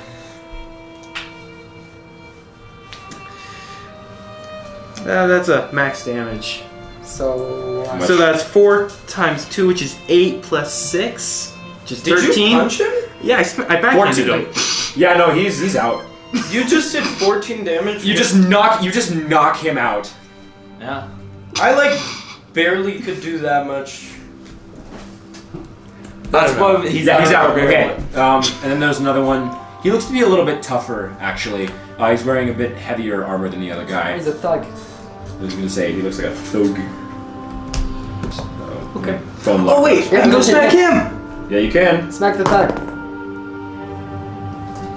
[SPEAKER 7] Uh, that's a max damage.
[SPEAKER 5] So. Uh,
[SPEAKER 1] Much.
[SPEAKER 7] So that's 4 times 2, which is 8 plus 6, which is 13.
[SPEAKER 9] him?
[SPEAKER 7] Yeah, I, sm- I backhanded him.
[SPEAKER 1] Yeah, no, he's he's out.
[SPEAKER 9] You just did 14 damage.
[SPEAKER 1] You just knock you just knock him out.
[SPEAKER 2] Yeah.
[SPEAKER 9] I like barely could do that much.
[SPEAKER 2] That's
[SPEAKER 1] know.
[SPEAKER 2] what he's
[SPEAKER 1] yeah, he's out.
[SPEAKER 2] Okay.
[SPEAKER 1] Okay. Um, and then there's another one. He looks to be a little bit tougher, actually. Uh, he's wearing a bit heavier armor than the other guy.
[SPEAKER 5] He's a thug.
[SPEAKER 1] I was gonna say he looks like a thug. So,
[SPEAKER 5] Okay.
[SPEAKER 1] Phone
[SPEAKER 9] Oh,
[SPEAKER 1] lock.
[SPEAKER 7] wait!
[SPEAKER 5] Oh, I can go smack
[SPEAKER 7] him!
[SPEAKER 1] Yeah, you can.
[SPEAKER 5] Smack the thug.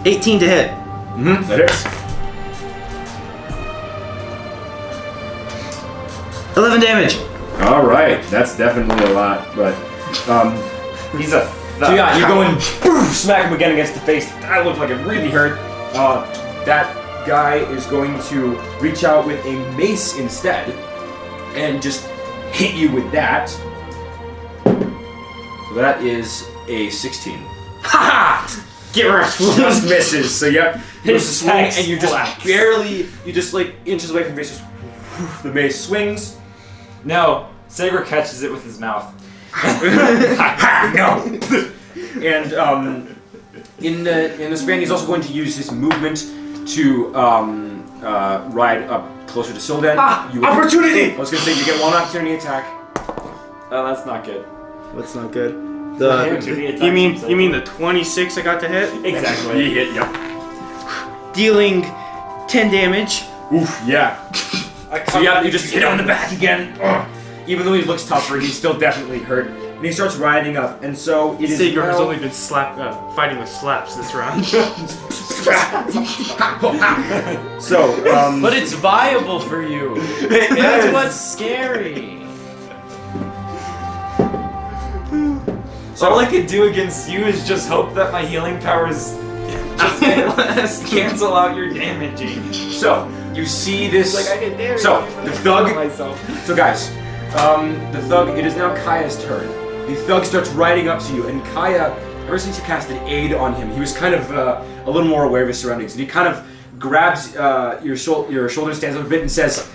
[SPEAKER 7] 18 to hit.
[SPEAKER 1] Mm-hmm. That is.
[SPEAKER 7] 11 damage.
[SPEAKER 1] All right. That's definitely a lot, but um,
[SPEAKER 2] He's a.
[SPEAKER 1] So yeah, you go and boom, smack him again against the face. That looked like it really hurt. Uh, that guy is going to reach out with a mace instead and just hit you with that. So that is a 16.
[SPEAKER 2] Ha!
[SPEAKER 1] (laughs)
[SPEAKER 2] Get wrecked.
[SPEAKER 1] Just misses. So yep, there's a swing
[SPEAKER 2] axe
[SPEAKER 1] and you just
[SPEAKER 2] flaps.
[SPEAKER 1] barely, you just like inches away from the mace. Just, the mace swings.
[SPEAKER 2] No, Saber catches it with his mouth.
[SPEAKER 1] no. and um, in the in the span, he's also going to use his movement to um, uh, ride up closer to Sildan.
[SPEAKER 2] Ah,
[SPEAKER 1] You-
[SPEAKER 2] opportunity!
[SPEAKER 1] I was gonna say you get one opportunity attack.
[SPEAKER 2] Oh, that's not good.
[SPEAKER 7] That's not good. The, you mean you mean the 26 I got to hit?
[SPEAKER 2] Exactly.
[SPEAKER 1] hit, yep.
[SPEAKER 7] Dealing 10 damage.
[SPEAKER 1] Oof, yeah. so yeah, you just hit him in the back again. Ugh. Even though he looks tougher, he's still definitely hurt. And he starts riding up, and so it is.
[SPEAKER 7] Sager has
[SPEAKER 1] now-
[SPEAKER 7] only been slap uh, fighting with slaps this round.
[SPEAKER 1] (laughs) so, um,
[SPEAKER 9] But it's viable for
[SPEAKER 7] (laughs)
[SPEAKER 9] you. That's what's scary.
[SPEAKER 1] so
[SPEAKER 2] All I could do against you is just hope that my healing powers just cancel out your damaging.
[SPEAKER 1] So, you see this.
[SPEAKER 6] Like I get there.
[SPEAKER 1] So,
[SPEAKER 6] I
[SPEAKER 1] the thug-
[SPEAKER 6] Myself.
[SPEAKER 1] So guys, um, the thug. It is now Kaya's turn. The thug starts riding up to you, and Kaya, ever since you casted aid on him, he was kind of uh, a little more aware of his surroundings, and he kind of grabs uh, your shou- your shoulder, stands up a bit, and says,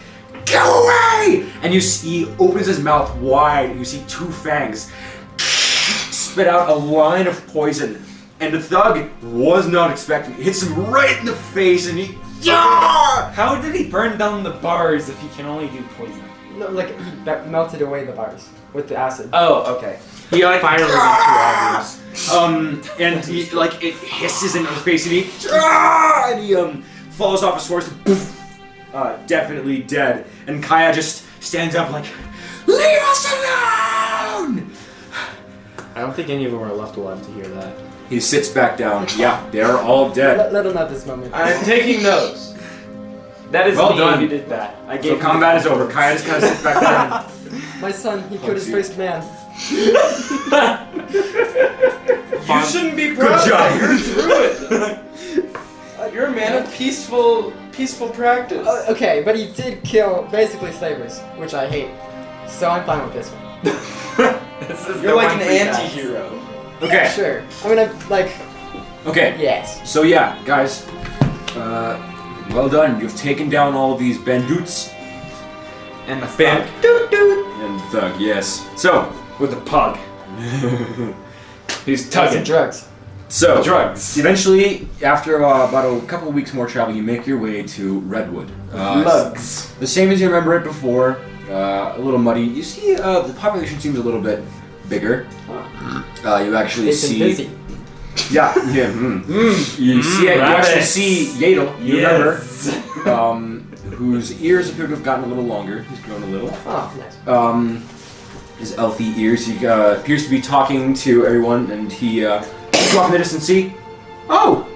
[SPEAKER 1] "Go away!" And you see, he opens his mouth wide, and you see two fangs spit out a line of poison. And the thug was not expecting. It hits him right in the face, and he. Yeah!
[SPEAKER 6] How did he burn down the bars if he can only do poison?
[SPEAKER 5] No, like he that melted away the bars with the acid.
[SPEAKER 6] Oh, okay.
[SPEAKER 1] He like finally Um, and he like it hisses in his face, and he "Ah!" and he um falls off his horse, poof, uh, definitely dead. And Kaya just stands up like, "Leave us alone!"
[SPEAKER 7] I don't think any of them are left alive to hear that.
[SPEAKER 1] He sits back down. Yeah, they're all dead.
[SPEAKER 5] Let, let him have this moment.
[SPEAKER 6] I'm taking notes. That is
[SPEAKER 1] Well
[SPEAKER 6] me
[SPEAKER 1] done.
[SPEAKER 6] who did that. I gave
[SPEAKER 1] So
[SPEAKER 6] him
[SPEAKER 1] combat is
[SPEAKER 6] the-
[SPEAKER 1] over. Kaya just kind of sits back
[SPEAKER 7] (laughs)
[SPEAKER 1] down.
[SPEAKER 5] My son, he killed his
[SPEAKER 1] you.
[SPEAKER 5] first man.
[SPEAKER 9] You shouldn't be proud.
[SPEAKER 1] Good job.
[SPEAKER 9] You're a man of peaceful, peaceful practice.
[SPEAKER 5] Uh, okay, but he did kill basically slavers, which I hate. So I'm fine with this one.
[SPEAKER 6] This is
[SPEAKER 9] You're
[SPEAKER 6] the
[SPEAKER 9] like
[SPEAKER 6] one
[SPEAKER 9] an
[SPEAKER 6] free pass.
[SPEAKER 9] anti-hero.
[SPEAKER 1] Okay.
[SPEAKER 5] Sure. I mean, I'm like,
[SPEAKER 1] Okay.
[SPEAKER 5] yes.
[SPEAKER 1] So yeah, guys, uh, well done. You've taken down all these bandoots
[SPEAKER 6] And the fan
[SPEAKER 1] and thug. Yes. So
[SPEAKER 6] with the pug. He's
[SPEAKER 5] That's some
[SPEAKER 6] tugging
[SPEAKER 5] drugs.
[SPEAKER 1] so
[SPEAKER 6] drugs.
[SPEAKER 1] Eventually, after uh, about a couple weeks more travel, you make your way to Redwood. Uh,
[SPEAKER 6] Lugs.
[SPEAKER 1] The same as you remember it before, uh, a little muddy. You see, uh, the population seems a little bit bigger. Uh, you actually
[SPEAKER 5] They've
[SPEAKER 1] see,
[SPEAKER 5] been busy.
[SPEAKER 1] (laughs) yeah, yeah. mm. You see, you actually
[SPEAKER 6] rabbits.
[SPEAKER 1] see Yadel. You
[SPEAKER 6] (laughs) Yes.
[SPEAKER 1] remember, um, whose ears appear to have gotten a little longer. He's grown a little
[SPEAKER 5] Oh, nice.
[SPEAKER 1] um, his elfy ears. He uh, appears to be talking to everyone, and he uh, looks off in the distance. See, oh,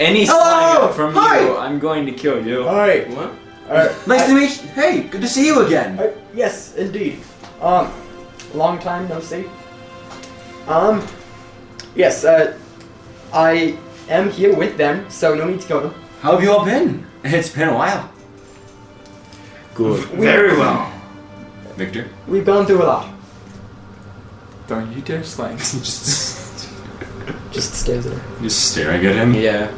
[SPEAKER 6] Any
[SPEAKER 1] Hello!
[SPEAKER 6] slang from
[SPEAKER 1] Hi!
[SPEAKER 6] you, I'm going to kill you.
[SPEAKER 5] Alright.
[SPEAKER 9] What?
[SPEAKER 5] Alright.
[SPEAKER 1] nice to meet. You. Hey, good to see you again.
[SPEAKER 5] Alright, Uh, Yes, indeed. Um, long time no see. Um, yes, uh, I am here with them, so no need to kill them.
[SPEAKER 1] How have you all been? It's been a while.
[SPEAKER 7] Good.
[SPEAKER 6] Very well.
[SPEAKER 1] Victor, (laughs)
[SPEAKER 5] We've gone through a lot.
[SPEAKER 6] Don't you dare slang.
[SPEAKER 1] just
[SPEAKER 5] Just stares at her.
[SPEAKER 1] just staring at him.
[SPEAKER 9] Yeah.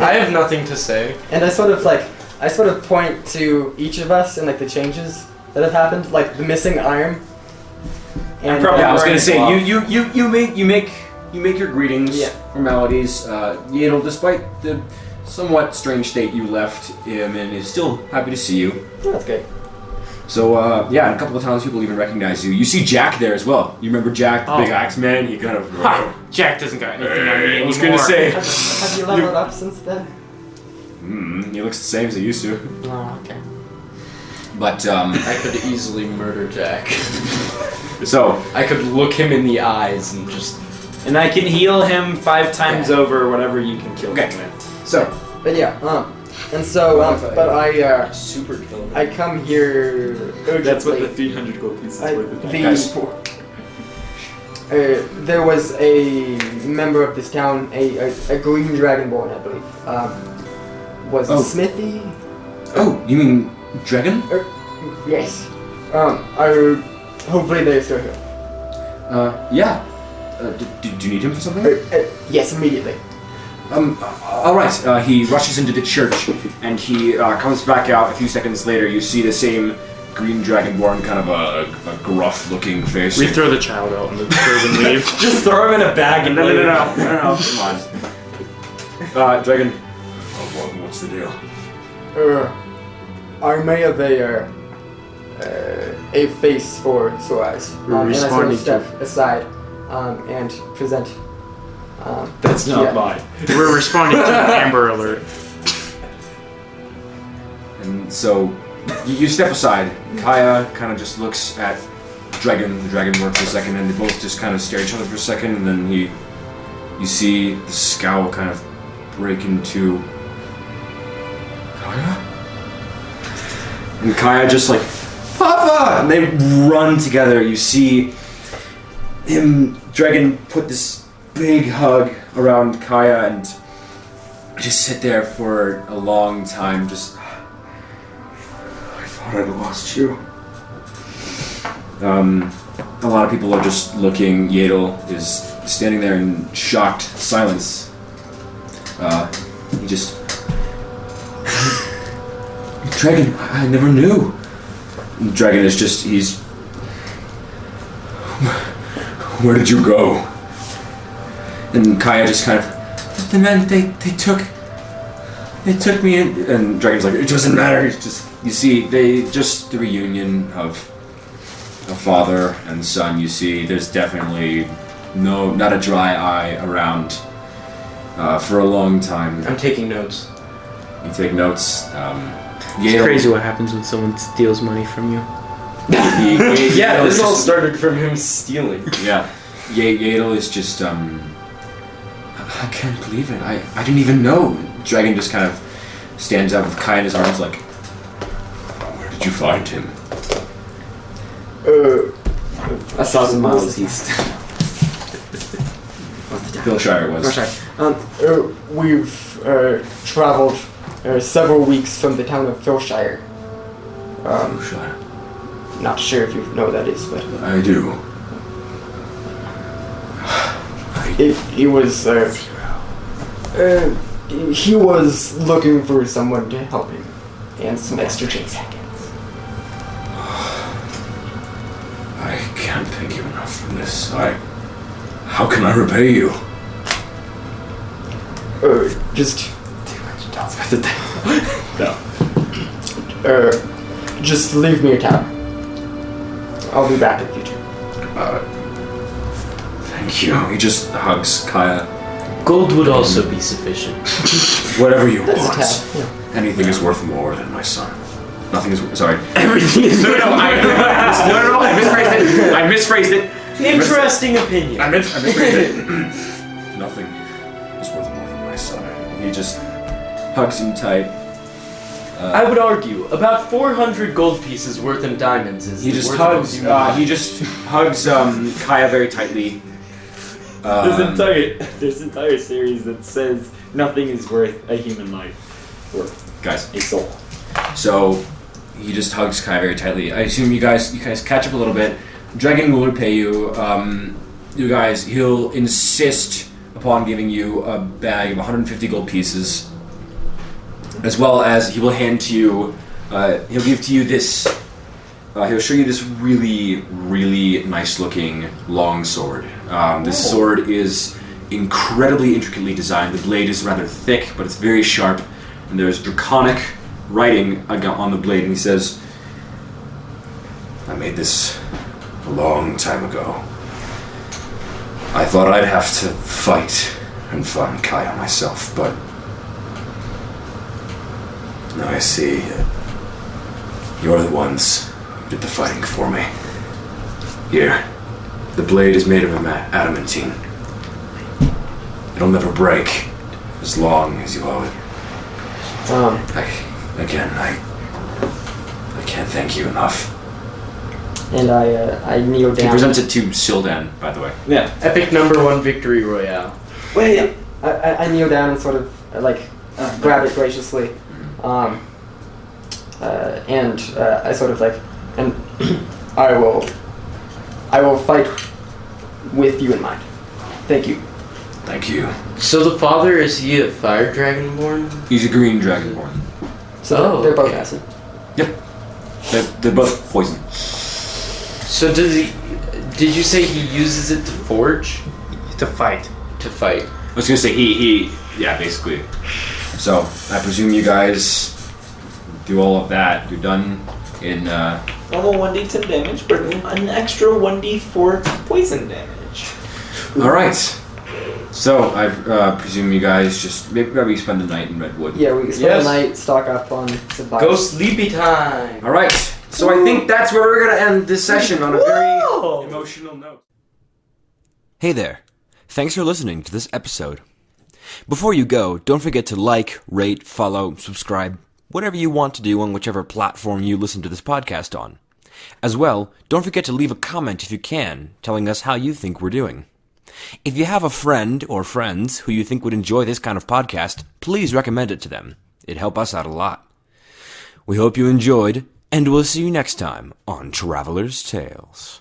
[SPEAKER 9] I have nothing to say.
[SPEAKER 5] And I sort of like, I sort of point to each of us and like the changes that have happened, like the missing arm. And
[SPEAKER 1] Probably,
[SPEAKER 5] uh,
[SPEAKER 1] I was gonna
[SPEAKER 6] Alright,
[SPEAKER 1] say
[SPEAKER 6] well.
[SPEAKER 1] you, you you you make you make you make your greetings,
[SPEAKER 5] Yeah.
[SPEAKER 1] formalities. Uh, Yadel, despite the somewhat strange state you left him in, is still happy to see you.
[SPEAKER 5] oh, that's great.
[SPEAKER 1] So uh, yeah, in a couple of times people even recognize you. You see Jack there as well. You remember Jack, the
[SPEAKER 7] Oh.
[SPEAKER 1] big axe man? He kind of.
[SPEAKER 7] Ha! Jack doesn't got anything on me
[SPEAKER 1] (laughs) I was
[SPEAKER 7] anymore.
[SPEAKER 1] gonna say.
[SPEAKER 7] (laughs)
[SPEAKER 5] Have, have you leveled up since then?
[SPEAKER 1] Mm, he looks the same as he used to. (laughs)
[SPEAKER 5] Oh, okay.
[SPEAKER 1] But um,
[SPEAKER 9] I could easily murder Jack. (laughs)
[SPEAKER 1] so
[SPEAKER 9] I could look him in the eyes and just.
[SPEAKER 6] And I can heal him five times over whatever you can kill
[SPEAKER 1] Okay.
[SPEAKER 6] him with.
[SPEAKER 1] so
[SPEAKER 5] But yeah, um, and so, um, but I, uh,
[SPEAKER 9] Super kill him.
[SPEAKER 5] I come here urgently.
[SPEAKER 6] That's what the 300 gold pieces
[SPEAKER 5] I,
[SPEAKER 6] worth of
[SPEAKER 5] the
[SPEAKER 1] Guys.
[SPEAKER 5] uh, there was a member of this town, a, a, a green dragonborn, I believe. Um, was
[SPEAKER 1] Oh.
[SPEAKER 5] it Smithy?
[SPEAKER 1] oh, you mean dragon?
[SPEAKER 5] Yes. Um, I hopefully they're still here.
[SPEAKER 1] Uh, yeah. Uh, d- d- do you need him for something?
[SPEAKER 5] Uh, uh, yes, immediately.
[SPEAKER 1] Um, uh, all right. Uh, he rushes into the church, and he uh, comes back out a few seconds later. You see the same green dragonborn, kind of a, a gruff-looking face.
[SPEAKER 7] We throw the child out in the curb and leave.
[SPEAKER 6] Just throw him in a bag and
[SPEAKER 1] No, no,
[SPEAKER 6] leave.
[SPEAKER 1] no, no, no, no, no, come on. (laughs) Uh, Dragon. Oh, what, what's the deal?
[SPEAKER 5] Uh, I may have a uh, uh, a face for sore eyes. Um, and I sort
[SPEAKER 7] responding
[SPEAKER 5] of
[SPEAKER 7] to-
[SPEAKER 5] step aside um, and present. Um,
[SPEAKER 6] That's not
[SPEAKER 5] Yeah.
[SPEAKER 6] mine.
[SPEAKER 7] We're responding
[SPEAKER 33] (laughs)
[SPEAKER 7] to an Amber Alert.
[SPEAKER 1] And so you, you step aside. Kaya kind of just looks at Dragon, the Dragon Lord for a second, and they both just kind of stare at each other for a second, and then he, you see the scowl kind of break into Kaya, and Kaya just like Papa, and they run together. You see him, Dragon, put this big hug around Kaya and I just sit there for a long time, just. I thought I'd lost you. Um, a lot of people are just looking. Yadel is standing there in shocked silence. Uh, he just. (sighs) Dragon, I never knew. Dragon is just. He's. Where did you go? And Kaya just kind of the men they, they took they took me in and Dragon's like, it doesn't matter, it's just you see, they just the reunion of a father and son, you see, there's definitely no not a dry eye around uh, for a long time.
[SPEAKER 9] I'm taking notes.
[SPEAKER 1] You take notes. Um
[SPEAKER 33] It's
[SPEAKER 1] Yale-
[SPEAKER 33] crazy what happens when someone steals money from you.
[SPEAKER 9] (laughs)
[SPEAKER 1] he- he-
[SPEAKER 9] Yeah, this
[SPEAKER 1] Yale's
[SPEAKER 9] all
[SPEAKER 1] just-
[SPEAKER 9] started from him stealing.
[SPEAKER 1] Yeah. Ye- Yadel is just, um. I I can't believe it. I, I didn't even know. Dragon just kind of stands up with Kai in his arms, like, Where did you find him?
[SPEAKER 5] Uh,
[SPEAKER 7] A thousand miles
[SPEAKER 5] (laughs)
[SPEAKER 7] east.
[SPEAKER 1] Vilshire was.
[SPEAKER 5] um, uh, we've uh, traveled uh, several weeks from the town of Filshire. Um,
[SPEAKER 1] Vilshire.
[SPEAKER 5] not sure if you know what that is, but
[SPEAKER 1] I do.
[SPEAKER 5] it, it was. Uh, uh, he was looking for someone to help him and some extra Uh, change.
[SPEAKER 1] I can't thank you enough for this. I. How can I repay you?
[SPEAKER 5] Uh, just.
[SPEAKER 1] No.
[SPEAKER 5] (laughs) Uh, just leave me your town. I'll be back in the future.
[SPEAKER 1] Thank you. He just hugs Kaya.
[SPEAKER 33] Gold would also be sufficient.
[SPEAKER 1] Whatever you
[SPEAKER 5] That's
[SPEAKER 1] want.
[SPEAKER 5] a tab.
[SPEAKER 1] Anything is worth more than my son. Nothing is. Sorry.
[SPEAKER 33] Everything is
[SPEAKER 1] No, no, I, (laughs) no, no, no, I misphrased it. I misphrased it.
[SPEAKER 33] interesting opinion.
[SPEAKER 1] I mis- I misphrased (laughs) it. Nothing is worth more than my son. He just hugs him tight.
[SPEAKER 9] I would argue about 400 gold pieces worth in diamonds is
[SPEAKER 1] He
[SPEAKER 9] the
[SPEAKER 1] just
[SPEAKER 9] worth
[SPEAKER 1] hugs.
[SPEAKER 9] of a
[SPEAKER 1] Uh, he just hugs um, Kaya very tightly.
[SPEAKER 2] There's
[SPEAKER 1] Um,
[SPEAKER 2] entire (laughs) there's entire series that says nothing is worth a human life or
[SPEAKER 1] guys,
[SPEAKER 2] a soul.
[SPEAKER 1] so he just hugs Kaya very tightly. I assume you guys, you guys catch up a little bit. Dragon will repay you. Um, you guys, he'll insist upon giving you a bag of 150 gold pieces, as well as he will hand to you. Uh, he'll give to you this. Uh, he'll show you this really, really nice-looking long sword. Um, this sword is incredibly intricately designed. The blade is rather thick, but it's very sharp, and there's draconic writing ag- on the blade. And he says, "I made this a long time ago. I thought I'd have to fight and find Kaya myself, but now I see that you're the ones who did the fighting for me. Here, the blade is made of ama- adamantine. It'll never break as long as you owe it.
[SPEAKER 5] Um,
[SPEAKER 1] I, again, I, I can't thank you enough.
[SPEAKER 5] and I, uh, I kneel
[SPEAKER 1] He
[SPEAKER 5] down.
[SPEAKER 1] presents it to Sildan, by the way.
[SPEAKER 9] Epic number one victory royale.
[SPEAKER 5] Wait, I, I, I kneel down and sort of uh, like grab it graciously, um, uh, and uh, I sort of like, and (clears throat) I will, I will fight with you in mind. Thank you.
[SPEAKER 1] Thank you.
[SPEAKER 9] So the father is he a fire dragonborn?
[SPEAKER 1] He's a green dragonborn.
[SPEAKER 5] So
[SPEAKER 9] Oh,
[SPEAKER 5] they're, they're both
[SPEAKER 9] okay.
[SPEAKER 5] acid.
[SPEAKER 1] They're, they're both poison.
[SPEAKER 9] So does he? Did you say he uses it to forge
[SPEAKER 33] To fight.
[SPEAKER 9] to fight?
[SPEAKER 1] I was gonna say he he yeah basically. So I presume you guys do all of that. You're done in uh,
[SPEAKER 7] Normal 1d10 damage, but an extra 1d4 poison damage.
[SPEAKER 1] all right. So I uh, presume you guys just maybe, maybe spend the night in Redwood.
[SPEAKER 5] Yeah, we spend
[SPEAKER 9] Yes.
[SPEAKER 5] the night stock up on survival.
[SPEAKER 1] Oh,
[SPEAKER 9] Go sleepy time.
[SPEAKER 1] All right. So I think that's where we're gonna end this session on a very emotional note.
[SPEAKER 34] Hey there. Thanks for listening to this episode. Before you go, don't forget to like, rate, follow, subscribe, whatever you want to do on whichever platform you listen to this podcast on. As well, don't forget to leave a comment if you can, telling us how you think we're doing. If you have a friend or friends who you think would enjoy this kind of podcast, please recommend it to them. It'd help us out a lot. We hope you enjoyed, and we'll see you next time on Traveler's Tales.